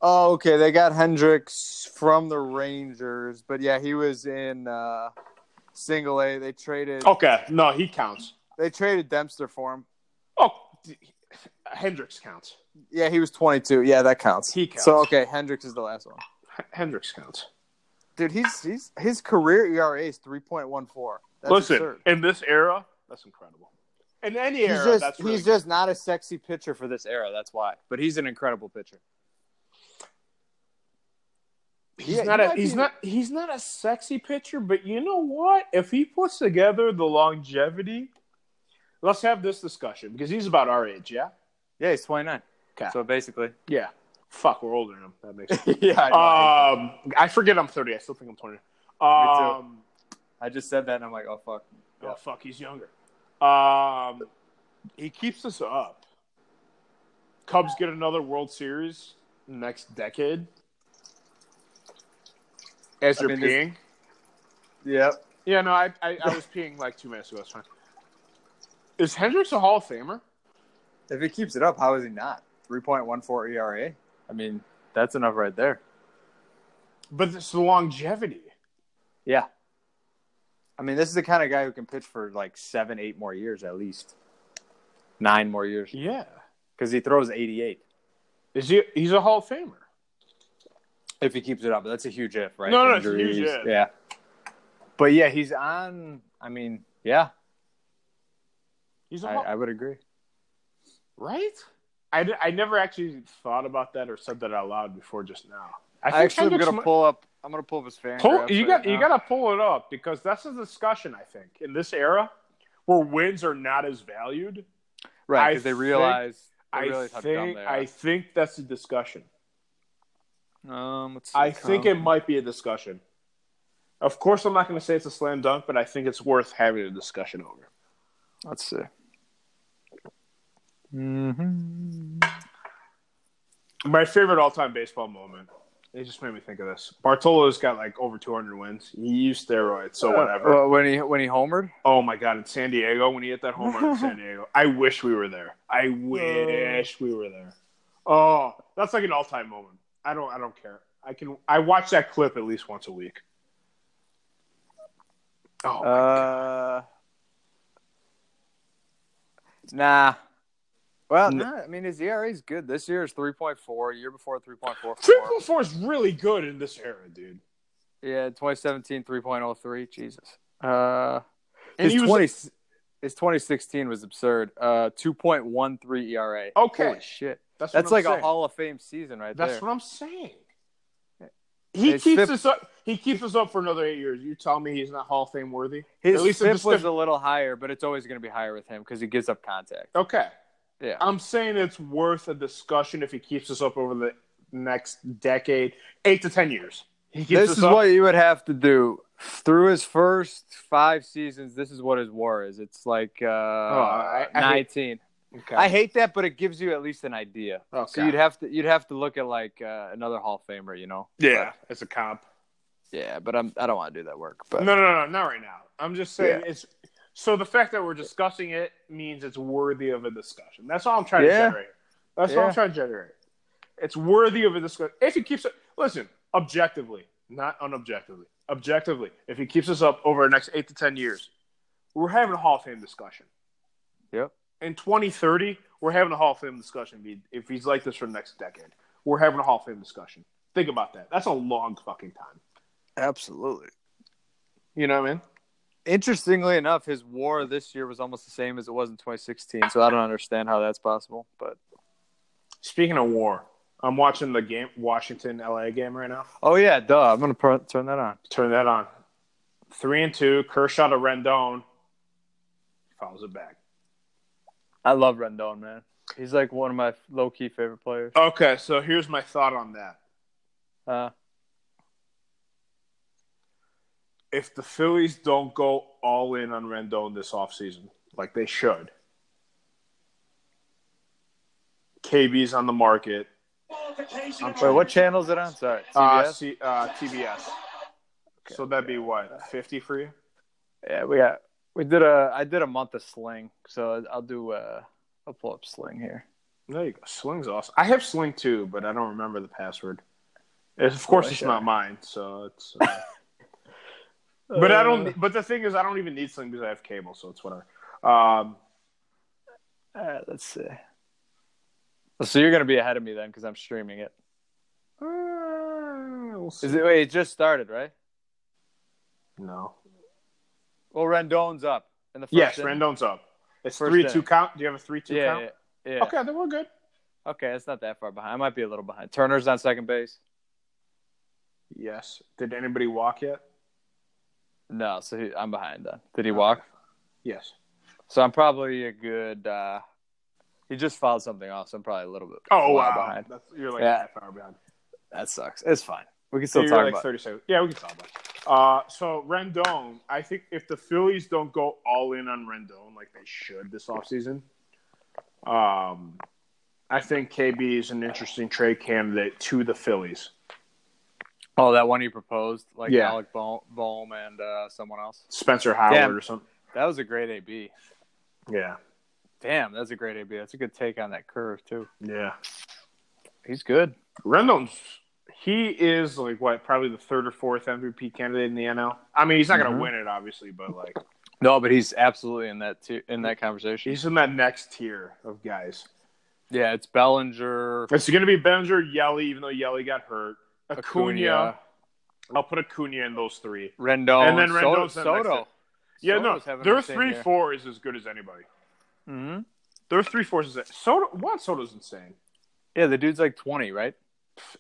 Speaker 1: Oh, okay. They got Hendricks from the Rangers, but yeah, he was in uh, single A. They traded.
Speaker 2: Okay, no, he counts.
Speaker 1: They traded Dempster for him.
Speaker 2: Oh, d- Hendricks counts.
Speaker 1: Yeah, he was twenty two. Yeah, that counts.
Speaker 2: He counts.
Speaker 1: So okay, Hendricks is the last one.
Speaker 2: H- Hendricks counts.
Speaker 1: Dude, he's he's his career ERA is three point one four. That's
Speaker 2: Listen,
Speaker 1: absurd.
Speaker 2: in this era, that's incredible. In any
Speaker 1: He's
Speaker 2: era,
Speaker 1: just
Speaker 2: that's really
Speaker 1: he's just not a sexy pitcher for this era. That's why. But he's an incredible pitcher.
Speaker 2: he's
Speaker 1: yeah,
Speaker 2: not
Speaker 1: he
Speaker 2: a
Speaker 1: might
Speaker 2: he's
Speaker 1: be-
Speaker 2: not he's not a sexy pitcher. But you know what? If he puts together the longevity, let's have this discussion because he's about our age. Yeah,
Speaker 1: Yeah, he's twenty nine.
Speaker 2: Okay.
Speaker 1: So basically,
Speaker 2: yeah. Fuck, we're older than him. That makes. Sense.
Speaker 1: [laughs] yeah. I, know.
Speaker 2: um, I forget I'm 30. I still think I'm 20. Um,
Speaker 1: I just said that, and I'm like, oh fuck. Yeah.
Speaker 2: Oh fuck, he's younger. Um, he keeps us up. Cubs get another World Series next decade. As
Speaker 1: I
Speaker 2: you're
Speaker 1: mean, this-
Speaker 2: peeing,
Speaker 1: Yep.
Speaker 2: yeah, no, I, I I was peeing like two minutes ago. It's fine. Is Hendricks a Hall of Famer?
Speaker 1: If he keeps it up, how is he not three point one four ERA? I mean, that's enough right there.
Speaker 2: But it's the longevity.
Speaker 1: Yeah. I mean, this is the kind of guy who can pitch for like seven, eight more years at least, nine more years
Speaker 2: Yeah,
Speaker 1: because he throws eighty eight.
Speaker 2: is he? He's a Hall of Famer.
Speaker 1: if he keeps it up. That's a huge if, right?
Speaker 2: No, no, it's a huge
Speaker 1: Injuries,
Speaker 2: if.
Speaker 1: Yeah. But yeah, he's on. I mean, yeah,
Speaker 2: He's a
Speaker 1: I,
Speaker 2: Hall,
Speaker 1: I would agree.
Speaker 2: right. I, d- I never actually thought about that or said that out loud before just now. I,
Speaker 1: I actually am
Speaker 2: Hendricks
Speaker 1: gonna
Speaker 2: might-
Speaker 1: pull up. I'm gonna pull up his fan.
Speaker 2: Pull,
Speaker 1: graph
Speaker 2: you
Speaker 1: right
Speaker 2: got you
Speaker 1: now.
Speaker 2: got to pull it up because that's a discussion I think in this era where wins are not as valued.
Speaker 1: right
Speaker 2: I
Speaker 1: because they
Speaker 2: think-
Speaker 1: realize. They
Speaker 2: I
Speaker 1: realize how dumb
Speaker 2: think
Speaker 1: they
Speaker 2: I think that's a discussion.
Speaker 1: are. um, let's see,
Speaker 2: I think
Speaker 1: Kyle.
Speaker 2: it might be a discussion. Of course, I'm not going to say it's a slam dunk, but I think it's worth having a discussion over.
Speaker 1: Let's see. hmm
Speaker 2: My favorite all-time baseball moment. It just made me think of this. Bartolo's got like over 200 wins. He used steroids, so whatever.
Speaker 1: Well, Uh, when he when he homered,
Speaker 2: Oh my god, in San Diego when he hit that home run
Speaker 1: [laughs]
Speaker 2: in San Diego. I wish we were there. I wish we were there. Oh, that's like an all-time moment. I don't I don't care. I can I watch that clip at least once a week. Oh, my God.
Speaker 1: uh, nah. Well,
Speaker 2: No.
Speaker 1: nah, I mean his ERA is good. This year is three point four. Year before three point four
Speaker 2: three
Speaker 1: four.
Speaker 2: point four is really good in this era, dude.
Speaker 1: Yeah, 2017 3.03. Jesus. Uh,
Speaker 2: And
Speaker 1: his
Speaker 2: he was-
Speaker 1: 20, his 2016 was absurd. Uh, 2.13 ERA.
Speaker 2: Okay.
Speaker 1: E Holy shit.
Speaker 2: That's,
Speaker 1: That's
Speaker 2: what I'm
Speaker 1: like a
Speaker 2: saying.
Speaker 1: Hall of Fame season right
Speaker 2: That's
Speaker 1: there.
Speaker 2: what I'm saying. He
Speaker 1: His
Speaker 2: keeps
Speaker 1: fifth-
Speaker 2: us up. He keeps us up for another eight years. You tell me he's not Hall of Fame worthy?
Speaker 1: His
Speaker 2: at least in
Speaker 1: FIP
Speaker 2: this
Speaker 1: was
Speaker 2: diff-
Speaker 1: a little higher, but it's always going to be higher with him because he gives up contact.
Speaker 2: Okay,
Speaker 1: Yeah.
Speaker 2: I'm saying it's worth a discussion if he keeps us up over the next decade, eight to ten years. He keeps
Speaker 1: This
Speaker 2: us
Speaker 1: is
Speaker 2: up.
Speaker 1: what you would have to do through his first five seasons. This is what his WAR is. It's like uh,
Speaker 2: Oh, I- I hate-
Speaker 1: 19.
Speaker 2: Okay.
Speaker 1: I hate that, but it gives you at least an idea.
Speaker 2: okay.
Speaker 1: So you'd have to you'd have to look at like uh, another Hall of Famer, you know?
Speaker 2: yeah, as a comp.
Speaker 1: Yeah, but I'm I don't want to do that work. But
Speaker 2: no, no, no, not right now. I'm just saying it's. So the fact that we're discussing it means it's worthy of a discussion. That's all I'm trying to
Speaker 1: Yeah.
Speaker 2: generate. That's all
Speaker 1: Yeah.
Speaker 2: I'm trying to generate. It's worthy of a discussion. If he keeps it, listen, objectively, not unobjectively, objectively, if he keeps us up over the next eight to ten years, we're having a Hall of Fame discussion.
Speaker 1: Yep.
Speaker 2: In 2030, we're having a Hall of Fame discussion. if he- If he's like this for the next decade, we're having a Hall of Fame discussion. Think about that. That's a long fucking time.
Speaker 1: absolutely.
Speaker 2: You know what I mean?
Speaker 1: Interestingly enough, his WAR this year was almost the same as it was in 2016. So I don't understand how that's possible. But
Speaker 2: Speaking of war, I'm watching the game Washington LA game right now.
Speaker 1: oh yeah, duh. I'm gonna pr- turn that on.
Speaker 2: Turn that on. Three and two, Kershaw to Rendon. Follows it back.
Speaker 1: I love Rendon, man. He's like one of my low key favorite players.
Speaker 2: Okay, so here's my thought on that.
Speaker 1: Uh,
Speaker 2: If the Phillies don't go all in on Rendon this offseason, like they should, KB's on the market. I'm
Speaker 1: wait, what channel is it on? Sorry,
Speaker 2: Uh,
Speaker 1: CBS?
Speaker 2: C- uh, TBS. so that'd be what, 50 for you?
Speaker 1: yeah, we got we did a I did a month of Sling, so I'll do uh I'll pull up Sling here.
Speaker 2: There you go. Sling's awesome. I have Sling too, but I don't remember the password. It's, of course, it's
Speaker 1: sure.
Speaker 2: not mine, so it's.
Speaker 1: [laughs]
Speaker 2: Uh, but I
Speaker 1: Uh,
Speaker 2: don't. But the thing is, I don't even need Sling because I have cable, so it's whatever.
Speaker 1: All
Speaker 2: Um,
Speaker 1: right, let's see. So you're gonna be ahead of me then, because I'm streaming it.
Speaker 2: uh, we'll see.
Speaker 1: Is it? Wait, it just started, right?
Speaker 2: No.
Speaker 1: Well, Rendon's up in the first.
Speaker 2: Yes,
Speaker 1: inning.
Speaker 2: Rendon's up. It's
Speaker 1: First
Speaker 2: three two
Speaker 1: inning.
Speaker 2: count. Do you have a three two
Speaker 1: Yeah,
Speaker 2: count?
Speaker 1: yeah, yeah. Okay.
Speaker 2: Okay, then we're good.
Speaker 1: okay, it's not that far behind. I might be a little behind. Turner's on second base.
Speaker 2: Yes. Did anybody walk yet?
Speaker 1: No, so he, I'm behind then. Did he
Speaker 2: Okay.
Speaker 1: walk?
Speaker 2: Yes.
Speaker 1: So I'm probably a good. uh He just filed something off, so I'm probably a little bit. a
Speaker 2: Oh
Speaker 1: while
Speaker 2: wow.
Speaker 1: behind.
Speaker 2: That's, you're like
Speaker 1: Yeah.
Speaker 2: half hour behind.
Speaker 1: That sucks. It's fine. We can still
Speaker 2: You're
Speaker 1: talk
Speaker 2: like
Speaker 1: about.
Speaker 2: 30 seconds. Yeah, we can talk about. it. Uh, so Rendon, I think if the Phillies don't go all in on Rendon like they should this offseason, um, I think KB is an interesting trade candidate to the Phillies.
Speaker 1: Oh, that one he proposed, like
Speaker 2: Yeah.
Speaker 1: Alec Bohm, Bohm and uh, someone else.
Speaker 2: Spencer Howard
Speaker 1: Damn.
Speaker 2: or something.
Speaker 1: That was a great AB.
Speaker 2: Yeah,
Speaker 1: Damn, that's a great AB. That's a good take on that curve too.
Speaker 2: yeah.
Speaker 1: He's good.
Speaker 2: Rendon's he is like what probably the third or fourth MVP candidate in the NL. I mean, he's not going to
Speaker 1: Mhm.
Speaker 2: win it obviously, but like
Speaker 1: No, but he's absolutely in that tier in that conversation.
Speaker 2: he's in that next tier of guys.
Speaker 1: yeah, it's Bellinger,
Speaker 2: It's going to be Benzer, Yelly, even though Yelly got hurt. Acuna.
Speaker 1: Acuna,
Speaker 2: I'll put Acuna in those three.
Speaker 1: Rendon,
Speaker 2: And then Rendon's the
Speaker 1: Soto.
Speaker 2: next
Speaker 1: Soto.
Speaker 2: Yeah,
Speaker 1: Soto's
Speaker 2: no,
Speaker 1: having
Speaker 2: their
Speaker 1: a good
Speaker 2: three
Speaker 1: year.
Speaker 2: four is as good as anybody.
Speaker 1: Mhm.
Speaker 2: Their three fours is Soto. Juan Soto's insane.
Speaker 1: Yeah, the dude's like twenty, right?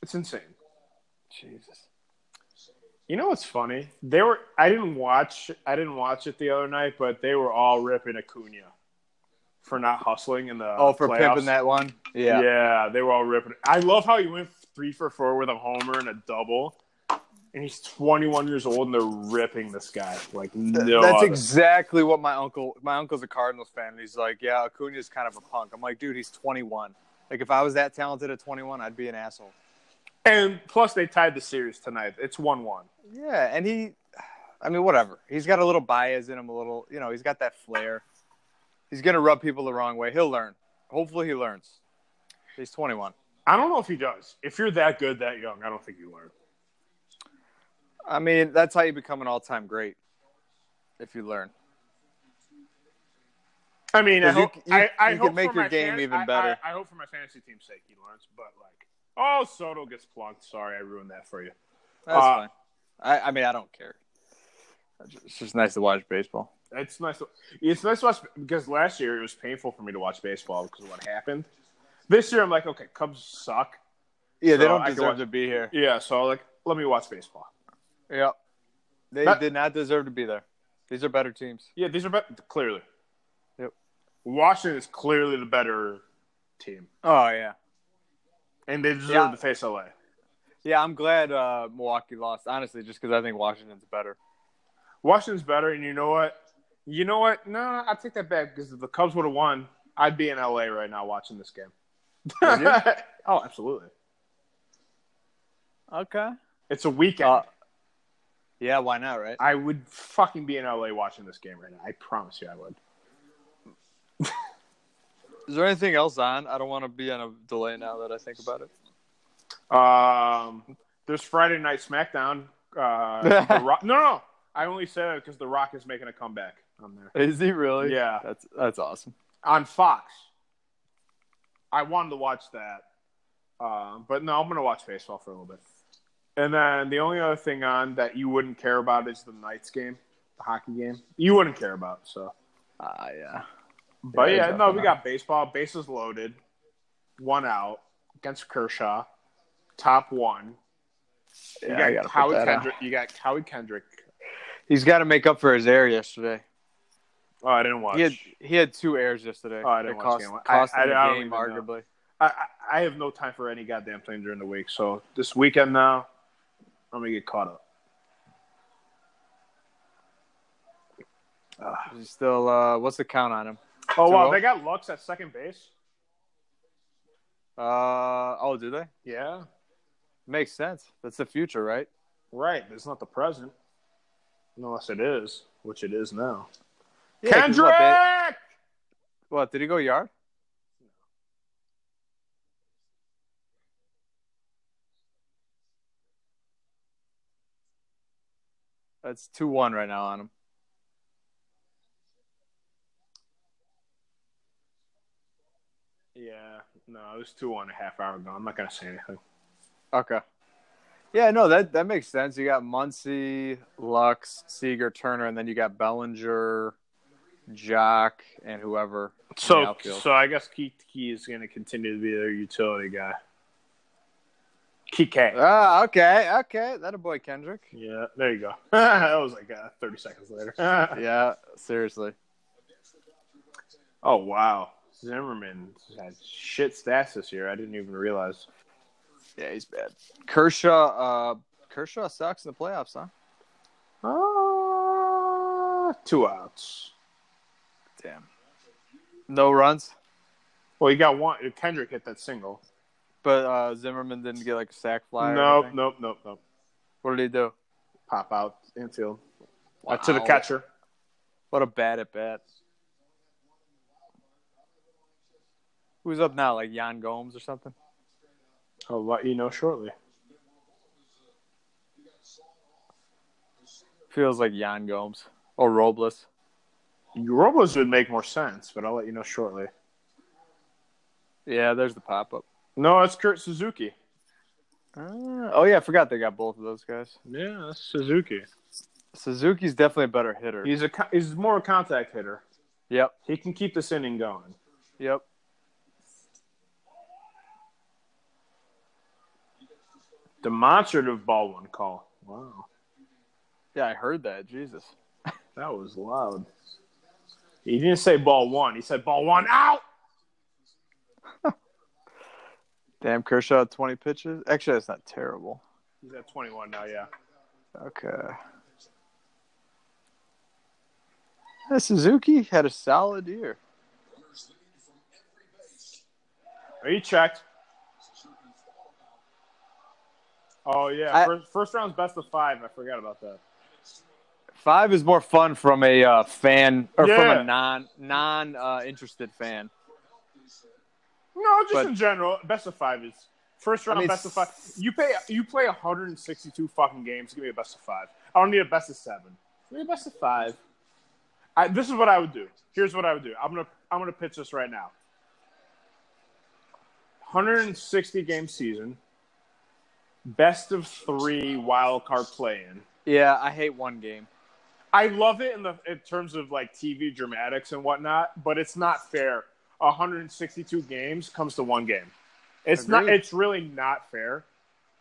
Speaker 2: It's insane.
Speaker 1: Jesus.
Speaker 2: You know what's funny? They were. I didn't watch. I didn't watch it the other night, but they were all ripping Acuna for not hustling in the
Speaker 1: Oh, for
Speaker 2: playoffs.
Speaker 1: pimping that one. Yeah.
Speaker 2: yeah, they were all ripping. I love how he went three for four with a homer and a double, and he's twenty one years old, and they're ripping this guy like no.
Speaker 1: Th- That's
Speaker 2: other.
Speaker 1: exactly what my uncle. My uncle's a Cardinals fan. And he's like, "Yeah, Acuna's kind of a punk." I'm like, "Dude, he's 21. Like if I was that talented at 21, I'd be an asshole.
Speaker 2: And plus, they tied the series tonight. It's one-one.
Speaker 1: Yeah, and he, I mean, whatever. He's got a little bias in him, a little, you know, he's got that flair. He's gonna rub people the wrong way. He'll learn. Hopefully, he learns. He's 21.
Speaker 2: I don't know if he does. If you're that good that young, I don't think you learn.
Speaker 1: I mean, that's how you become an all-time great. If you learn,
Speaker 2: I mean, I
Speaker 1: 'Cause you-
Speaker 2: hope,
Speaker 1: you-
Speaker 2: I, I
Speaker 1: you could
Speaker 2: hope
Speaker 1: make
Speaker 2: for
Speaker 1: your
Speaker 2: my
Speaker 1: game
Speaker 2: fan-
Speaker 1: even
Speaker 2: I-
Speaker 1: better.
Speaker 2: I, I hope for my fantasy team's sake he learns, but like, oh, Soto gets plunked. Sorry, I ruined that for you.
Speaker 1: that's
Speaker 2: Uh,
Speaker 1: fine. I, I mean, I don't care. It's just nice to watch baseball.
Speaker 2: It's nice. To, it's nice to watch because last year it was painful for me to watch baseball because of what happened. This year I'm like, okay, Cubs suck.
Speaker 1: Yeah, they
Speaker 2: So
Speaker 1: don't
Speaker 2: I could
Speaker 1: deserve
Speaker 2: watch-
Speaker 1: to be here.
Speaker 2: Yeah, so like, let me watch baseball.
Speaker 1: Yep. They
Speaker 2: That-
Speaker 1: did not deserve to be there. These are better teams.
Speaker 2: Yeah, these are bet- clearly.
Speaker 1: Yep.
Speaker 2: Washington is clearly the better team,
Speaker 1: Oh yeah.
Speaker 2: and they deserve
Speaker 1: Yeah.
Speaker 2: to face LA.
Speaker 1: Yeah, I'm glad uh, Milwaukee lost. Honestly, just because I think Washington's better.
Speaker 2: Washington's better, and you know what? You know what? No, I take that back because if the Cubs would have won, I'd be in LA right now watching this game.
Speaker 1: Would you?
Speaker 2: [laughs] oh, absolutely.
Speaker 1: Okay.
Speaker 2: It's a weekend.
Speaker 1: Uh, yeah, why not, right?
Speaker 2: I would fucking be in LA watching this game right now. I promise you, I would.
Speaker 1: Is there anything else on? I don't want to be on a delay now that I think about it.
Speaker 2: Um, there's Friday Night SmackDown. Uh, the
Speaker 1: [laughs]
Speaker 2: Rock- no, no, I only say that because The Rock is making a comeback on there.
Speaker 1: Is he really?
Speaker 2: Yeah,
Speaker 1: That's that's awesome.
Speaker 2: on Fox. I wanted to watch that, um, but no, I'm gonna watch baseball for a little bit. And then the only other thing on that you wouldn't care about is the Knights game, the hockey game. You wouldn't care about so.
Speaker 1: Ah, yeah.
Speaker 2: But
Speaker 1: Yeah,
Speaker 2: yeah, no, we
Speaker 1: definitely.
Speaker 2: got baseball. Bases loaded, one out against Kershaw, top one. You
Speaker 1: Yeah, I
Speaker 2: got
Speaker 1: gotta put
Speaker 2: Howie
Speaker 1: that on.
Speaker 2: Kendrick. You got Howie Kendrick.
Speaker 1: He's got to make up for his air yesterday.
Speaker 2: Oh, I didn't watch.
Speaker 1: He had he had two airs yesterday.
Speaker 2: Oh, I didn't
Speaker 1: It
Speaker 2: watch
Speaker 1: cost,
Speaker 2: game one. I-
Speaker 1: cost
Speaker 2: I-
Speaker 1: him
Speaker 2: I
Speaker 1: the
Speaker 2: don't
Speaker 1: game,
Speaker 2: even know.
Speaker 1: arguably.
Speaker 2: I, I- I have no time for any goddamn thing during the week. So this weekend now, I'm gonna get caught up. Ah.
Speaker 1: He's still. Uh, what's the count on him?
Speaker 2: Oh wow,
Speaker 1: Hello?
Speaker 2: they got Lux at second base.
Speaker 1: Uh, oh, do they?
Speaker 2: Yeah,
Speaker 1: Makes sense. That's the future, right?
Speaker 2: right. It's not the present, unless it is, which it is now.
Speaker 1: Yeah, 'cause
Speaker 2: Kendrick.
Speaker 1: what, they- what? Did he go yard? That's two one right now on him.
Speaker 2: Yeah, no, it was two and a half hour ago. I'm not gonna say anything.
Speaker 1: Okay. Yeah, no, that that makes sense. You got Muncie, Lux, Seager, Turner, and then you got Bellinger, Jock, and whoever. in the
Speaker 2: So,
Speaker 1: outfield.
Speaker 2: so I guess Key Key is gonna continue to be their utility guy. Kike.
Speaker 1: ah, okay, okay, that a boy, Kendrick.
Speaker 2: Yeah, there you go. [laughs] that was like uh, 30 seconds later. [laughs]
Speaker 1: Yeah, seriously.
Speaker 2: Oh, wow. Zimmerman had shit stats this year. I didn't even realize.
Speaker 1: Yeah, he's bad. Kershaw, uh, Kershaw sucks in the playoffs, huh?
Speaker 2: Uh, two outs.
Speaker 1: Damn. No runs,
Speaker 2: Well, you got one. Kendrick hit that single.
Speaker 1: but uh, Zimmerman didn't get like a sack fly. or
Speaker 2: Nope,
Speaker 1: anything.
Speaker 2: nope, nope, nope.
Speaker 1: What did he do?
Speaker 2: Pop out infield. Uh, to the
Speaker 1: Wow.
Speaker 2: catcher.
Speaker 1: What a bad at bat. Who's up now? Like Jan Gomes or something?
Speaker 2: I'll let you know shortly.
Speaker 1: Feels like Jan Gomes or Robles.
Speaker 2: Robles would make more sense, but I'll let you know shortly.
Speaker 1: Yeah, there's the pop up.
Speaker 2: No, it's Kurt Suzuki.
Speaker 1: Uh, oh yeah, I forgot they got both of those guys.
Speaker 2: Yeah, that's Suzuki.
Speaker 1: Suzuki's definitely a better hitter.
Speaker 2: He's a co- he's more a contact hitter.
Speaker 1: Yep,
Speaker 2: He can keep this inning going.
Speaker 1: yep.
Speaker 2: Demonstrative ball one call. Wow.
Speaker 1: Yeah, I heard that. Jesus.
Speaker 2: That was loud. He didn't say ball one. He said ball one out.
Speaker 1: Damn, Kershaw, had 20 pitches. Actually, that's not terrible.
Speaker 2: He's at 21 now, yeah.
Speaker 1: Okay. Uh, Yeah, Suzuki had a solid year.
Speaker 2: He checked. Oh yeah,
Speaker 1: I-
Speaker 2: first, first round's best of five. I forgot about that.
Speaker 1: Five is more fun from a uh, fan or from
Speaker 2: Yeah.
Speaker 1: a non non uh, interested fan.
Speaker 2: No, just
Speaker 1: But-
Speaker 2: in general, best of five is first round.
Speaker 1: I mean,
Speaker 2: best of five. You pay. You play 162 fucking games. Give me a best of five. I don't need a best of seven. Give me a best of five. I, this is what I would do. Here's what I would do. I'm gonna. I'm gonna pitch this right now. 160 game season. Best of three wild card play in.
Speaker 1: Yeah, I hate one game.
Speaker 2: I love it in the in terms of like TV dramatics and whatnot, but it's not fair. 162 games comes to one game. It's not.
Speaker 1: Agreed.
Speaker 2: It's really not fair.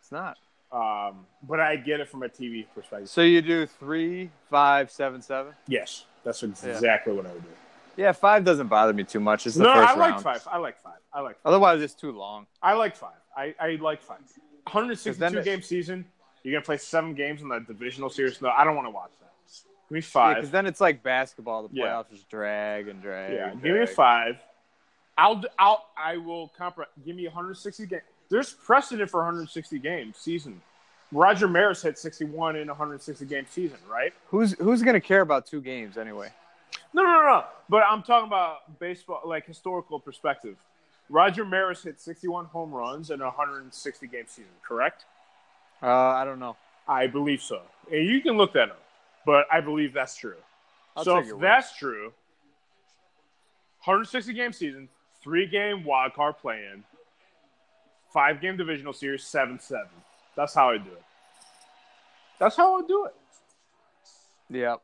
Speaker 1: It's not.
Speaker 2: Um, but I get it from a TV perspective.
Speaker 1: So you do three, five, seven, seven.
Speaker 2: Yes, that's exactly what I would do.
Speaker 1: Yeah, five doesn't bother me too much. It's the
Speaker 2: No,
Speaker 1: first
Speaker 2: I like
Speaker 1: round.
Speaker 2: five. I like five. I like. Five.
Speaker 1: Otherwise, it's too long.
Speaker 2: I like five. I, I like five. 162
Speaker 1: it-
Speaker 2: game season. You're gonna play seven games in the divisional series. No, I don't want to watch that. Give me
Speaker 1: Yeah,
Speaker 2: five.
Speaker 1: because then it's like basketball. The
Speaker 2: Yeah.
Speaker 1: playoffs just drag and drag.
Speaker 2: Yeah,
Speaker 1: and
Speaker 2: give me a
Speaker 1: drag.
Speaker 2: five. I'll d- I'll I will compre- Give me 160 games. There's precedent for 160 games season. Roger Maris hit 61 in 160 game season, right?
Speaker 1: Who's who's gonna care about two games anyway?
Speaker 2: No, no, no, no. But I'm talking about baseball, like historical perspective. Roger Maris hit 61 home runs in a 160 game season, correct?
Speaker 1: Uh, I don't know.
Speaker 2: I believe so. And you can look that up, but I believe that's true.
Speaker 1: I'll
Speaker 2: so
Speaker 1: take
Speaker 2: if
Speaker 1: your word.
Speaker 2: that's true, 160 game season, three game wild card play in, five game divisional series, seven seven. That's how I do it. That's how I do it
Speaker 1: Yeah.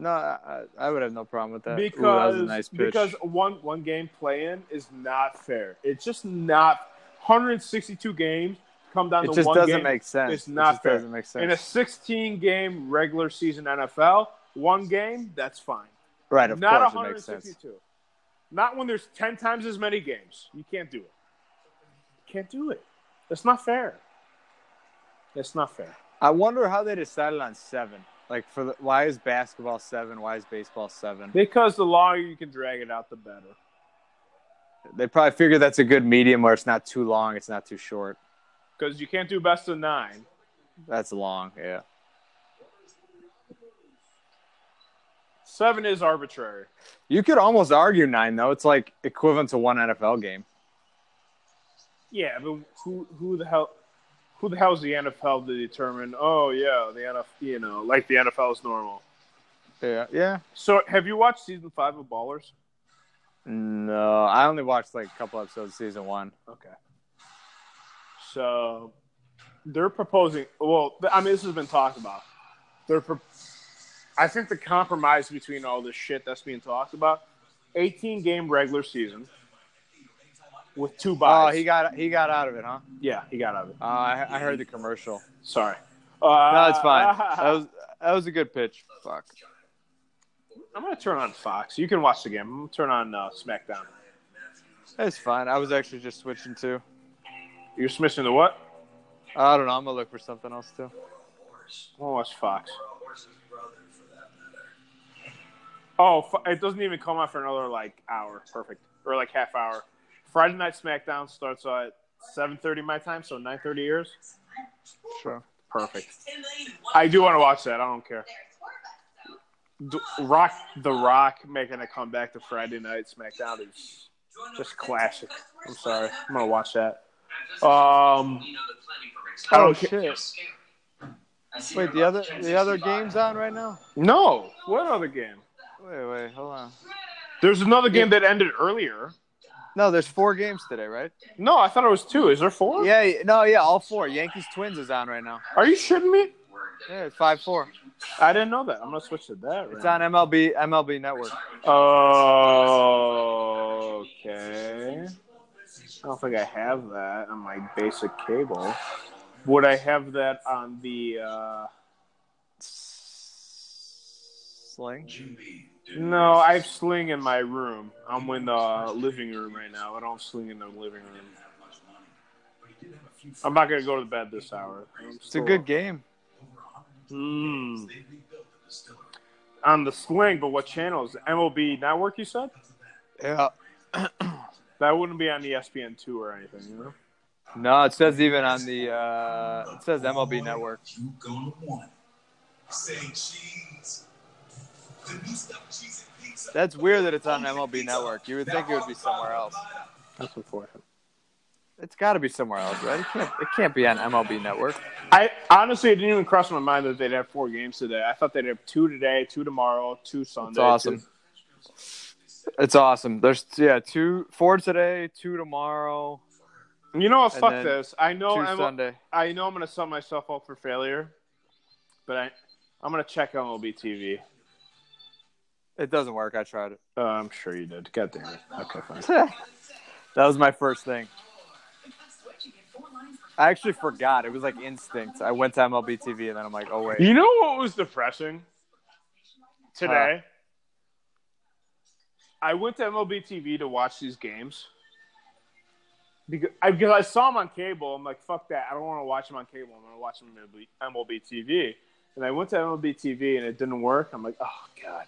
Speaker 1: No, I, I I would have no problem with that. Ooh,
Speaker 2: because
Speaker 1: that was a nice pitch.
Speaker 2: because one one game play in is not fair. It's just not 162 games come down
Speaker 1: it
Speaker 2: to
Speaker 1: just
Speaker 2: one
Speaker 1: doesn't
Speaker 2: game.
Speaker 1: make sense.
Speaker 2: It's not
Speaker 1: it just
Speaker 2: fair.
Speaker 1: doesn't make sense.
Speaker 2: In a 16 game regular season NFL, one game that's fine.
Speaker 1: right, of
Speaker 2: not
Speaker 1: course it makes sense.
Speaker 2: 162. Not when there's 10 times as many games. You can't do it. You can't do it. That's not fair. That's not fair.
Speaker 1: I wonder how they decided on seven. Like for the, why is basketball seven? Why is baseball seven?
Speaker 2: Because the longer you can drag it out, the better.
Speaker 1: They probably figure that's a good medium where it's not too long, it's not too short.
Speaker 2: Because you can't do best of nine.
Speaker 1: That's long, yeah.
Speaker 2: Seven is arbitrary.
Speaker 1: You could almost argue nine though. It's like equivalent to one NFL game.
Speaker 2: Yeah, but who who the hell who the hell is the NFL to determine? Oh yeah, the NFL. You know, like the NFL is normal.
Speaker 1: Yeah, yeah.
Speaker 2: So, have you watched season five of Ballers?
Speaker 1: No, I only watched like a couple episodes of season one.
Speaker 2: Okay. So they're proposing. Well, th- I mean, this has been talked about. They're. Pro- I think the compromise between all this shit that's being talked about, 18 game regular season, with two
Speaker 1: Oh,
Speaker 2: buys.
Speaker 1: he got he got out of it, huh?
Speaker 2: yeah, he got out of it.
Speaker 1: Uh, I, I heard the commercial.
Speaker 2: Sorry.
Speaker 1: No,
Speaker 2: Uh, [laughs]
Speaker 1: it's fine. That was that was a good pitch. Fuck.
Speaker 2: I'm gonna turn on Fox. You can watch the game. I'm gonna turn on uh, SmackDown.
Speaker 1: It's fine. I was actually just switching to.
Speaker 2: You're smishing the what?
Speaker 1: I don't know. I'm gonna look for something else too.
Speaker 2: I'm gonna watch Fox. Oh, fu- it doesn't even come on for another like hour. Perfect, or like half hour. Friday night SmackDown starts at 7:30 my time, so 9:30 yours.
Speaker 1: Sure.
Speaker 2: Perfect. I do want to watch that. I don't care. D- Rock, The Rock making a comeback to Friday night SmackDown is just classic. I'm sorry. I'm gonna watch that. Um, I
Speaker 1: Oh
Speaker 2: don't care.
Speaker 1: shit. Wait, the other the other game's on right now.
Speaker 2: No, what other game?
Speaker 1: Wait, wait, hold on.
Speaker 2: There's another game that ended earlier.
Speaker 1: No, there's four games today, right?
Speaker 2: No, I thought it was two. Is there four?
Speaker 1: Yeah, yeah, no, yeah, all four. Yankees Twins is on right now.
Speaker 2: Are you shitting me?
Speaker 1: Yeah, it's five four.
Speaker 2: I didn't know that. I'm gonna switch to that.
Speaker 1: It's on
Speaker 2: right
Speaker 1: MLB MLB Network.
Speaker 2: now. Oh, okay. I don't think I have that on my basic cable. Would I have that on the? Uh...
Speaker 1: Sling.
Speaker 2: No, I have Sling in my room. I'm in the living room right now. I don't have Sling in the living room. I'm not gonna go to bed this hour.
Speaker 1: It's a good game.
Speaker 2: Mm. On the sling, but what channel is it? MLB Network? You said
Speaker 1: Yeah.
Speaker 2: That wouldn't be on E ESPN two or anything, you know.
Speaker 1: No, it says even on the uh, it says MLB Network.
Speaker 3: You gonna want it. Say cheese. The new stuff, cheese and pizza.
Speaker 1: That's weird that it's on MLB Network. You would think it would be somewhere else.
Speaker 2: That's unfortunate.
Speaker 1: It's got to be somewhere else, right? It can't, it can't be on MLB Network.
Speaker 2: I honestly it didn't even cross my mind that they'd have four games today. I thought they'd have two today, two tomorrow, two Sunday.
Speaker 1: It's awesome.
Speaker 2: two-
Speaker 1: It's awesome. There's yeah, two four today, two tomorrow,
Speaker 2: You know what?
Speaker 1: And
Speaker 2: Fuck
Speaker 1: then
Speaker 2: this. I know
Speaker 1: two
Speaker 2: I'm,
Speaker 1: Sunday.
Speaker 2: I know I'm gonna set myself up for failure, but I I'm gonna check MLB TV.
Speaker 1: It doesn't work. I tried it. [laughs]
Speaker 2: Uh, I'm sure you did. God damn it. Okay, fine.
Speaker 1: that was my first thing. I actually forgot. It was like instinct. I went to MLB TV and then I'm like, oh wait.
Speaker 2: You know what was depressing today? I went to MLB TV to watch these games because I, because I saw them on cable. I'm like, fuck that. I don't want to watch them on cable. I'm going to watch them on MLB, MLB TV. And I went to MLB TV and it didn't work. I'm like, oh, God.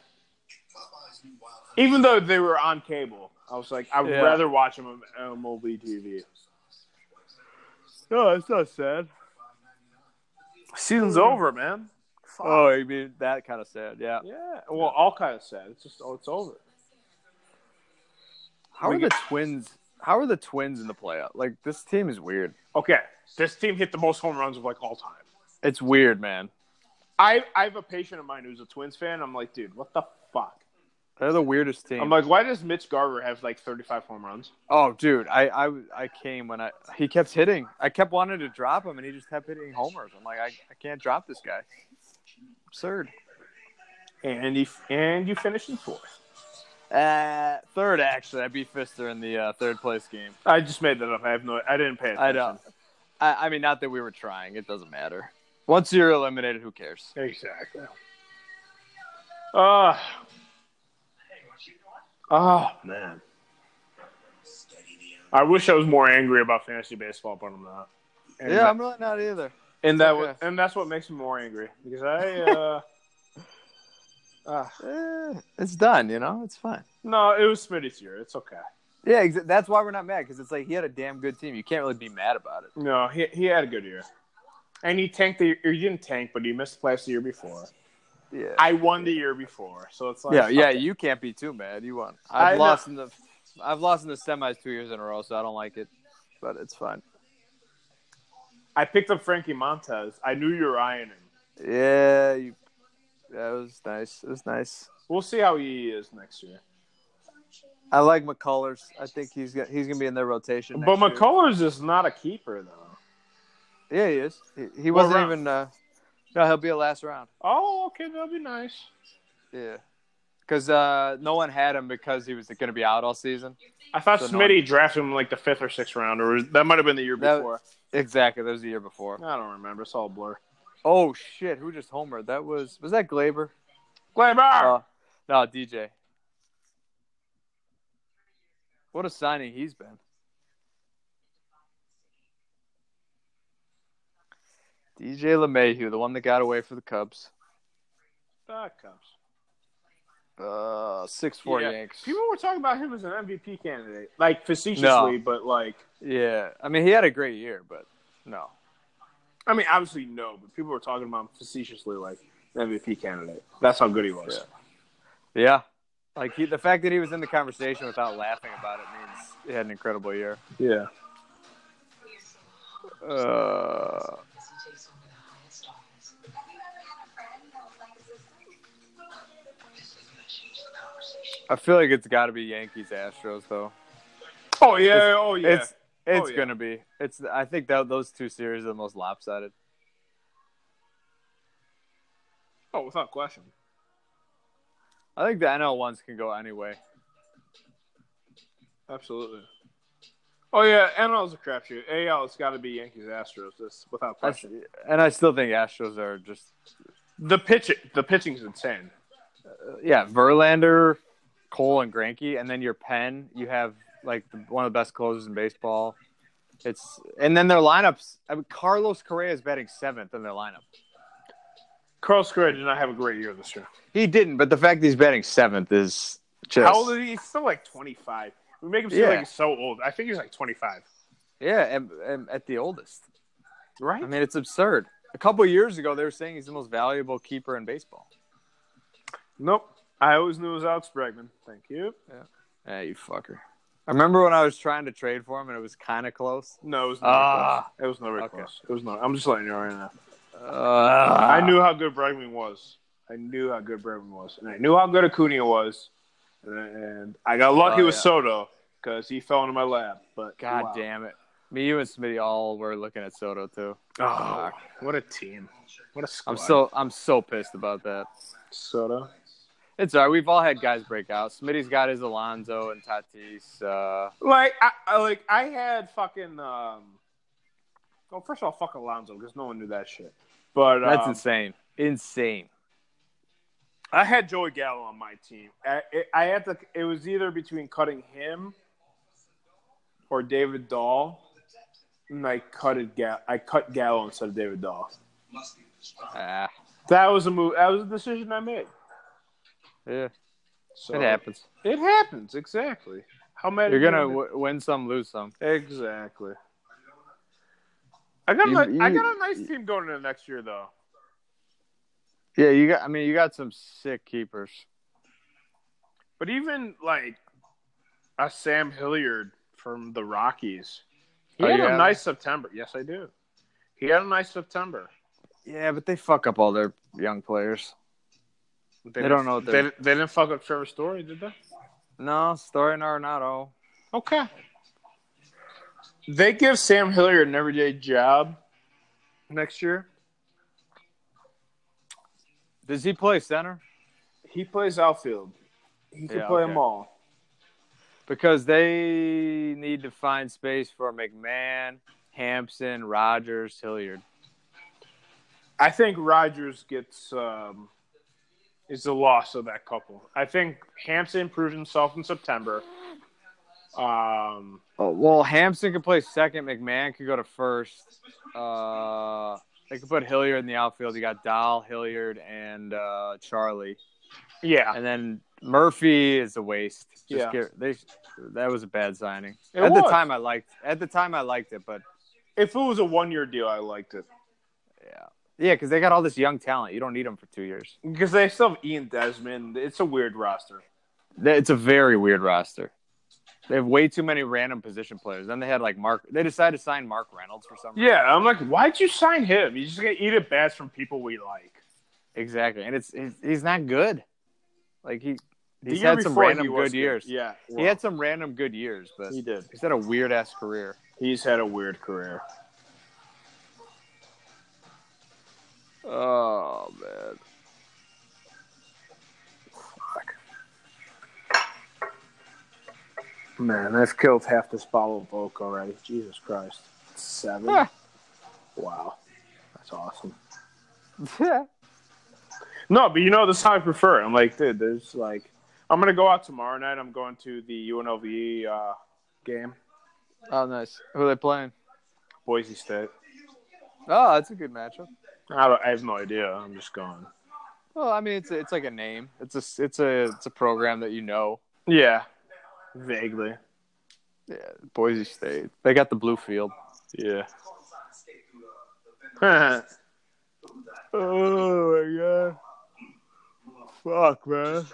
Speaker 2: Even though they were on cable, I was like, I'd
Speaker 1: Yeah.
Speaker 2: rather watch them on MLB TV. No, that's not sad. Season's over, man.
Speaker 1: Oh, you mean that kind of sad? Yeah.
Speaker 2: Yeah, well, all kind of sad. It's just, oh, it's over.
Speaker 1: How
Speaker 2: We
Speaker 1: are the
Speaker 2: get-
Speaker 1: Twins? How are the Twins in the playoff? Like this team is weird.
Speaker 2: Okay, this team hit the most home runs of like all time.
Speaker 1: It's weird, man.
Speaker 2: I, I have a patient of mine who's a Twins fan. I'm like, dude, what the fuck?
Speaker 1: They're the weirdest team.
Speaker 2: I'm like, why does Mitch Garver have like 35 home runs?
Speaker 1: oh, dude, I, I I came when I he kept hitting. I kept wanting to drop him, and he just kept hitting homers. I'm like, I, I can't drop this guy. Absurd.
Speaker 2: And he, and you finished in fourth.
Speaker 1: Uh, third, actually, I beat Fister in the uh, third place game.
Speaker 2: I just made that up. I have no, I didn't pay attention.
Speaker 1: I don't. I, I mean, not that we were trying. It doesn't matter. Once you're eliminated, who cares?
Speaker 2: Exactly. Ah. Ah, man. I wish I was more angry about fantasy baseball, but I'm not. And
Speaker 1: Yeah, I'm really not either.
Speaker 2: and that
Speaker 1: Okay.
Speaker 2: was, and that's what makes me more angry because I
Speaker 1: [laughs]
Speaker 2: uh, uh
Speaker 1: Eh, it's done. You know, it's fine.
Speaker 2: no, it was Smitty's year. It's okay.
Speaker 1: Yeah, exa- that's why we're not mad because it's like he had a damn good team. You can't really be mad about it.
Speaker 2: No, he he had a good year, and he tanked the or he didn't tank, but he missed the playoffs the year before.
Speaker 1: Yeah,
Speaker 2: I won the year before, so it's like
Speaker 1: yeah, yeah.
Speaker 2: okay.
Speaker 1: You can't be too mad. You won.
Speaker 2: I
Speaker 1: I've
Speaker 2: know.
Speaker 1: lost in the, I've lost in the semis two years in a row, so I don't like it, but it's fine.
Speaker 2: I picked up Frankie Montez. I knew you were eyeing him.
Speaker 1: Yeah, you, that was nice. It was nice.
Speaker 2: We'll see how he is next year.
Speaker 1: I like McCullers. I think he's got, he's gonna be in their rotation.
Speaker 2: but
Speaker 1: next year.
Speaker 2: McCullers is not a keeper though.
Speaker 1: yeah, he is. He, he
Speaker 2: What
Speaker 1: wasn't
Speaker 2: round?
Speaker 1: even. Uh, no, he'll be a last round.
Speaker 2: Oh, okay, that'll be nice.
Speaker 1: Yeah, because uh, no one had him because he was gonna be out all season.
Speaker 2: I thought
Speaker 1: So no
Speaker 2: Smitty drafted him like the fifth or sixth round, or that might have been the year
Speaker 1: That-
Speaker 2: before.
Speaker 1: Exactly. That was the year before.
Speaker 2: I don't remember. It's all a blur.
Speaker 1: Oh shit! Who just homered? That was was that Glaber?
Speaker 2: Glaber.
Speaker 1: Uh, no, DJ. What a signing he's been. DJ LeMahieu, the one that got away for the Cubs.
Speaker 2: That comes.
Speaker 1: Uh, six four
Speaker 2: Yeah.
Speaker 1: Yanks.
Speaker 2: People were talking about him as an MVP candidate, like facetiously, but like,
Speaker 1: Yeah, I mean he had a great year, but no.
Speaker 2: I mean, obviously no, but people were talking about him facetiously, like an MVP candidate. That's how good he was.
Speaker 1: Yeah. Yeah, like he, the fact that he was in the conversation without laughing about it means he had an incredible year.
Speaker 2: Yeah.
Speaker 1: Uh, I feel like it's got to be Yankees Astros though.
Speaker 2: Oh yeah. oh yeah.
Speaker 1: It's it's
Speaker 2: yeah.
Speaker 1: gonna be. It's I think that those two series are the most lopsided.
Speaker 2: oh, without question.
Speaker 1: I think the NL ones can go anyway.
Speaker 2: Absolutely. Oh yeah, NL's a crapshoot. AL, it's got to be Yankees Astros. This without
Speaker 1: I
Speaker 2: question.
Speaker 1: s- and I still think Astros are just
Speaker 2: The pitch, the pitching's insane.
Speaker 1: yeah Verlander, Cole, and Granke, and then your pen. You have like the, one of the best closers in baseball. It's and then their lineups. I mean, Carlos Correa is batting seventh in their lineup.
Speaker 2: Carl Square did not have a great year this year.
Speaker 1: He didn't, but the fact that he's batting seventh is just
Speaker 2: How old is he? He's still like twenty five. We make him seem
Speaker 4: Yeah.
Speaker 2: like he's so old. I think he's like 25.
Speaker 4: Yeah, and, and at the oldest.
Speaker 2: Right?
Speaker 4: I mean, it's absurd.
Speaker 1: A couple years ago, they were saying he's the most valuable keeper in baseball.
Speaker 2: Nope. I always knew it was Alex Bregman. Thank you.
Speaker 4: Yeah, you fucker.
Speaker 1: Eh, I remember when I was trying to trade for him, and it was kind of close.
Speaker 2: No, it was nowhere
Speaker 4: Ah.
Speaker 2: close. It was nowhere
Speaker 1: Okay. Ah.
Speaker 2: close. It was not. I'm just letting you know right now.
Speaker 4: Uh,
Speaker 2: I knew how good Bregman was. I knew how good Bregman was, and I knew how good Acuna was, and, and I got lucky
Speaker 4: Oh,
Speaker 2: with
Speaker 4: yeah.
Speaker 2: Soto because he fell into my lap. But
Speaker 1: God
Speaker 2: wow.
Speaker 1: damn it. Me, you, and Smitty all were looking at Soto too.
Speaker 2: Oh, what a team! What a squad!
Speaker 1: I'm so I'm so pissed about that.
Speaker 2: Soto.
Speaker 1: It's all right. We've all had guys break out. Smitty's got his Alonzo and Tatis. Uh,
Speaker 2: Like I, I like I had fucking um. Well, first of all, fuck Alonzo because no one knew that shit. But
Speaker 1: that's
Speaker 2: um,
Speaker 1: insane. Insane.
Speaker 2: I had Joey Gallo on my team. I, it, I had to. It was either between cutting him or David Dahl, and I cut Gallo. I cut Gallo instead of David Dahl.
Speaker 3: Must be distracted.
Speaker 1: Ah,
Speaker 2: That was a move. That was a decision I made.
Speaker 1: yeah,
Speaker 2: So
Speaker 1: it happens.
Speaker 2: It happens exactly. How mad
Speaker 1: You're
Speaker 2: are you
Speaker 1: gonna w- win some, lose some.
Speaker 2: exactly. I got,
Speaker 1: You-
Speaker 2: a, I
Speaker 1: you-
Speaker 2: got a nice team going into next year though.
Speaker 1: Yeah, you got. I mean, you got some sick keepers.
Speaker 2: But even like a Sam Hilliard from the Rockies, he
Speaker 1: Oh,
Speaker 2: had
Speaker 1: you have
Speaker 2: a
Speaker 1: him?
Speaker 2: nice September. Yes, I do. He had a nice September.
Speaker 1: Yeah, but they fuck up all their young players. They don't
Speaker 2: didn't-
Speaker 1: know what
Speaker 2: they,
Speaker 1: they're-
Speaker 2: didn't- they didn't fuck up Trevor Story, did they?
Speaker 1: No, Story and Arenado.
Speaker 2: Okay. They give Sam Hilliard an everyday job next year.
Speaker 1: Does he play center?
Speaker 2: He plays outfield. He can
Speaker 1: Yeah,
Speaker 2: play
Speaker 1: okay.
Speaker 2: them all.
Speaker 1: Because they need to find space for McMahon, Hampson, Rogers, Hilliard.
Speaker 2: I think Rogers gets um, is the loss of that couple. I think Hampson proved himself in September. Um,
Speaker 1: Oh, well, Hampson could play second. McMahon could go to first. Uh, they could put Hilliard in the outfield. You got Dahl, Hilliard, and uh, Charlie.
Speaker 2: yeah,
Speaker 1: And then Murphy is a waste. Just
Speaker 2: Yeah.
Speaker 1: get- they, that was a bad signing.
Speaker 2: It
Speaker 1: at the
Speaker 2: was.
Speaker 1: time, I liked. At the time, I liked it, but
Speaker 2: if it was a one year deal, I liked it
Speaker 1: yeah, yeah, because they got all this young talent. You don't need them for two years.
Speaker 2: because they still have Ian Desmond. It's a weird roster.
Speaker 1: Th- It's a very weird roster. They have way too many random position players. Then they had like Mark. They decided to sign Mark Reynolds for some reason.
Speaker 2: Yeah, I'm like, why'd you sign him? You just gonna eat at bats from people we like.
Speaker 1: exactly. And it's he's, he's not good. Like he
Speaker 2: The
Speaker 1: he's
Speaker 2: year
Speaker 1: had some
Speaker 2: before,
Speaker 1: random
Speaker 2: he
Speaker 1: good
Speaker 2: was
Speaker 1: years.
Speaker 2: Yeah,
Speaker 1: He had some random good years, but
Speaker 2: he did.
Speaker 1: he's had a weird ass career.
Speaker 2: He's had a weird career.
Speaker 1: Oh man.
Speaker 2: Man, I've killed half this bottle of oak already. Jesus Christ. Seven?
Speaker 1: Huh.
Speaker 2: Wow. That's awesome.
Speaker 1: Yeah.
Speaker 2: No, but you know, this is how I prefer. it. I'm like, dude, there's like, I'm going to go out tomorrow night. I'm going to the UNLV uh, game,
Speaker 1: [laughs] Oh nice. Who are they playing?
Speaker 2: Boise State.
Speaker 1: Oh, that's a good matchup.
Speaker 2: I, don't, I have no idea. I'm just going.
Speaker 1: Well, I mean, it's a, it's like a name. It's a it's a it's a program that you know.
Speaker 2: Yeah. Vaguely.
Speaker 1: Yeah, Boise State. They got the blue field.
Speaker 2: Yeah. [laughs]
Speaker 1: Oh my god. Fuck, man.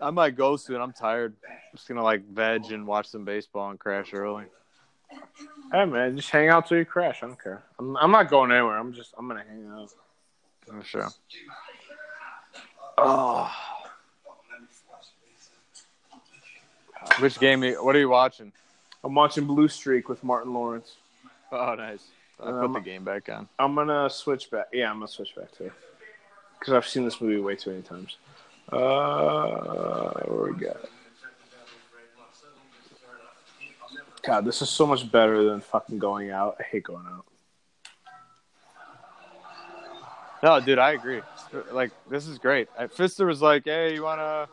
Speaker 1: I might go soon. I'm tired. I'm just gonna like veg and watch some baseball and crash early.
Speaker 2: hey, man, just hang out till you crash. I don't care. I'm, I'm not going anywhere. I'm just, I'm going to hang out.
Speaker 1: I'm sure. Oh. Which game? you- What are you watching?
Speaker 2: I'm watching Blue Streak with Martin Lawrence.
Speaker 1: Oh, nice. I put
Speaker 2: Um,
Speaker 1: the game back on.
Speaker 2: I'm gonna switch back. Yeah, I'm gonna switch back to because I've seen this movie way too many times. Uh, where we got? God, this is so much better than fucking going out. I hate going out.
Speaker 1: No, dude, I agree. Like, this is great. I- Fister was like, "Hey, you wanna?"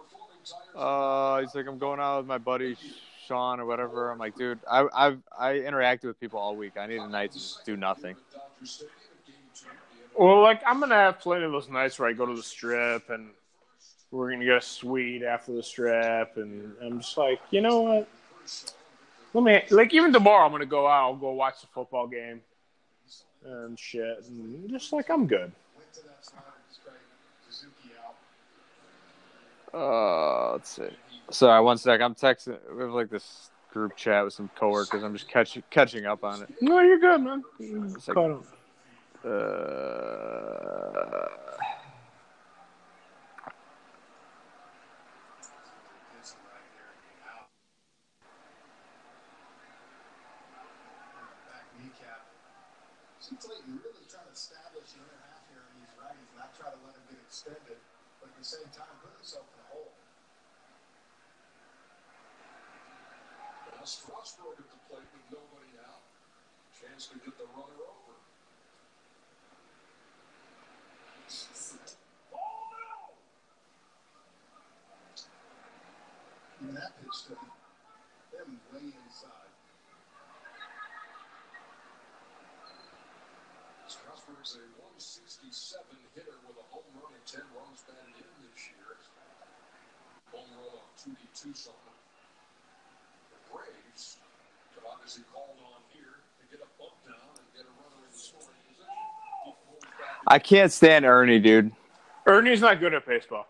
Speaker 1: Uh, he's like, "I'm going out with my buddy Sean or whatever." I'm like, "Dude, I I've I interacted with people all week. I need a night to just do nothing."
Speaker 2: Well, like I'm gonna have plenty of those nights where I go to the strip and we're gonna get a suite after the strip, and I'm just like, you know what? Let me like even tomorrow. I'm gonna go out. I'll go watch the football game and shit. And just like I'm good.
Speaker 1: Uh, let's see. Sorry, one sec. I'm texting. We have like this group chat with some coworkers. I'm just catching catching up on it.
Speaker 2: No, you're good, man. You
Speaker 1: It's like-
Speaker 2: caught up.
Speaker 1: Uh,
Speaker 3: Seems like you're really trying to establish the other half here in these righties, not try to let them get extended, but at the same time put yourself in a hole. Now Strasburg at the plate with nobody out. Chance to get the runner over. Oh no! Even that pitch to them way inside. Strasburg's a 167 hitter with a home run and 10 runs batted in this year. Home run on 2D Tucson. The Braves could obviously called on here to get a bump down and get a runner in the scoring position. He pulls back
Speaker 1: I can't stand Ernie, dude.
Speaker 2: Ernie's not good at baseball.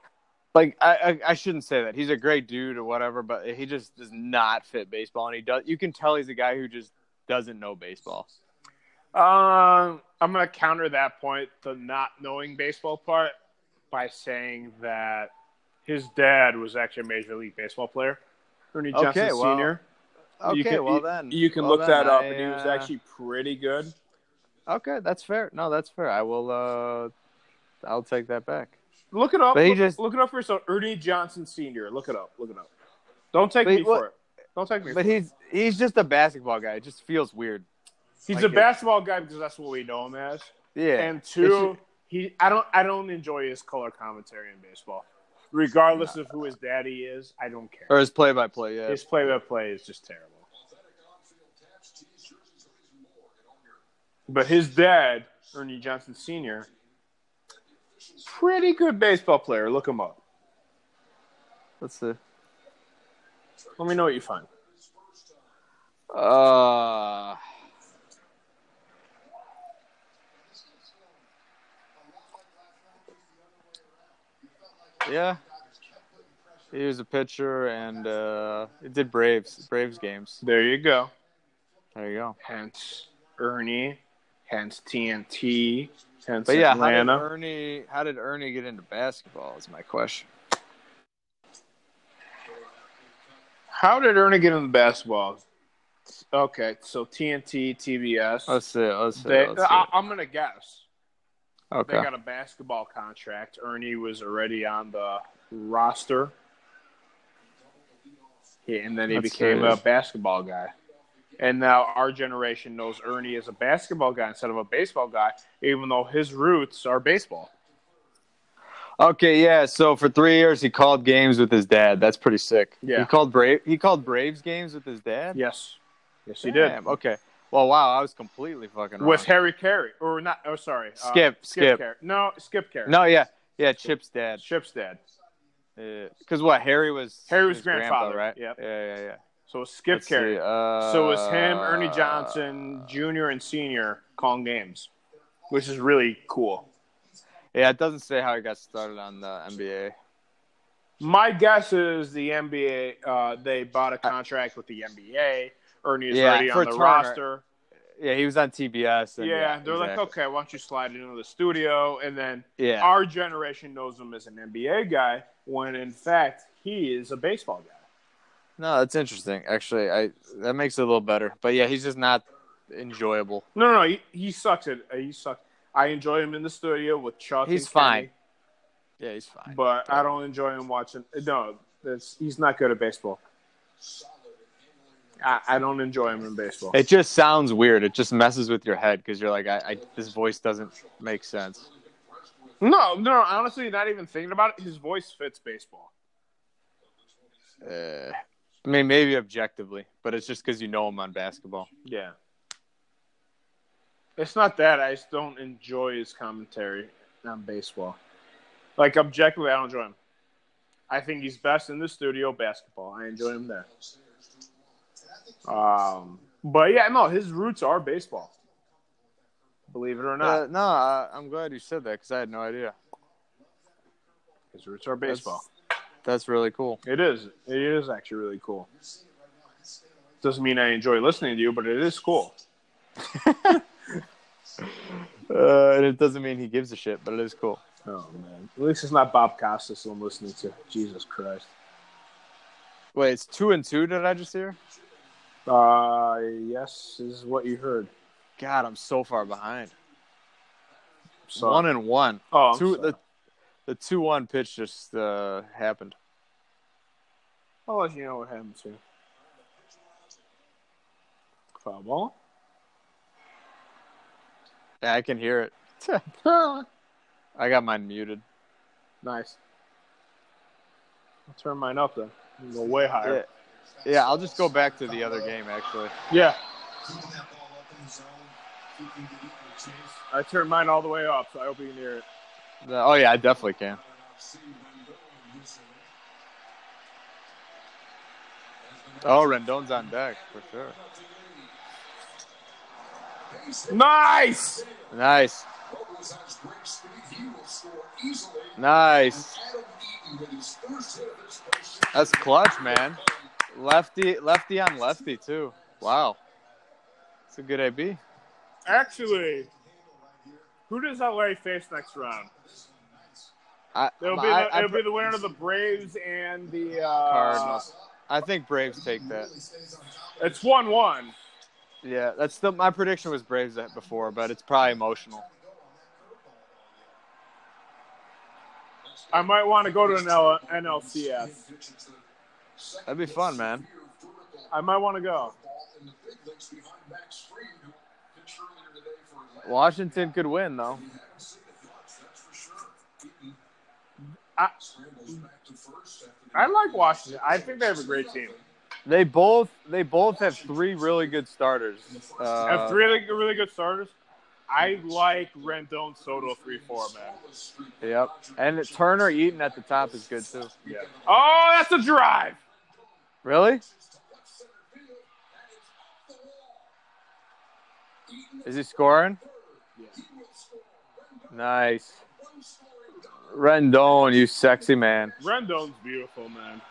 Speaker 1: Like I, I, I shouldn't say that. He's a great dude or whatever, but he just does not fit baseball, and he does. You can tell he's a guy who just doesn't know baseball.
Speaker 2: Um, I'm gonna counter that point, the not knowing baseball part, by saying that his dad was actually a major league baseball player, Ernie
Speaker 1: Okay,
Speaker 2: Johnson
Speaker 1: well,
Speaker 2: Senior.
Speaker 1: Okay,
Speaker 2: you can,
Speaker 1: well
Speaker 2: you-
Speaker 1: then
Speaker 2: you can
Speaker 1: Well,
Speaker 2: look
Speaker 1: then
Speaker 2: that up,
Speaker 1: I,
Speaker 2: and he was
Speaker 1: uh,
Speaker 2: actually pretty good.
Speaker 1: okay. That's fair. No, that's fair. I will. uh I'll take that back.
Speaker 2: Look it up.
Speaker 1: But he
Speaker 2: Look,
Speaker 1: just-
Speaker 2: look it up for yourself. Ernie Johnson Senior. Look it up. Look it up. Don't take
Speaker 1: But
Speaker 2: me
Speaker 1: he- what-
Speaker 2: for it. Don't take me.
Speaker 1: But
Speaker 2: for it.
Speaker 1: he's he's just a basketball guy. It just feels weird.
Speaker 2: he's
Speaker 1: like
Speaker 2: a
Speaker 1: it-
Speaker 2: basketball guy because that's what we know him as.
Speaker 1: Yeah.
Speaker 2: And two, he I don't I don't enjoy his color commentary in baseball, regardless of who his daddy is. I don't care.
Speaker 1: or his play-by-play. Oh, Yeah.
Speaker 2: His play by play is just terrible. But his dad, Ernie Johnson Sr., pretty good baseball player. Look him up.
Speaker 1: Let's see.
Speaker 2: Let me know what you find.
Speaker 1: Uh, yeah. He was a pitcher and uh, he did Braves Braves games.
Speaker 2: There you go.
Speaker 1: There you go.
Speaker 2: Hence Ernie, hence TNT, hence
Speaker 1: But yeah, how did
Speaker 2: Atlanta.
Speaker 1: Ernie? How did Ernie get into basketball? Is my question.
Speaker 2: How did Ernie get into basketball? Okay, so TNT, TBS.
Speaker 1: Let's see. Let's see.
Speaker 2: They-
Speaker 1: let's see.
Speaker 2: I, I'm gonna guess
Speaker 1: okay.
Speaker 2: they got a basketball contract. Ernie was already on the roster, yeah, and then he
Speaker 1: That's
Speaker 2: became
Speaker 1: serious.
Speaker 2: a basketball guy. And now our generation knows Ernie is a basketball guy instead of a baseball guy, even though his roots are baseball.
Speaker 1: Okay. Yeah. So for three years, he called games with his dad. That's pretty sick.
Speaker 2: Yeah.
Speaker 1: He called Brave. He called Braves games with his dad.
Speaker 2: Yes, yes, he
Speaker 1: Damn, Okay. Well, wow. I was completely fucking
Speaker 2: did
Speaker 1: wrong.
Speaker 2: with Harry Carey, or not? Oh, sorry, uh,
Speaker 1: Skip, Skip.
Speaker 2: Carey. No, Skip Carey.
Speaker 1: no. Yeah. Yeah. Chip's dad.
Speaker 2: Chip's dad.
Speaker 1: Because what Harry was
Speaker 2: Harry was
Speaker 1: his grandpa,
Speaker 2: grandfather,
Speaker 1: right?
Speaker 2: yep.
Speaker 1: Yeah, yeah, yeah.
Speaker 2: So it was Skip
Speaker 1: Let's see,
Speaker 2: Carey.
Speaker 1: uh,
Speaker 2: So it's him, Ernie Johnson, Jr. and Senior calling games, which is really cool.
Speaker 1: Yeah, it doesn't say how he got started on the NBA.
Speaker 2: My guess is the NBA. Uh, they bought a contract with the NBA. Ernie is
Speaker 1: Yeah,
Speaker 2: already
Speaker 1: for
Speaker 2: on the
Speaker 1: Turner.
Speaker 2: roster.
Speaker 1: Yeah, he was on TBS.
Speaker 2: Yeah,
Speaker 1: And,
Speaker 2: they're like,
Speaker 1: exactly.
Speaker 2: okay, why don't you slide it into the studio? And then
Speaker 1: Yeah,
Speaker 2: our generation knows him as an NBA guy when in fact he is a baseball guy.
Speaker 1: no, that's interesting. Actually, I that makes it a little better. But yeah, he's just not enjoyable.
Speaker 2: No, no, no he, he sucks at he sucks. I enjoy him in the studio with Chuck.
Speaker 1: He's
Speaker 2: and Kenny.
Speaker 1: fine. Yeah, he's fine.
Speaker 2: but I don't enjoy him watching. No, that's, he's not good at baseball. I, I don't enjoy him in baseball.
Speaker 1: It just sounds weird. It just messes with your head because you're like, I, I, this voice doesn't make sense.
Speaker 2: no, no, honestly, not even thinking about it. His voice fits baseball.
Speaker 1: Uh, I mean, maybe objectively, but it's just because you know him on basketball.
Speaker 2: Yeah. It's not that. I just don't enjoy his commentary on baseball. Like, objectively, I don't enjoy him. I think he's best in the studio basketball. I enjoy him there. Um, but yeah, no, his roots are baseball. Believe it or not,
Speaker 1: Uh, no, I, I'm glad you said that because I had no idea.
Speaker 2: his roots are baseball.
Speaker 1: That's really cool.
Speaker 2: It is. It is actually really cool. Doesn't mean I enjoy listening to you, but it is cool.
Speaker 1: Uh, and it doesn't mean he gives a shit, but it is cool.
Speaker 2: Oh man, at least it's not Bob Costas I'm listening to. Jesus Christ.
Speaker 1: Wait, it's two and two. Did I just hear?
Speaker 2: Uh, yes, is what you heard.
Speaker 1: God, I'm so far behind.
Speaker 2: So,
Speaker 1: One and one.
Speaker 2: oh, I'm
Speaker 1: two
Speaker 2: sorry.
Speaker 1: the the two one pitch just uh, happened.
Speaker 2: I'll let you know what happened to. Foul ball.
Speaker 1: Yeah, I can hear it. [laughs] I got mine muted.
Speaker 2: Nice. I'll turn mine up then. Go way
Speaker 1: Yeah,
Speaker 2: higher.
Speaker 1: yeah. I'll just go back to the other game actually.
Speaker 2: yeah.
Speaker 3: Keeping that ball up in the zone, keeping the equal chase.
Speaker 2: I turned mine all the way up, so I hope you can hear it.
Speaker 1: The- oh yeah, I definitely can. Oh, Rendon's on deck for sure.
Speaker 2: Nice.
Speaker 1: Nice,
Speaker 3: Rosen's great speed, he will score easily.
Speaker 1: nice.
Speaker 3: Adam Eaton with his first hit of this postseason.
Speaker 1: That's clutch, man. Lefty, lefty on lefty too. Wow, it's a good AB.
Speaker 2: Actually, who does LA face next round?
Speaker 1: I,
Speaker 2: It'll be
Speaker 1: I-
Speaker 2: the,
Speaker 1: I
Speaker 2: it'll
Speaker 1: pre-
Speaker 2: be the winner of the Braves and the uh,
Speaker 1: Cardinals. I think Braves take that.
Speaker 2: It's one one.
Speaker 1: Yeah, that's the my prediction was Braves that before, but it's probably emotional.
Speaker 2: I might want to go to an L- NLCS.
Speaker 1: That'd be fun, man.
Speaker 2: I might want to go.
Speaker 1: Washington could win though.
Speaker 2: I, I like Washington. I think they have a great team.
Speaker 1: They both they both have three really good starters. Uh,
Speaker 2: have three really, really good starters. I like Rendon Soto three four man.
Speaker 1: Uh, Yep, and Turner Eaton at the top is good too.
Speaker 2: Yeah. Oh, that's a drive.
Speaker 1: Really? Is he scoring? Nice. Rendon, you sexy man.
Speaker 2: Rendon's beautiful man.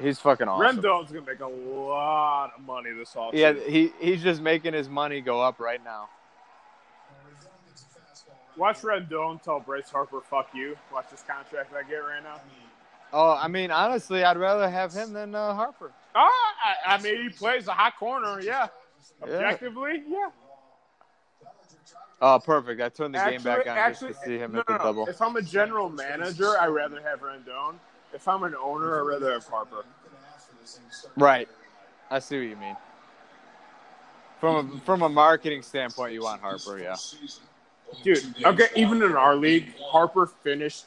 Speaker 1: He's fucking awesome.
Speaker 2: Rendon's gonna make a lot of money this offseason.
Speaker 1: Yeah, he he's just making his money go up right now.
Speaker 2: Watch Rendon tell Bryce Harper "fuck you." Watch this contract I get right now.
Speaker 1: Oh, I mean, honestly, I'd rather have him than uh, Harper.
Speaker 2: Oh, I, I mean, he plays a hot corner. Yeah. Objectively, yeah.
Speaker 1: Oh, perfect. I turned the game
Speaker 2: Actually-
Speaker 1: back on
Speaker 2: actually,
Speaker 1: just to see him
Speaker 2: no,
Speaker 1: at the
Speaker 2: no, no.
Speaker 1: double.
Speaker 2: If I'm a general manager, I rather have Rendon. If I'm an owner, I rather have Harper.
Speaker 1: Right. I see what you mean. From a, from a marketing standpoint, you want Harper, yeah.
Speaker 2: Dude, okay, even in our league, Harper finished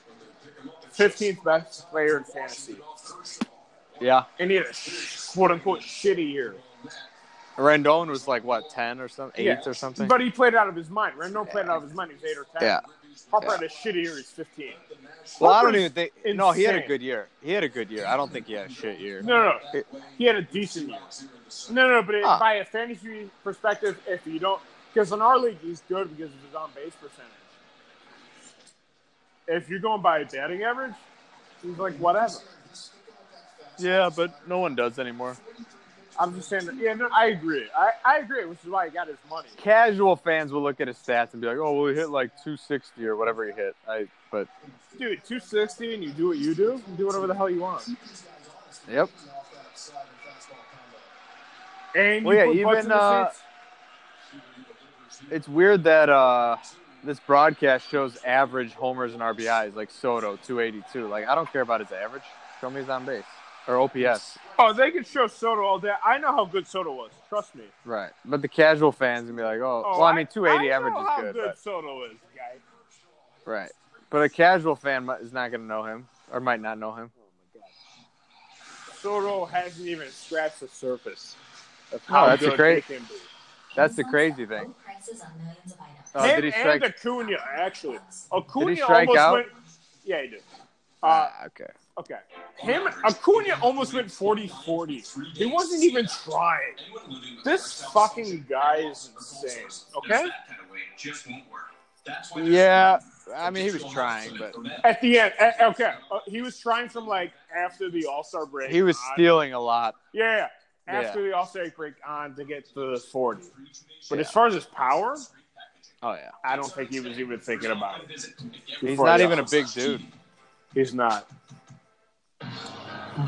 Speaker 2: 15th best player in fantasy,
Speaker 1: Yeah.
Speaker 2: and he had a sh- quote unquote shitty year.
Speaker 1: Rendon was like what, 10 or something, 8
Speaker 2: Yeah.
Speaker 1: or something.
Speaker 2: But he played out of his mind. Rendon played out of his mind. He was eight or ten.
Speaker 1: Yeah.
Speaker 2: Harper
Speaker 1: Yeah.
Speaker 2: had a shitty year. He's 15.
Speaker 1: Well, I don't
Speaker 2: Harper's
Speaker 1: even think No, he had a
Speaker 2: insane.
Speaker 1: good year. He had a good year. I don't think he had a shit year.
Speaker 2: No, no, no. he had a decent year. No, no, but it,
Speaker 1: Ah.
Speaker 2: by a fantasy perspective, if you don't, because in our league he's good because of his on base percentage. If you're going by batting average, he's like whatever.
Speaker 1: Yeah, but no one does anymore.
Speaker 2: I'm just saying. That, yeah, no, I agree. I, I agree, which is why he got his money.
Speaker 1: Casual fans will look at his stats and be like, "Oh, well, he hit like 260 or whatever he hit." I but
Speaker 2: Dude, 260, and you do what you do, you do whatever the hell you want.
Speaker 1: yep.
Speaker 2: And
Speaker 1: Well,
Speaker 2: you
Speaker 1: yeah,
Speaker 2: put butts
Speaker 1: even,
Speaker 2: in the
Speaker 1: uh,
Speaker 2: seats.
Speaker 1: It's weird that uh this broadcast shows average homers and RBIs like Soto 282. Like I don't care about his average. Show me his on base or OPS.
Speaker 2: Oh, they could show Soto all day. I know how good Soto was. Trust me.
Speaker 1: Right. But the casual fans can be like, "Oh,
Speaker 2: Oh,
Speaker 1: well, I mean 280
Speaker 2: I
Speaker 1: average
Speaker 2: know
Speaker 1: is
Speaker 2: how
Speaker 1: good."
Speaker 2: good Soto is, guy.
Speaker 1: but- right. But a casual fan mi- is not going to know him or might not know him.
Speaker 2: Soto hasn't even scratched the surface. Of
Speaker 1: No, Oh, that's a
Speaker 2: good
Speaker 1: great-
Speaker 2: he can be.
Speaker 1: That's the crazy thing.
Speaker 4: Prices on millions of items.
Speaker 1: Uh,
Speaker 2: Him
Speaker 1: did he
Speaker 2: and
Speaker 1: strike
Speaker 2: Acuna, actually. Acuna
Speaker 1: strike
Speaker 2: almost
Speaker 1: out?
Speaker 2: went. Yeah, he did. Uh,
Speaker 1: Ah, okay.
Speaker 2: Okay. Him, Acuna almost went 40 40. He wasn't even trying. This fucking guy is insane. Okay?
Speaker 1: Yeah, I mean he was trying, but
Speaker 2: At the end, a- okay. Uh, he was trying from like after the All Star break.
Speaker 1: he was
Speaker 2: on.
Speaker 1: stealing a lot.
Speaker 2: Yeah, yeah. After the All Star break on to get to the 40. But as far as his power,
Speaker 1: Oh yeah,
Speaker 2: I don't think he was even thinking about it.
Speaker 1: he's
Speaker 2: Before
Speaker 1: not
Speaker 2: he
Speaker 1: even a
Speaker 2: hustles.
Speaker 1: big dude.
Speaker 2: He's not.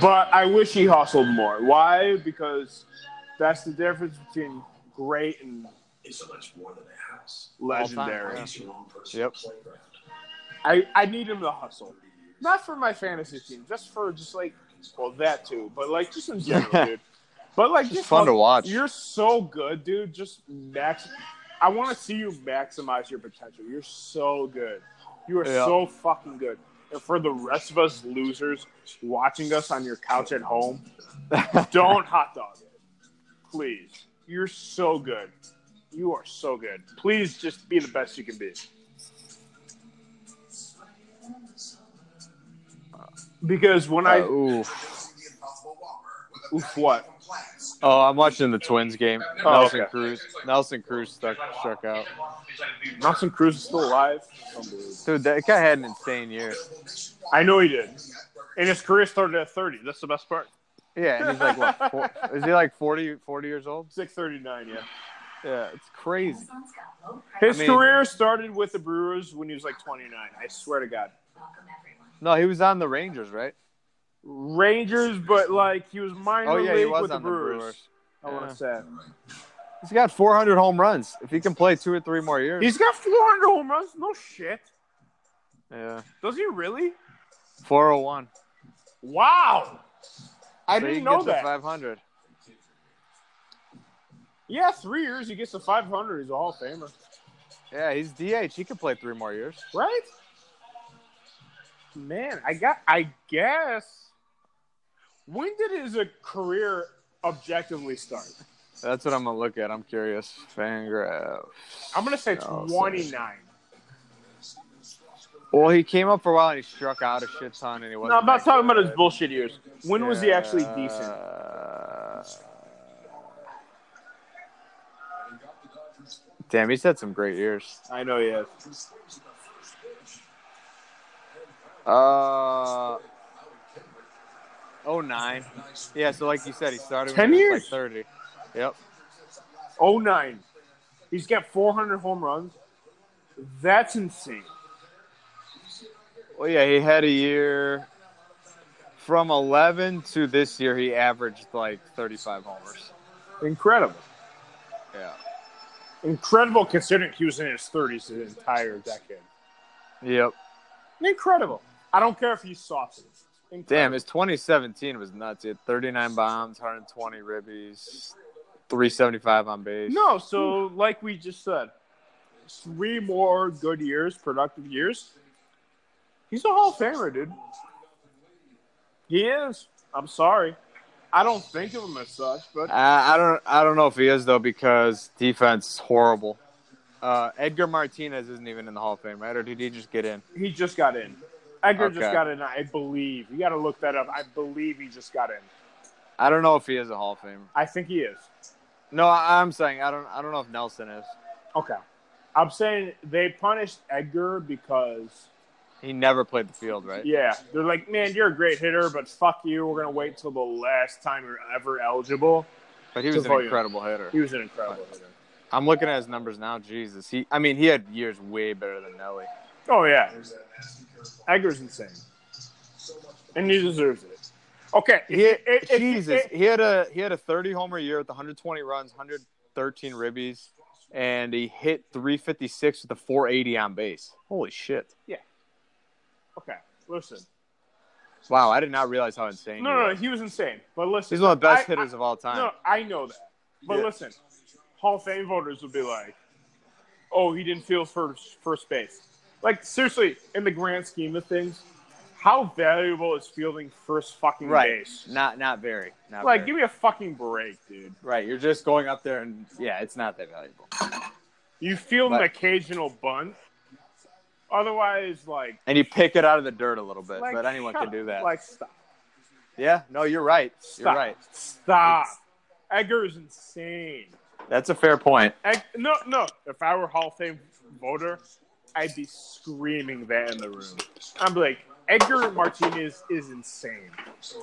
Speaker 2: But I wish he hustled more. Why? Because that's the difference between great and
Speaker 3: It's so much more than a house.
Speaker 2: legendary.
Speaker 1: yeah.
Speaker 3: It's your own personal
Speaker 1: Yep.
Speaker 3: playground.
Speaker 2: I, I need him to hustle. Not for my fantasy team, just for just like well that too, but like just in general, dude. But like
Speaker 1: It's fun to watch.
Speaker 2: You're so good, dude. Just max. I want to see you maximize your potential. You're so good. You are
Speaker 1: Yeah.
Speaker 2: so fucking good. And for the rest of us losers watching us on your couch
Speaker 1: [laughs]
Speaker 2: at home, don't hot dog it, please. You're so good. You are so good. Please just be the best you can be. Uh, Because when I
Speaker 1: Uh, oof.
Speaker 2: Oof, what?
Speaker 1: Oh, I'm watching the Twins game.
Speaker 2: Oh,
Speaker 1: Nelson
Speaker 2: okay.
Speaker 1: Cruz. Nelson Cruz stuck struck out.
Speaker 2: Nelson Cruz is still alive. Unbelievable.
Speaker 1: Dude, that guy had an insane year.
Speaker 2: I know he did. And his career started at 30. That's the best part.
Speaker 1: Yeah, and he's like what? Four, is he like 40, 40 years old?
Speaker 2: 639, yeah.
Speaker 1: Yeah, it's crazy. I
Speaker 2: His
Speaker 1: mean-
Speaker 2: career started with the Brewers when he was like 29. I swear to God.
Speaker 1: No, he was on the Rangers, right?
Speaker 2: Rangers, but like he was minor
Speaker 1: Oh yeah,
Speaker 2: league
Speaker 1: he was
Speaker 2: with the
Speaker 1: on the
Speaker 2: Brewers.
Speaker 1: Brewers.
Speaker 2: I want
Speaker 1: Yeah.
Speaker 2: to say
Speaker 1: He's got 400 home runs. If he can play two or three more years,
Speaker 2: he's got 400 home runs. No shit.
Speaker 1: yeah,
Speaker 2: Does he really?
Speaker 1: 401.
Speaker 2: Wow.
Speaker 1: So he
Speaker 2: I
Speaker 1: can
Speaker 2: didn't know
Speaker 1: get to
Speaker 2: that.
Speaker 1: 500.
Speaker 2: Yeah, three years he gets to 500. He's a Hall of Famer,
Speaker 1: Yeah, he's DH. He could play three more years.
Speaker 2: right? Man, I got. I guess. When did his uh, career objectively start?
Speaker 1: That's what I'm gonna look at. I'm curious. Fangraph.
Speaker 2: I'm gonna say
Speaker 1: Oh,
Speaker 2: 29.
Speaker 1: Well, he came up for a while and he struck out a shit ton, and he wasn't.
Speaker 2: No, I'm not
Speaker 1: that
Speaker 2: talking about
Speaker 1: good.
Speaker 2: his bullshit years. When was he actually
Speaker 1: Yeah.
Speaker 2: decent?
Speaker 1: Damn, he's had some great years.
Speaker 2: I know he has.
Speaker 1: Uh, 09. Yeah, so like you said, he started when
Speaker 2: 10
Speaker 1: he was
Speaker 2: years?
Speaker 1: like 30. Yep.
Speaker 2: 09. He's got 400 home runs. That's insane.
Speaker 1: Well, yeah, he had a year from 11 to this year, he averaged like 35 homers.
Speaker 2: Incredible.
Speaker 1: Yeah.
Speaker 2: Incredible considering he was in his 30s the entire decade.
Speaker 1: Yep.
Speaker 2: Incredible. I don't care if he's sausage.
Speaker 1: Damn,
Speaker 2: Incredible.
Speaker 1: his 2017 was nuts. He had 39 bombs, 120 ribbies, 375 on base.
Speaker 2: No, so like we just said, three more good years, productive years. He's a Hall of Famer, dude. He is. I'm sorry. I don't think of him as such, but
Speaker 1: I, I don't. I don't know if he is though because defense is horrible. Uh, Edgar Martinez isn't even in the Hall of Fame, right? Or did he just get in?
Speaker 2: He just got in. Edgar
Speaker 1: Okay.
Speaker 2: just got in, I believe. You got to look that up. I believe he just got in.
Speaker 1: I don't know if he is a Hall of Famer.
Speaker 2: I think he is.
Speaker 1: No, I, I'm saying I don't. I don't know if Nelson is.
Speaker 2: Okay. I'm saying they punished Edgar because,
Speaker 1: He never played the field, right?
Speaker 2: yeah, they're like, man, you're a great hitter, but fuck you. We're going to wait till the last time you're ever eligible.
Speaker 1: But he was an
Speaker 2: Savoia.
Speaker 1: incredible hitter.
Speaker 2: He was an incredible hitter.
Speaker 1: I'm looking at his numbers now. Jesus, he. I mean, he had years way better than Nelly.
Speaker 2: Oh, yeah. Edgar's insane. And he deserves it. Okay.
Speaker 1: He,
Speaker 2: if- if- if-
Speaker 1: Jesus,
Speaker 2: if-
Speaker 1: he had a he had a 30 homer year with 120 runs, 113 ribbies, and he hit 356 with a 480 on base. Holy shit!
Speaker 2: okay. Listen.
Speaker 1: Wow, I did not realize how insane.
Speaker 2: No,
Speaker 1: he
Speaker 2: no,
Speaker 1: was.
Speaker 2: no. He was insane. But listen.
Speaker 1: He's one of the best
Speaker 2: I- I-
Speaker 1: hitters of all time.
Speaker 2: No, I know that. But
Speaker 1: Yeah.
Speaker 2: listen, Hall of Fame voters would be like, "Oh, he didn't feel first first base." Like seriously, in the grand scheme of things, how valuable is fielding first fucking
Speaker 1: right.
Speaker 2: base?
Speaker 1: Not not very. Not
Speaker 2: Like,
Speaker 1: very.
Speaker 2: give me a fucking break, dude.
Speaker 1: right. You're just going up there and yeah, it's not that valuable.
Speaker 2: You field an
Speaker 1: But-
Speaker 2: occasional bunt. Otherwise, like,
Speaker 1: and you pick it out of the dirt a little bit.
Speaker 2: like,
Speaker 1: but anyone
Speaker 2: shut
Speaker 1: can do
Speaker 2: up.
Speaker 1: that.
Speaker 2: Like, stop,
Speaker 1: yeah, no, you're right.
Speaker 2: stop,
Speaker 1: You're right.
Speaker 2: stop. Edgar is insane.
Speaker 1: That's a fair point.
Speaker 2: Ed, no, no. If I were Hall of Fame voter, I'd be screaming that in the room. I'm like, Edgar Martinez is insane.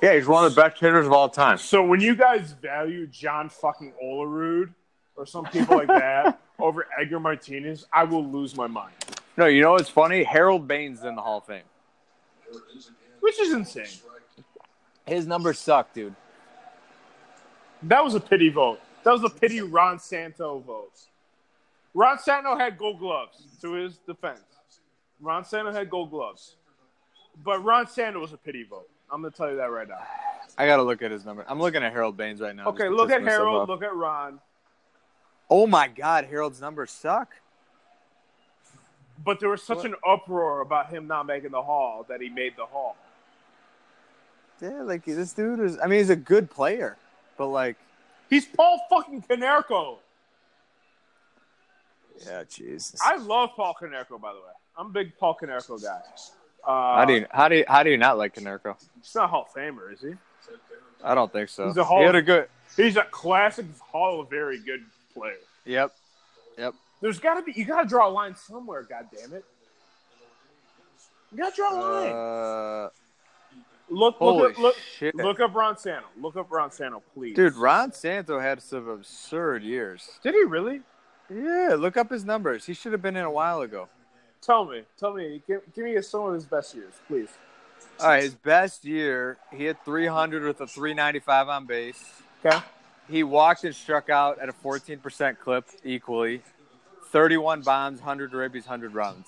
Speaker 1: Yeah, he's one of the best hitters of all time.
Speaker 2: So when you guys value John fucking Olerud or some people like that over Edgar Martinez, I will lose my mind.
Speaker 1: No, you know what's funny? Harold Baines is in the Hall of Fame.
Speaker 2: Which is insane.
Speaker 1: His numbers suck, dude.
Speaker 2: That was a pity vote. That was a pity Ron Santo vote. Ron Santo had gold gloves to his defense. Ron Santo had gold gloves. But Ron Santo was a pity vote. I'm going to tell you that right now.
Speaker 1: I gotta look at his number. I'm looking at Harold Baines right now.
Speaker 2: Okay,
Speaker 1: just to
Speaker 2: look
Speaker 1: piss
Speaker 2: at
Speaker 1: myself
Speaker 2: Harold.
Speaker 1: off.
Speaker 2: Look at Ron.
Speaker 1: Oh my God, Harold's numbers suck.
Speaker 2: But there was such an uproar about him not making the Hall that he made the Hall.
Speaker 1: Yeah, like this dude is. I mean, he's a good player, but like,
Speaker 2: He's Paul fucking Canerco.
Speaker 1: yeah, Jesus.
Speaker 2: I love Paul Canerco, by the way. I'm a big Paul Canerco guy. Uh,
Speaker 1: How do you how do you, how do you not like Canerco?
Speaker 2: He's not a Hall of Famer, is he?
Speaker 1: I don't think so.
Speaker 2: He's a Hall-
Speaker 1: He had a good.
Speaker 2: He's a classic Hall of Very good player.
Speaker 1: Yep.
Speaker 2: There's got to be. You got to draw a line somewhere. God damn it. You got to draw a line.
Speaker 1: Uh,
Speaker 2: look,
Speaker 1: holy
Speaker 2: look, look,
Speaker 1: shit,
Speaker 2: look up Ron Santo. Look up Ron Santo, please.
Speaker 1: dude! Ron Santo had some absurd years.
Speaker 2: did he really?
Speaker 1: Yeah, look up his numbers. He should have been in a while ago.
Speaker 2: Tell me, tell me. Give, give me some of his best years, please.
Speaker 1: All right, his best year, he hit 300 with a 395 on base.
Speaker 2: Okay.
Speaker 1: He walked and struck out at a 14% clip equally. 31 bombs, 100 ribbies, 100 runs.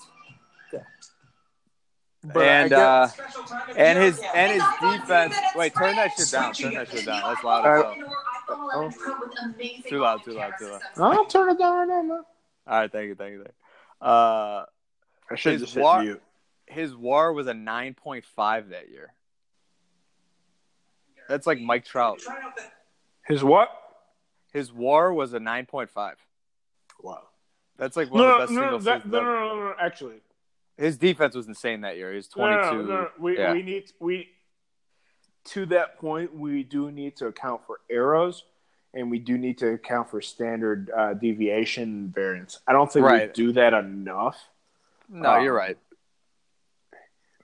Speaker 2: I
Speaker 1: and
Speaker 2: get-
Speaker 1: uh, and his and his defense. Wait, turn that shit down. Turn that shit down. That's loud as hell. Too loud, too loud, too loud.
Speaker 2: I'll turn it down right now, man.
Speaker 1: All right, thank you, thank you, thank you. Uh,
Speaker 2: I
Speaker 1: should've just hit Wa- mute. his WAR was a 9.5 that year. That's like Mike Trout.
Speaker 2: His what?
Speaker 1: His WAR was a 9.5.
Speaker 2: Wow.
Speaker 1: That's like one
Speaker 2: No,
Speaker 1: of the best
Speaker 2: no, no, no,
Speaker 1: single
Speaker 2: that,
Speaker 1: seasons
Speaker 2: no,
Speaker 1: ever.
Speaker 2: no, no, no, no, Actually,
Speaker 1: His defense was insane that year. He was
Speaker 2: No,
Speaker 1: 22.
Speaker 2: No, no, no. We,
Speaker 1: Yeah.
Speaker 2: we need we to that point. We do need to account for arrows, and we do need to account for standard uh, deviation variance. I don't think we
Speaker 1: Right.
Speaker 2: do that enough
Speaker 1: No, you're right.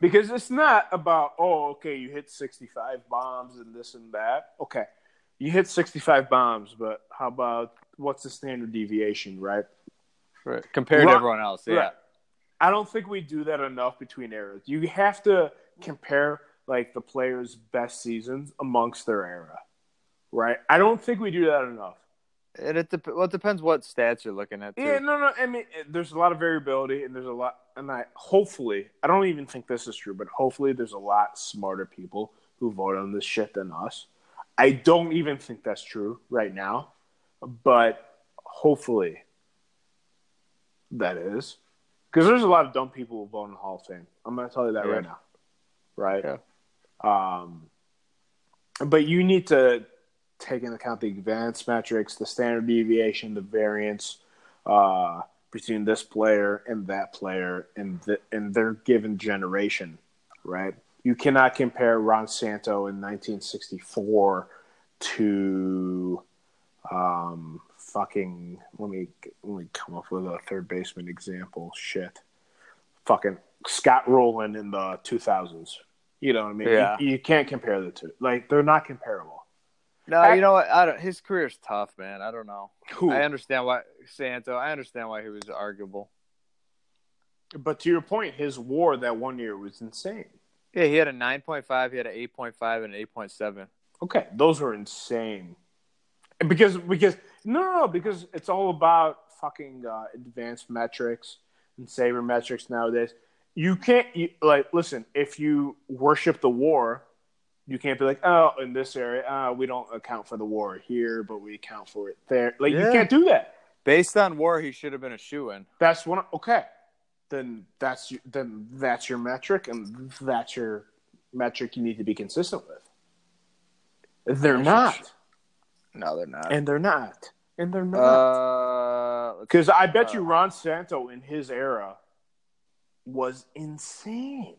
Speaker 2: because it's not about oh, okay, you hit sixty-five bombs and this and that. Okay, you hit sixty-five bombs, but how about what's the standard deviation, right?
Speaker 1: right. Compared
Speaker 2: Ron-
Speaker 1: to everyone else, yeah.
Speaker 2: Right. I don't think we do that enough between eras. You have to compare like the players' best seasons amongst their era, right? I don't think we do that enough.
Speaker 1: And it dep- well, it depends what stats you're looking at. Too.
Speaker 2: Yeah, no, no. I mean, eh, there's a lot of variability, and there's a lot, and I hopefully, I don't even think this is true, but hopefully, there's a lot smarter people who vote on this shit than us. I don't even think that's true right now, but hopefully, that is because there's a lot of dumb people who vote in the Hall of Fame. I'm gonna tell you that
Speaker 1: Yeah.
Speaker 2: right now, right?
Speaker 1: Yeah.
Speaker 2: Um, but you need to take into account the advanced metrics, the standard deviation, the variance uh, between this player and that player and the, and their given generation, right? You cannot compare Ron Santo in 1964 to um, fucking. Let me let me come up with a third baseman example. Shit, fucking Scott Rowland in the 2000s. You know what I mean?
Speaker 1: Yeah.
Speaker 2: You, you can't compare the two. Like they're not comparable.
Speaker 1: No,
Speaker 2: I-
Speaker 1: you know what? I don't, his career's tough, man. I don't know.
Speaker 2: Who?
Speaker 1: I understand why Santo. I understand why he was arguable.
Speaker 2: But to your point, his WAR that one year was insane.
Speaker 1: Yeah, he had a 9.5, he had an 8.5, and an 8.7.
Speaker 2: Okay, those were insane. Because because no no no, because it's all about fucking uh, advanced metrics and saber metrics nowadays. You can't you, like listen if you worship the war, you can't be like oh in this area uh, we don't account for the war here, but we account for it there. Like you
Speaker 1: Yeah.
Speaker 2: can't do that.
Speaker 1: Based on war, he should have been a shoe in.
Speaker 2: That's one okay. Then that's your, then that's your metric, and that's your metric you need to be consistent with. They're not,
Speaker 1: No, they're not.
Speaker 2: and they're not, and they're not.
Speaker 1: Uh, let's-
Speaker 2: Because I bet you Ron Santo in his era was insane.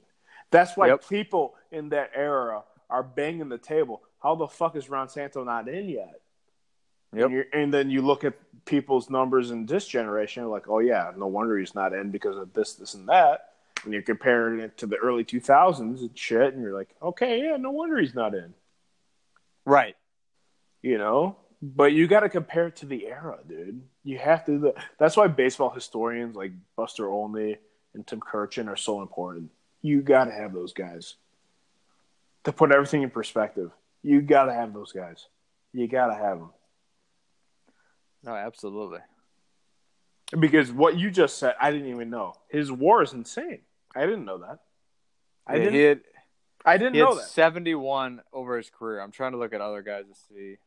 Speaker 2: That's why
Speaker 1: Yep.
Speaker 2: people in that era are banging the table. How the fuck is Ron Santo not in yet?
Speaker 1: Yep.
Speaker 2: And, you're, and then you look at people's numbers in this generation, like, oh yeah, no wonder he's not in because of this, this, and that. And you're comparing it to the early 2000s and shit, and you're like, okay, yeah, no wonder he's not in.
Speaker 1: Right.
Speaker 2: You know, but you got to compare it to the era, dude. You have to. do that. That's why baseball historians like Buster Olney and Tim Kirchin are so important. You got to have those guys to put everything in perspective. You got to have those guys. You got to have them.
Speaker 1: No, absolutely.
Speaker 2: Because what you just said, I didn't even know. His war is insane. I didn't know that. I
Speaker 1: Yeah,
Speaker 2: didn't.
Speaker 1: he had,
Speaker 2: I didn't
Speaker 1: he had
Speaker 2: know that.
Speaker 1: 71 over his career. I'm trying to look at other guys to see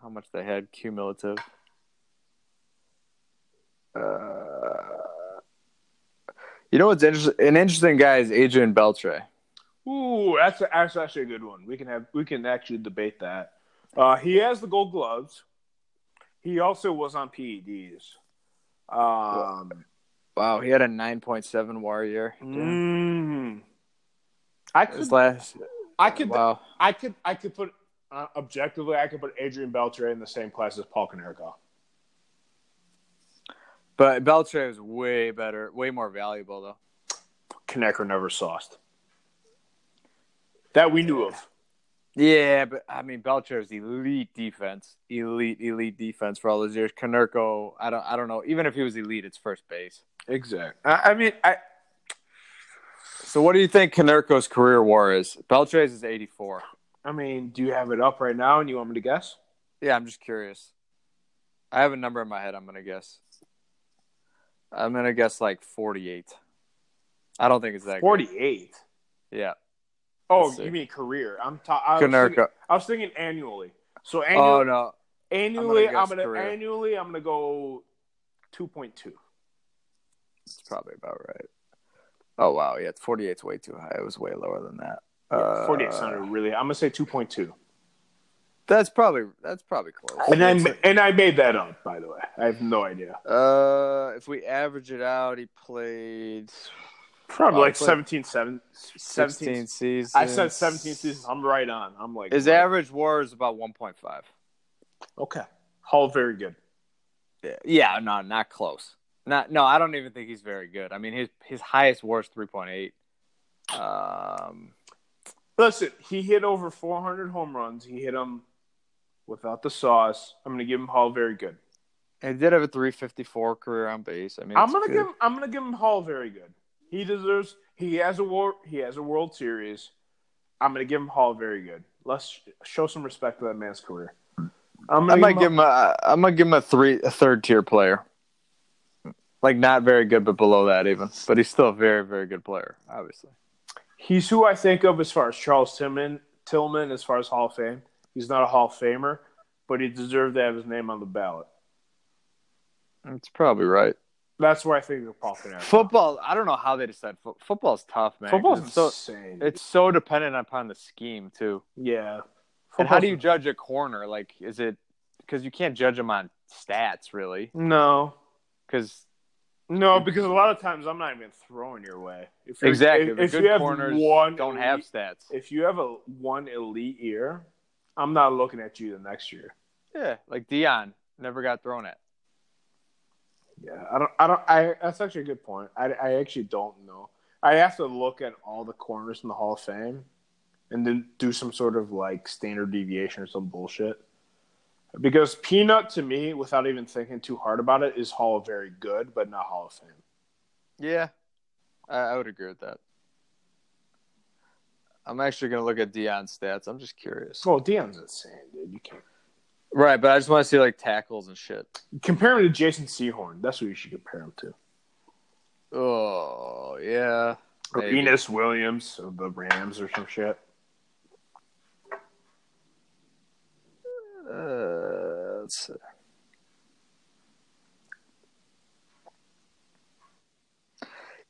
Speaker 1: how much they had cumulative. Uh, you know what's interesting? An interesting guy is Adrian Beltre.
Speaker 2: Ooh, that's a, that's actually a good one. We can have we can actually debate that. Uh, he has the gold gloves. He also was on PEDs. Um,
Speaker 1: Wow, he had a 9.7 WAR year. Damn.
Speaker 2: mm, I could,
Speaker 1: His last.
Speaker 2: I could,
Speaker 1: Wow.
Speaker 2: I could, I could put uh, objectively, I could put Adrian Beltre in the same class as Paul Konerko.
Speaker 1: But Beltre was way better, way more valuable, though.
Speaker 2: Konerko never sauced. That we knew of.
Speaker 1: Yeah, but I mean Belcher was elite defense, elite elite defense for all those years. Konerko, I don't I don't know. Even if he was elite, it's first base.
Speaker 2: Exactly. I, I mean, I
Speaker 1: So what do you think Konerko's career WAR is? Beltre's is eighty four.
Speaker 2: I mean, do you have it up right now? And you want me to guess?
Speaker 1: Yeah, I'm just curious. I have a number in my head. I'm gonna guess. I'm gonna guess like forty eight. I don't think it's that. good.
Speaker 2: Forty-eight.
Speaker 1: Yeah,
Speaker 2: Oh,
Speaker 1: Let's see.
Speaker 2: you mean career? I'm ta- I was thinking,
Speaker 1: Konerko.
Speaker 2: I was thinking annually. So
Speaker 1: uh, Oh no,
Speaker 2: annually, annually,
Speaker 1: I'm gonna
Speaker 2: I'm
Speaker 1: guess
Speaker 2: gonna
Speaker 1: career.
Speaker 2: annually, I'm gonna go two point two.
Speaker 1: it's probably about right. Oh wow, yeah, forty eight's way too high. It was way lower than that. Uh,
Speaker 2: Forty eight hundred, really. I'm gonna say two point two.
Speaker 1: That's probably that's probably close.
Speaker 2: And I
Speaker 1: That's
Speaker 2: ma- and I made that up, by the way. I have no idea.
Speaker 1: Uh, if we average it out, he played
Speaker 2: Probably
Speaker 1: Oh,
Speaker 2: like
Speaker 1: it's like
Speaker 2: 17, seven,
Speaker 1: 16
Speaker 2: 17
Speaker 1: seasons.
Speaker 2: I said seventeen seasons. I'm right on. I'm like
Speaker 1: His
Speaker 2: right.
Speaker 1: average WAR is about one point five.
Speaker 2: Okay, Hall very good.
Speaker 1: Yeah. yeah, no, not close. Not no. I don't even think he's very good. I mean, his his highest WAR is three point eight. Um,
Speaker 2: Listen, he hit over 400 home runs. He hit them without the sauce. I'm gonna give him Hall very good.
Speaker 1: he did have a three fifty four career on base. I mean,
Speaker 2: I'm
Speaker 1: it's
Speaker 2: gonna
Speaker 1: good.
Speaker 2: give him, I'm gonna give him Hall very good. He deserves. He has a war. He has a World Series. I'm gonna give him Hall very good. Let's sh- show some respect to that man's career. I'm
Speaker 1: I might
Speaker 2: give
Speaker 1: give him a. I might give him a three, a third tier player. Like not very good, but below that even. But he's still a very, very good player, obviously.
Speaker 2: He's who I think of as far as Charles Tillman. Tillman, as far as Hall of Fame, he's not a Hall of Famer, but he deserved to have his name on the ballot.
Speaker 1: That's probably right.
Speaker 2: That's where I think of Paul Canary.
Speaker 1: Football, I don't know how they decide. Fo- football's tough, man. 'cause
Speaker 2: Football's
Speaker 1: it's so
Speaker 2: insane.
Speaker 1: it's so dependent upon the scheme too.
Speaker 2: yeah.
Speaker 1: and how do you
Speaker 2: Football's-
Speaker 1: judge a corner? Like, is it because you can't judge them on stats really?
Speaker 2: No,
Speaker 1: Because
Speaker 2: no, because a lot of times I'm not even throwing your way. If you're-
Speaker 1: exactly,
Speaker 2: if,
Speaker 1: the
Speaker 2: if
Speaker 1: good
Speaker 2: you have
Speaker 1: corners
Speaker 2: one
Speaker 1: don't have
Speaker 2: elite-
Speaker 1: stats.
Speaker 2: if you have a one elite year, I'm not looking at you the next year.
Speaker 1: Yeah, like Dion never got thrown at.
Speaker 2: Yeah, I don't. I don't. I that's actually a good point. I, I actually don't know. I have to look at all the corners in the Hall of Fame, and then do some sort of like standard deviation or some bullshit. Because Peanut to me, without even thinking too hard about it, is Hall of very good, but not Hall of Fame.
Speaker 1: Yeah, I, I would agree with that. I'm actually gonna look at Dion's stats. I'm just curious.
Speaker 2: Well, Dion's insane, dude. You can't
Speaker 1: Right, but I just want to see like tackles and shit.
Speaker 2: compare him to Jason Sehorn. That's what you should compare him to.
Speaker 1: Oh yeah.
Speaker 2: Or
Speaker 1: maybe.
Speaker 2: Enos Williams of the Rams or some shit.
Speaker 1: Uh, let's see. [laughs]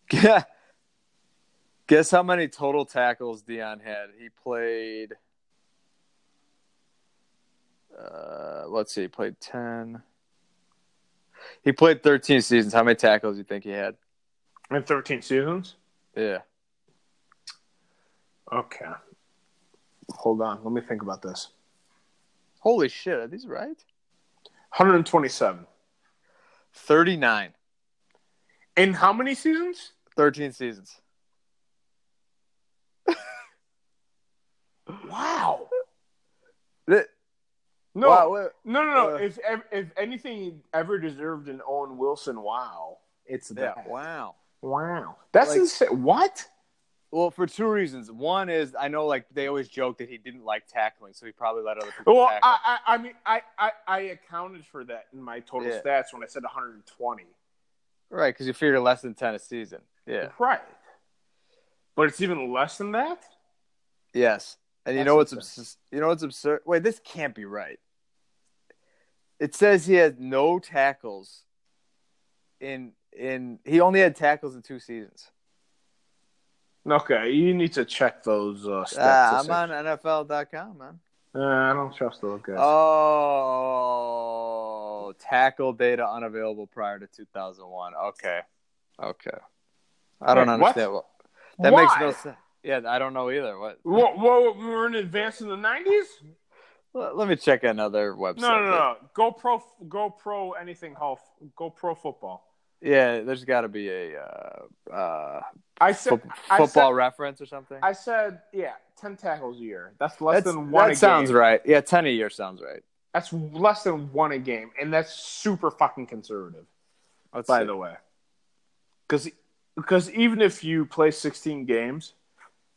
Speaker 1: Gu- Guess how many total tackles Dion had? He played. Uh, let's see. He played ten. He played thirteen seasons. How many tackles do you think he had?
Speaker 2: In 13 seasons,
Speaker 1: Yeah.
Speaker 2: Okay. Hold on. Let me think about this.
Speaker 1: Holy shit, are these right?
Speaker 2: 127.
Speaker 1: 39.
Speaker 2: In how many seasons?
Speaker 1: 13 seasons.
Speaker 2: Wow.
Speaker 1: Th-
Speaker 2: No.
Speaker 1: Wow, wait,
Speaker 2: No, no, no.
Speaker 1: Uh,
Speaker 2: if ev- if anything ever deserved an Owen Wilson, wow, it's
Speaker 1: yeah,
Speaker 2: that.
Speaker 1: wow.
Speaker 2: Wow, that's
Speaker 1: Like-
Speaker 2: insane. What?
Speaker 1: Well, for two reasons. One is I know like they always joke that he didn't like tackling, so he probably let other people
Speaker 2: Well, I,
Speaker 1: tackle.
Speaker 2: I, I mean, I, I, I accounted for that in my total
Speaker 1: Yeah.
Speaker 2: stats when I said 120.
Speaker 1: right, because you figure less than ten a season. Yeah.
Speaker 2: Right. But it's even less than that.
Speaker 1: Yes. And you
Speaker 2: That's
Speaker 1: know what's
Speaker 2: absurd.
Speaker 1: abs- you know what's absurd? Wait, this can't be right. It says he had no tackles in in he only had tackles in two seasons.
Speaker 2: Okay, you need to check those uh, stats.
Speaker 1: Ah, I'm on NFL.com, man.
Speaker 2: Uh, I don't trust those guys.
Speaker 1: Oh, tackle data unavailable prior to 2001. Okay. Okay. I don't
Speaker 2: Wait, what?
Speaker 1: understand what, that
Speaker 2: Why?
Speaker 1: makes no sense. Yeah, I don't know either. What?
Speaker 2: Whoa, whoa, we were in advance in the 90s?
Speaker 1: Let, let me check another website.
Speaker 2: No, no, no. Go pro, go pro, anything health. Go pro football.
Speaker 1: Yeah, there's got to be a uh, uh,
Speaker 2: I said
Speaker 1: fo-
Speaker 2: I said-
Speaker 1: football reference or something.
Speaker 2: I said, yeah, ten tackles a year. That's less
Speaker 1: That's-
Speaker 2: than one.
Speaker 1: that
Speaker 2: a
Speaker 1: sounds
Speaker 2: game.
Speaker 1: right. Yeah, 10 a year sounds right.
Speaker 2: That's less than one a game, and that's super fucking conservative.
Speaker 1: Let's
Speaker 2: by
Speaker 1: see.
Speaker 2: the way, because because even if you play sixteen games,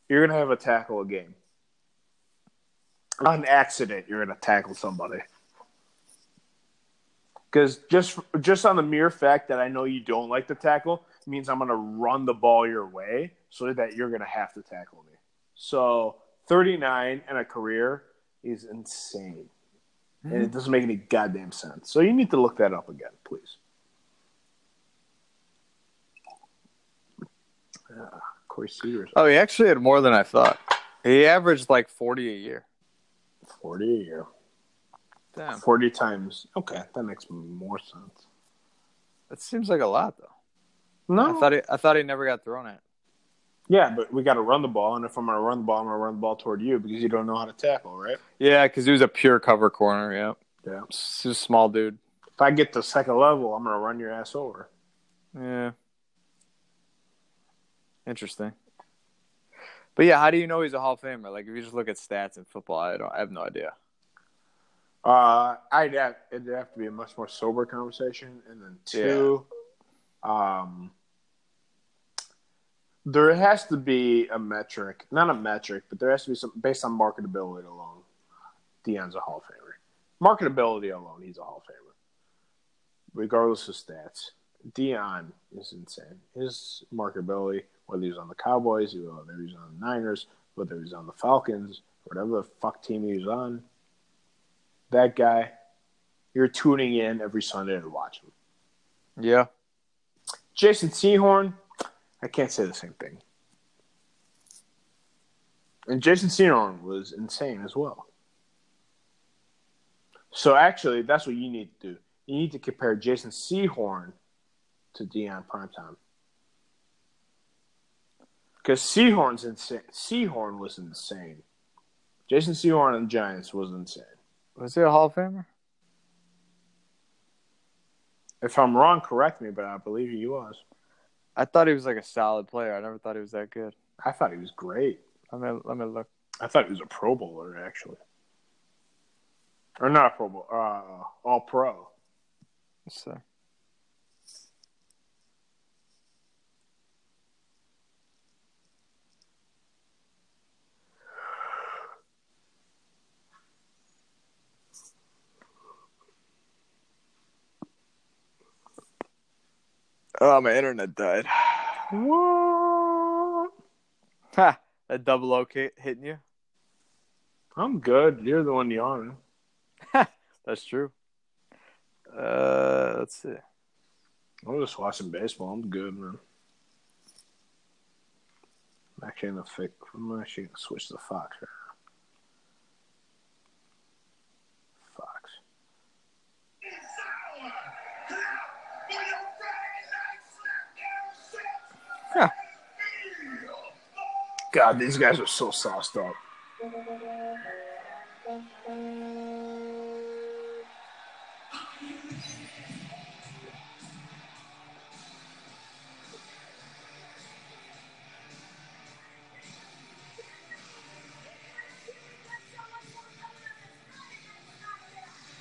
Speaker 2: you're gonna have a tackle a game. On accident, you're gonna tackle somebody. Because just just on the mere fact that I know you don't like to tackle means I'm gonna run the ball your way so that you're gonna have to tackle me. So 39 and a career is insane, and
Speaker 1: Mm-hmm.
Speaker 2: it doesn't make any goddamn sense. So you need to look that up again, please. Ah, Corey Seager's
Speaker 1: Oh, he actually had more than I thought. He averaged like 40 a year.
Speaker 2: 40 a year.
Speaker 1: Damn.
Speaker 2: 40 times. Okay, that makes more sense.
Speaker 1: That seems like a lot, though.
Speaker 2: No.
Speaker 1: I thought he, I thought he never got thrown at.
Speaker 2: yeah, but we got to run the ball, and if I'm going to run the ball, I'm going to run the ball toward you because you don't know how to tackle, right?
Speaker 1: Yeah, because he was a pure cover corner. Yeah,
Speaker 2: Yeah.
Speaker 1: S- just small dude.
Speaker 2: If I get to second level, I'm going to run your ass over.
Speaker 1: Yeah, interesting. But yeah, how do you know he's a Hall of Famer? Like, if you just look at stats in football, I don't. I have no idea.
Speaker 2: Uh, I'd have, it'd have to be a much more sober conversation. And then two, um, there has to be a metric, not a metric, but there has to be some based on marketability alone. Dion's a Hall of Famer. Marketability alone, he's a Hall of Famer, regardless of stats. Dion is insane. His marketability, whether he's on the Cowboys, whether he's on the Niners, whether he's on the Falcons, whatever the fuck team he was on, that guy, you're tuning in every Sunday to watch him.
Speaker 1: Yeah,
Speaker 2: Jason Sehorn, I can't say the same thing. And Jason Sehorn was insane as well. So actually, that's what you need to do. You need to compare Jason Sehorn to Dion Primetime. Because Sehorn's insane. Sehorn was insane. Jason Sehorn and the Giants was insane.
Speaker 1: was he a Hall of Famer?
Speaker 2: If I'm wrong, correct me, but I believe he was.
Speaker 1: I thought he was like a solid player. I never thought he was that good.
Speaker 2: I thought he was great.
Speaker 1: Let me let me look.
Speaker 2: I thought he was a Pro Bowler actually, or not a Pro Bowl, uh, All Pro.
Speaker 1: So
Speaker 5: Oh, my internet died. [laughs]
Speaker 2: What?
Speaker 1: ha, that double O kick hitting you.
Speaker 2: I'm good. You're the one yawning.
Speaker 1: That's true. Uh, let's see.
Speaker 2: I'm just watching baseball. I'm good, man. I'm actually gonna fix. I'm actually gonna switch the Fox. right now. Fox.
Speaker 1: Huh.
Speaker 6: God, these guys are so sauced up.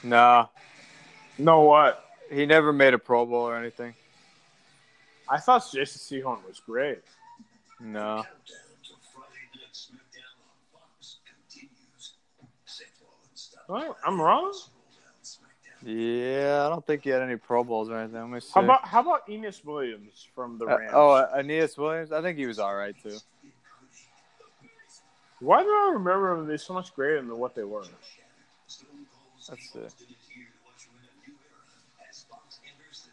Speaker 1: No,
Speaker 2: Know what?
Speaker 1: he never made a Pro Bowl or anything.
Speaker 2: I thought Jason Sehorn was great.
Speaker 1: No.
Speaker 3: Countdown to Friday Night SmackDown on Fox continues. Seth Rollins stopped
Speaker 2: What? I'm wrong.
Speaker 3: on SmackDown.
Speaker 1: Yeah, I don't think he had any Pro Bowls or anything. Let me see.
Speaker 2: How about how about Enos Williams from the
Speaker 1: Uh,
Speaker 2: Rams?
Speaker 1: oh, uh, Aeneas Williams. I think he was all right too.
Speaker 2: Why do I remember them? They're so much greater than what they were.
Speaker 1: That's it.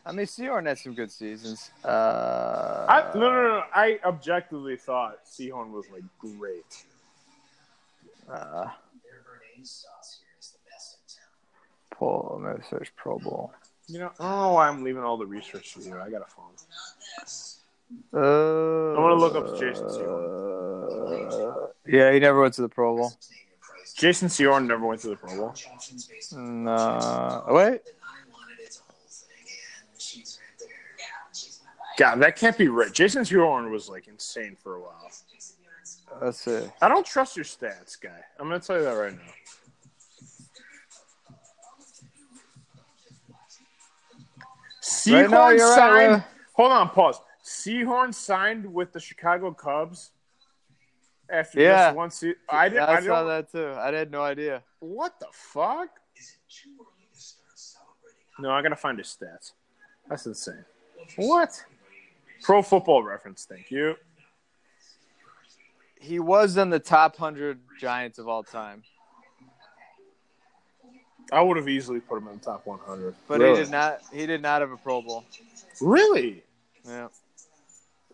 Speaker 1: I mean, Seahorn had some good seasons. Uh,
Speaker 2: I no, no, no, no. I objectively thought Sehorn was like great.
Speaker 1: Uh, Pull, I'm gonna search Pro Bowl.
Speaker 2: You know, I don't know why I'm leaving all the research to you. I got a phone.
Speaker 1: Uh,
Speaker 2: I wanna look up Jason Sehorn.
Speaker 1: Uh, yeah, he never went to the Pro Bowl.
Speaker 2: Jason Sehorn never went to the Pro Bowl.
Speaker 1: No, Mm, uh, wait.
Speaker 2: God, that can't be right. Jason Sehorn was like insane for a while.
Speaker 1: Let's see.
Speaker 2: I don't trust your stats, guy. I'm gonna tell you that right now. Seahorn
Speaker 1: Right now, you're right,
Speaker 2: signed.
Speaker 1: Will.
Speaker 2: hold on, pause. Seahorn signed with the Chicago Cubs after
Speaker 1: Yeah.
Speaker 2: just one season. I didn't.
Speaker 1: Yeah,
Speaker 2: I,
Speaker 1: I,
Speaker 2: didn't-
Speaker 1: saw that too. I had no idea.
Speaker 2: What the fuck? No, I gotta find his stats. That's insane. What? Pro Football Reference. Thank you.
Speaker 1: He was in the top hundred Giants of all time,
Speaker 2: I would have easily put him in the top 100.
Speaker 1: but
Speaker 2: really?
Speaker 1: he did not. He did not have a Pro Bowl.
Speaker 2: Really,
Speaker 1: Yeah.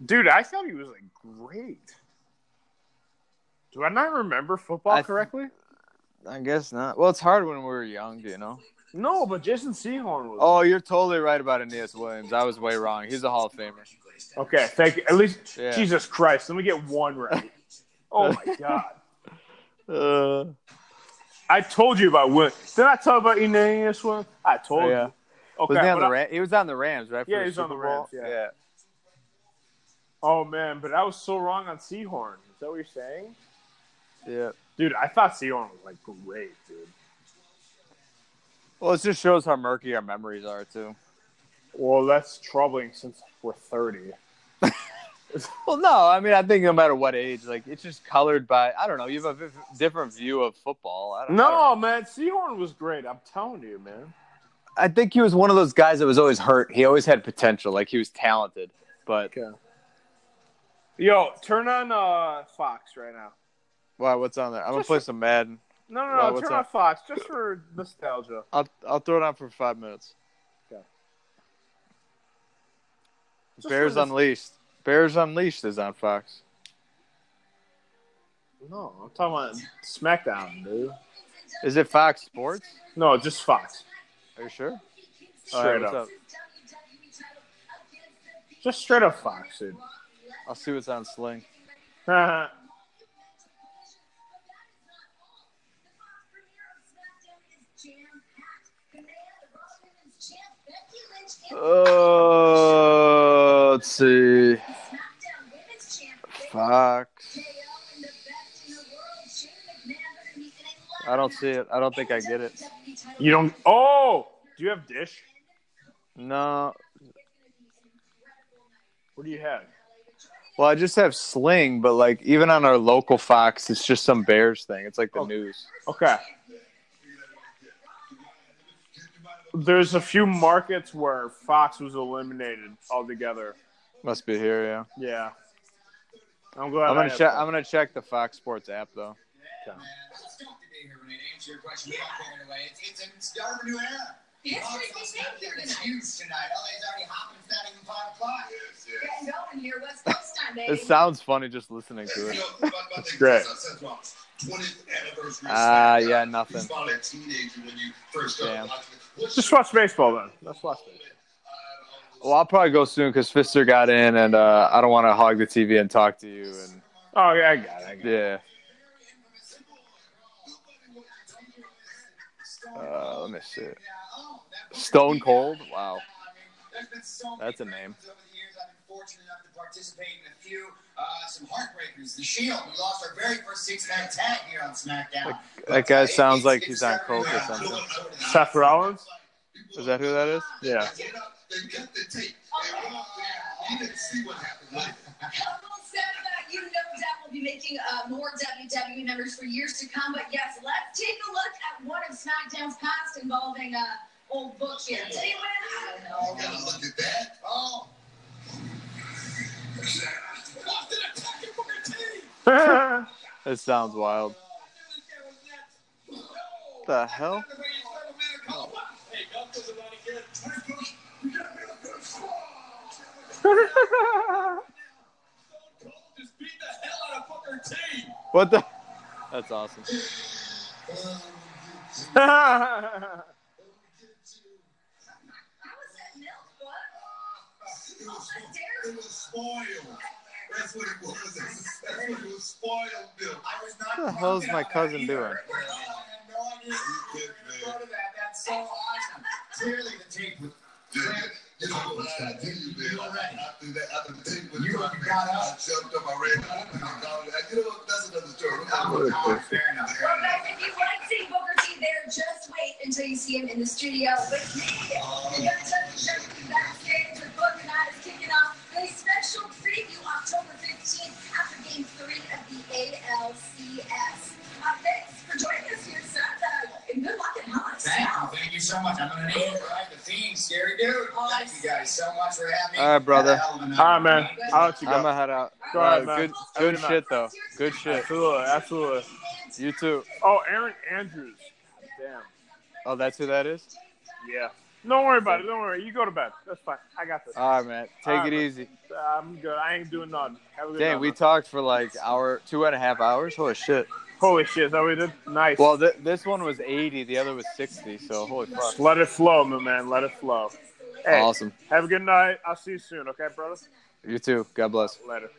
Speaker 2: dude? I thought he was like great. Do I not remember football
Speaker 1: I th-
Speaker 2: correctly?
Speaker 1: I guess not. Well, it's hard when we were young, you know.
Speaker 2: No, but Jason Seahorn was.
Speaker 1: Oh, you're totally right about Aeneas Williams. I was way wrong. He's a Hall of Famer.
Speaker 2: Okay, thank you. At least
Speaker 1: Oh. Yeah.
Speaker 2: Jesus Christ, let me get
Speaker 1: [laughs]
Speaker 2: one right. oh my god.
Speaker 1: Uh,
Speaker 2: I told you about Will. Did I tell you about Ineas Will? I
Speaker 1: Yeah.
Speaker 2: told you. Okay.
Speaker 1: was he, on
Speaker 2: but
Speaker 1: the
Speaker 2: I-
Speaker 1: Ram- he was on the Rams, right? for
Speaker 2: Yeah, he was on
Speaker 1: Super
Speaker 2: the
Speaker 1: Bowl?
Speaker 2: Rams, yeah. oh man, but I was so wrong on Seahorn. Is that what you're saying?
Speaker 1: yeah, yeah.
Speaker 2: Dude, I thought Seahorn was like great, dude.
Speaker 1: Well, it just shows how murky our memories are too.
Speaker 2: Well, that's troubling since we're 30.
Speaker 1: Well, no, I mean, I think no matter what age, like it's just colored by I don't know. You have a vif- different view of football. I don't, I don't know.
Speaker 2: No, man, Seahorn was great. I'm telling you, man.
Speaker 1: I think he was one of those guys that was always hurt. He always had potential. Like he was talented, but
Speaker 2: Yo, turn on uh, Fox right now.
Speaker 1: wow, what's on there? I'm gonna
Speaker 2: Just-
Speaker 1: play some Madden.
Speaker 2: No, no,
Speaker 1: Wow,
Speaker 2: no.
Speaker 1: what's
Speaker 2: turn on
Speaker 1: up?
Speaker 2: Fox just for nostalgia.
Speaker 1: I'll I'll throw it on for five minutes.
Speaker 2: Okay. Just
Speaker 1: Bears
Speaker 2: for this-
Speaker 1: Unleashed. Bears Unleashed is on Fox.
Speaker 2: No, I'm talking about SmackDown, dude.
Speaker 1: Is it Fox Sports?
Speaker 2: No, just Fox.
Speaker 1: Are you sure?
Speaker 2: Straight
Speaker 1: All right, what's
Speaker 2: up. Just straight up Fox, dude. [laughs]
Speaker 1: I'll see what's on Sling. Uh, let's see. Fox. I don't see it. I don't think I get it.
Speaker 2: you don't. Oh, do you have Dish?
Speaker 1: No.
Speaker 2: What do you have?
Speaker 1: Well, I just have Sling, but like even on our local Fox, it's just some Bears thing. It's like the
Speaker 2: Oh.
Speaker 1: news.
Speaker 2: Okay. There's a few markets where Fox was eliminated altogether.
Speaker 1: Must be here, yeah.
Speaker 2: Yeah. I'm glad.
Speaker 1: I'm
Speaker 2: I
Speaker 1: gonna
Speaker 2: have
Speaker 1: check.
Speaker 2: that.
Speaker 1: I'm gonna check the Fox Sports app though. It sounds funny just listening to it.
Speaker 3: That's
Speaker 2: great.
Speaker 3: 20th anniversary.
Speaker 1: Ah,
Speaker 3: SmackDown.
Speaker 1: yeah, nothing.
Speaker 3: You spotted a teenager when you first started
Speaker 1: Damn.
Speaker 3: watching it. What's
Speaker 2: Just
Speaker 3: your
Speaker 2: watch baseball then. Let's watch it.
Speaker 1: Well, I'll probably go soon because Fister got in, and uh, I don't want to hog the TV and talk to you. And
Speaker 2: Oh yeah, I got it. I got it.
Speaker 1: Yeah. Uh, let me see. Stone Cold. Wow. That's a name.
Speaker 7: Over the years, I've been fortunate enough to participate in a few, uh, some heartbreakers. The Shield. We lost our very first six-man tag here on SmackDown.
Speaker 1: That guy sounds like he's on coke or something.
Speaker 2: Seth Rollins.
Speaker 1: Is that who that is?
Speaker 2: Yeah.
Speaker 4: Oh, Donald said that you know that will be making uh, more WWE members for years to come. But yes, let's take a look at one of SmackDown's past involving uh, old book here. Did he win? I don't know.
Speaker 1: That sounds wild. The hell? What the? [laughs] That's awesome.
Speaker 4: I was at milk, but I dare
Speaker 8: That's what it was. That's what it was. Spoiled milk. I was not.
Speaker 1: What the hell's my cousin doing?
Speaker 7: Clearly, the tape was.
Speaker 8: You know what I did, man? I threw that other thing with
Speaker 7: You
Speaker 8: my
Speaker 7: got
Speaker 8: man. I
Speaker 7: up.
Speaker 8: jumped up, I ran up, and I got it. You know what? That's another story.
Speaker 7: Fair enough.
Speaker 4: Well, guys, if you like seeing Booker T there, just wait until you see him in the studio with me. The Young Turkey Show will be backstage with Booker and I is kicking off a special preview October 15th after Game 3 of the ALCS. Uh, thanks for joining us here, Seth, uh, and good luck at Hot
Speaker 7: Thank you, thank you so much. I'm gonna name it right. The theme, scary dude. Thank you guys so much for having me.
Speaker 1: All right, brother.
Speaker 7: Hell of a night.
Speaker 2: All right, man. I'll let you
Speaker 1: I'm
Speaker 2: go.
Speaker 1: gonna head out.
Speaker 2: Go ahead,
Speaker 1: Uh,
Speaker 2: man.
Speaker 1: good,
Speaker 2: Have a
Speaker 1: good
Speaker 2: good night.
Speaker 1: shit though. Good shit.
Speaker 2: Absolutely, absolutely.
Speaker 1: You too.
Speaker 2: Oh, Aaron Andrews. Damn.
Speaker 1: Oh, that's who that is.
Speaker 2: Yeah. Don't worry about it. Don't worry. You go to bed. That's fine. I got this.
Speaker 1: All right, man. Take
Speaker 2: All right,
Speaker 1: it
Speaker 2: man.
Speaker 1: easy.
Speaker 2: I'm good. I ain't doing nothing. Have a good
Speaker 1: Dang,
Speaker 2: night,
Speaker 1: we
Speaker 2: man.
Speaker 1: talked for like hour, two and a half hours. Holy shit.
Speaker 2: Holy shit, is that what we did? Nice.
Speaker 1: Well, th- this one was 80, the other was 60. So holy fuck.
Speaker 2: let it flow, my man. Let it flow. Hey,
Speaker 1: Awesome.
Speaker 2: have a good night. I'll see you soon, okay, brother?
Speaker 1: You too. God bless.
Speaker 2: Later.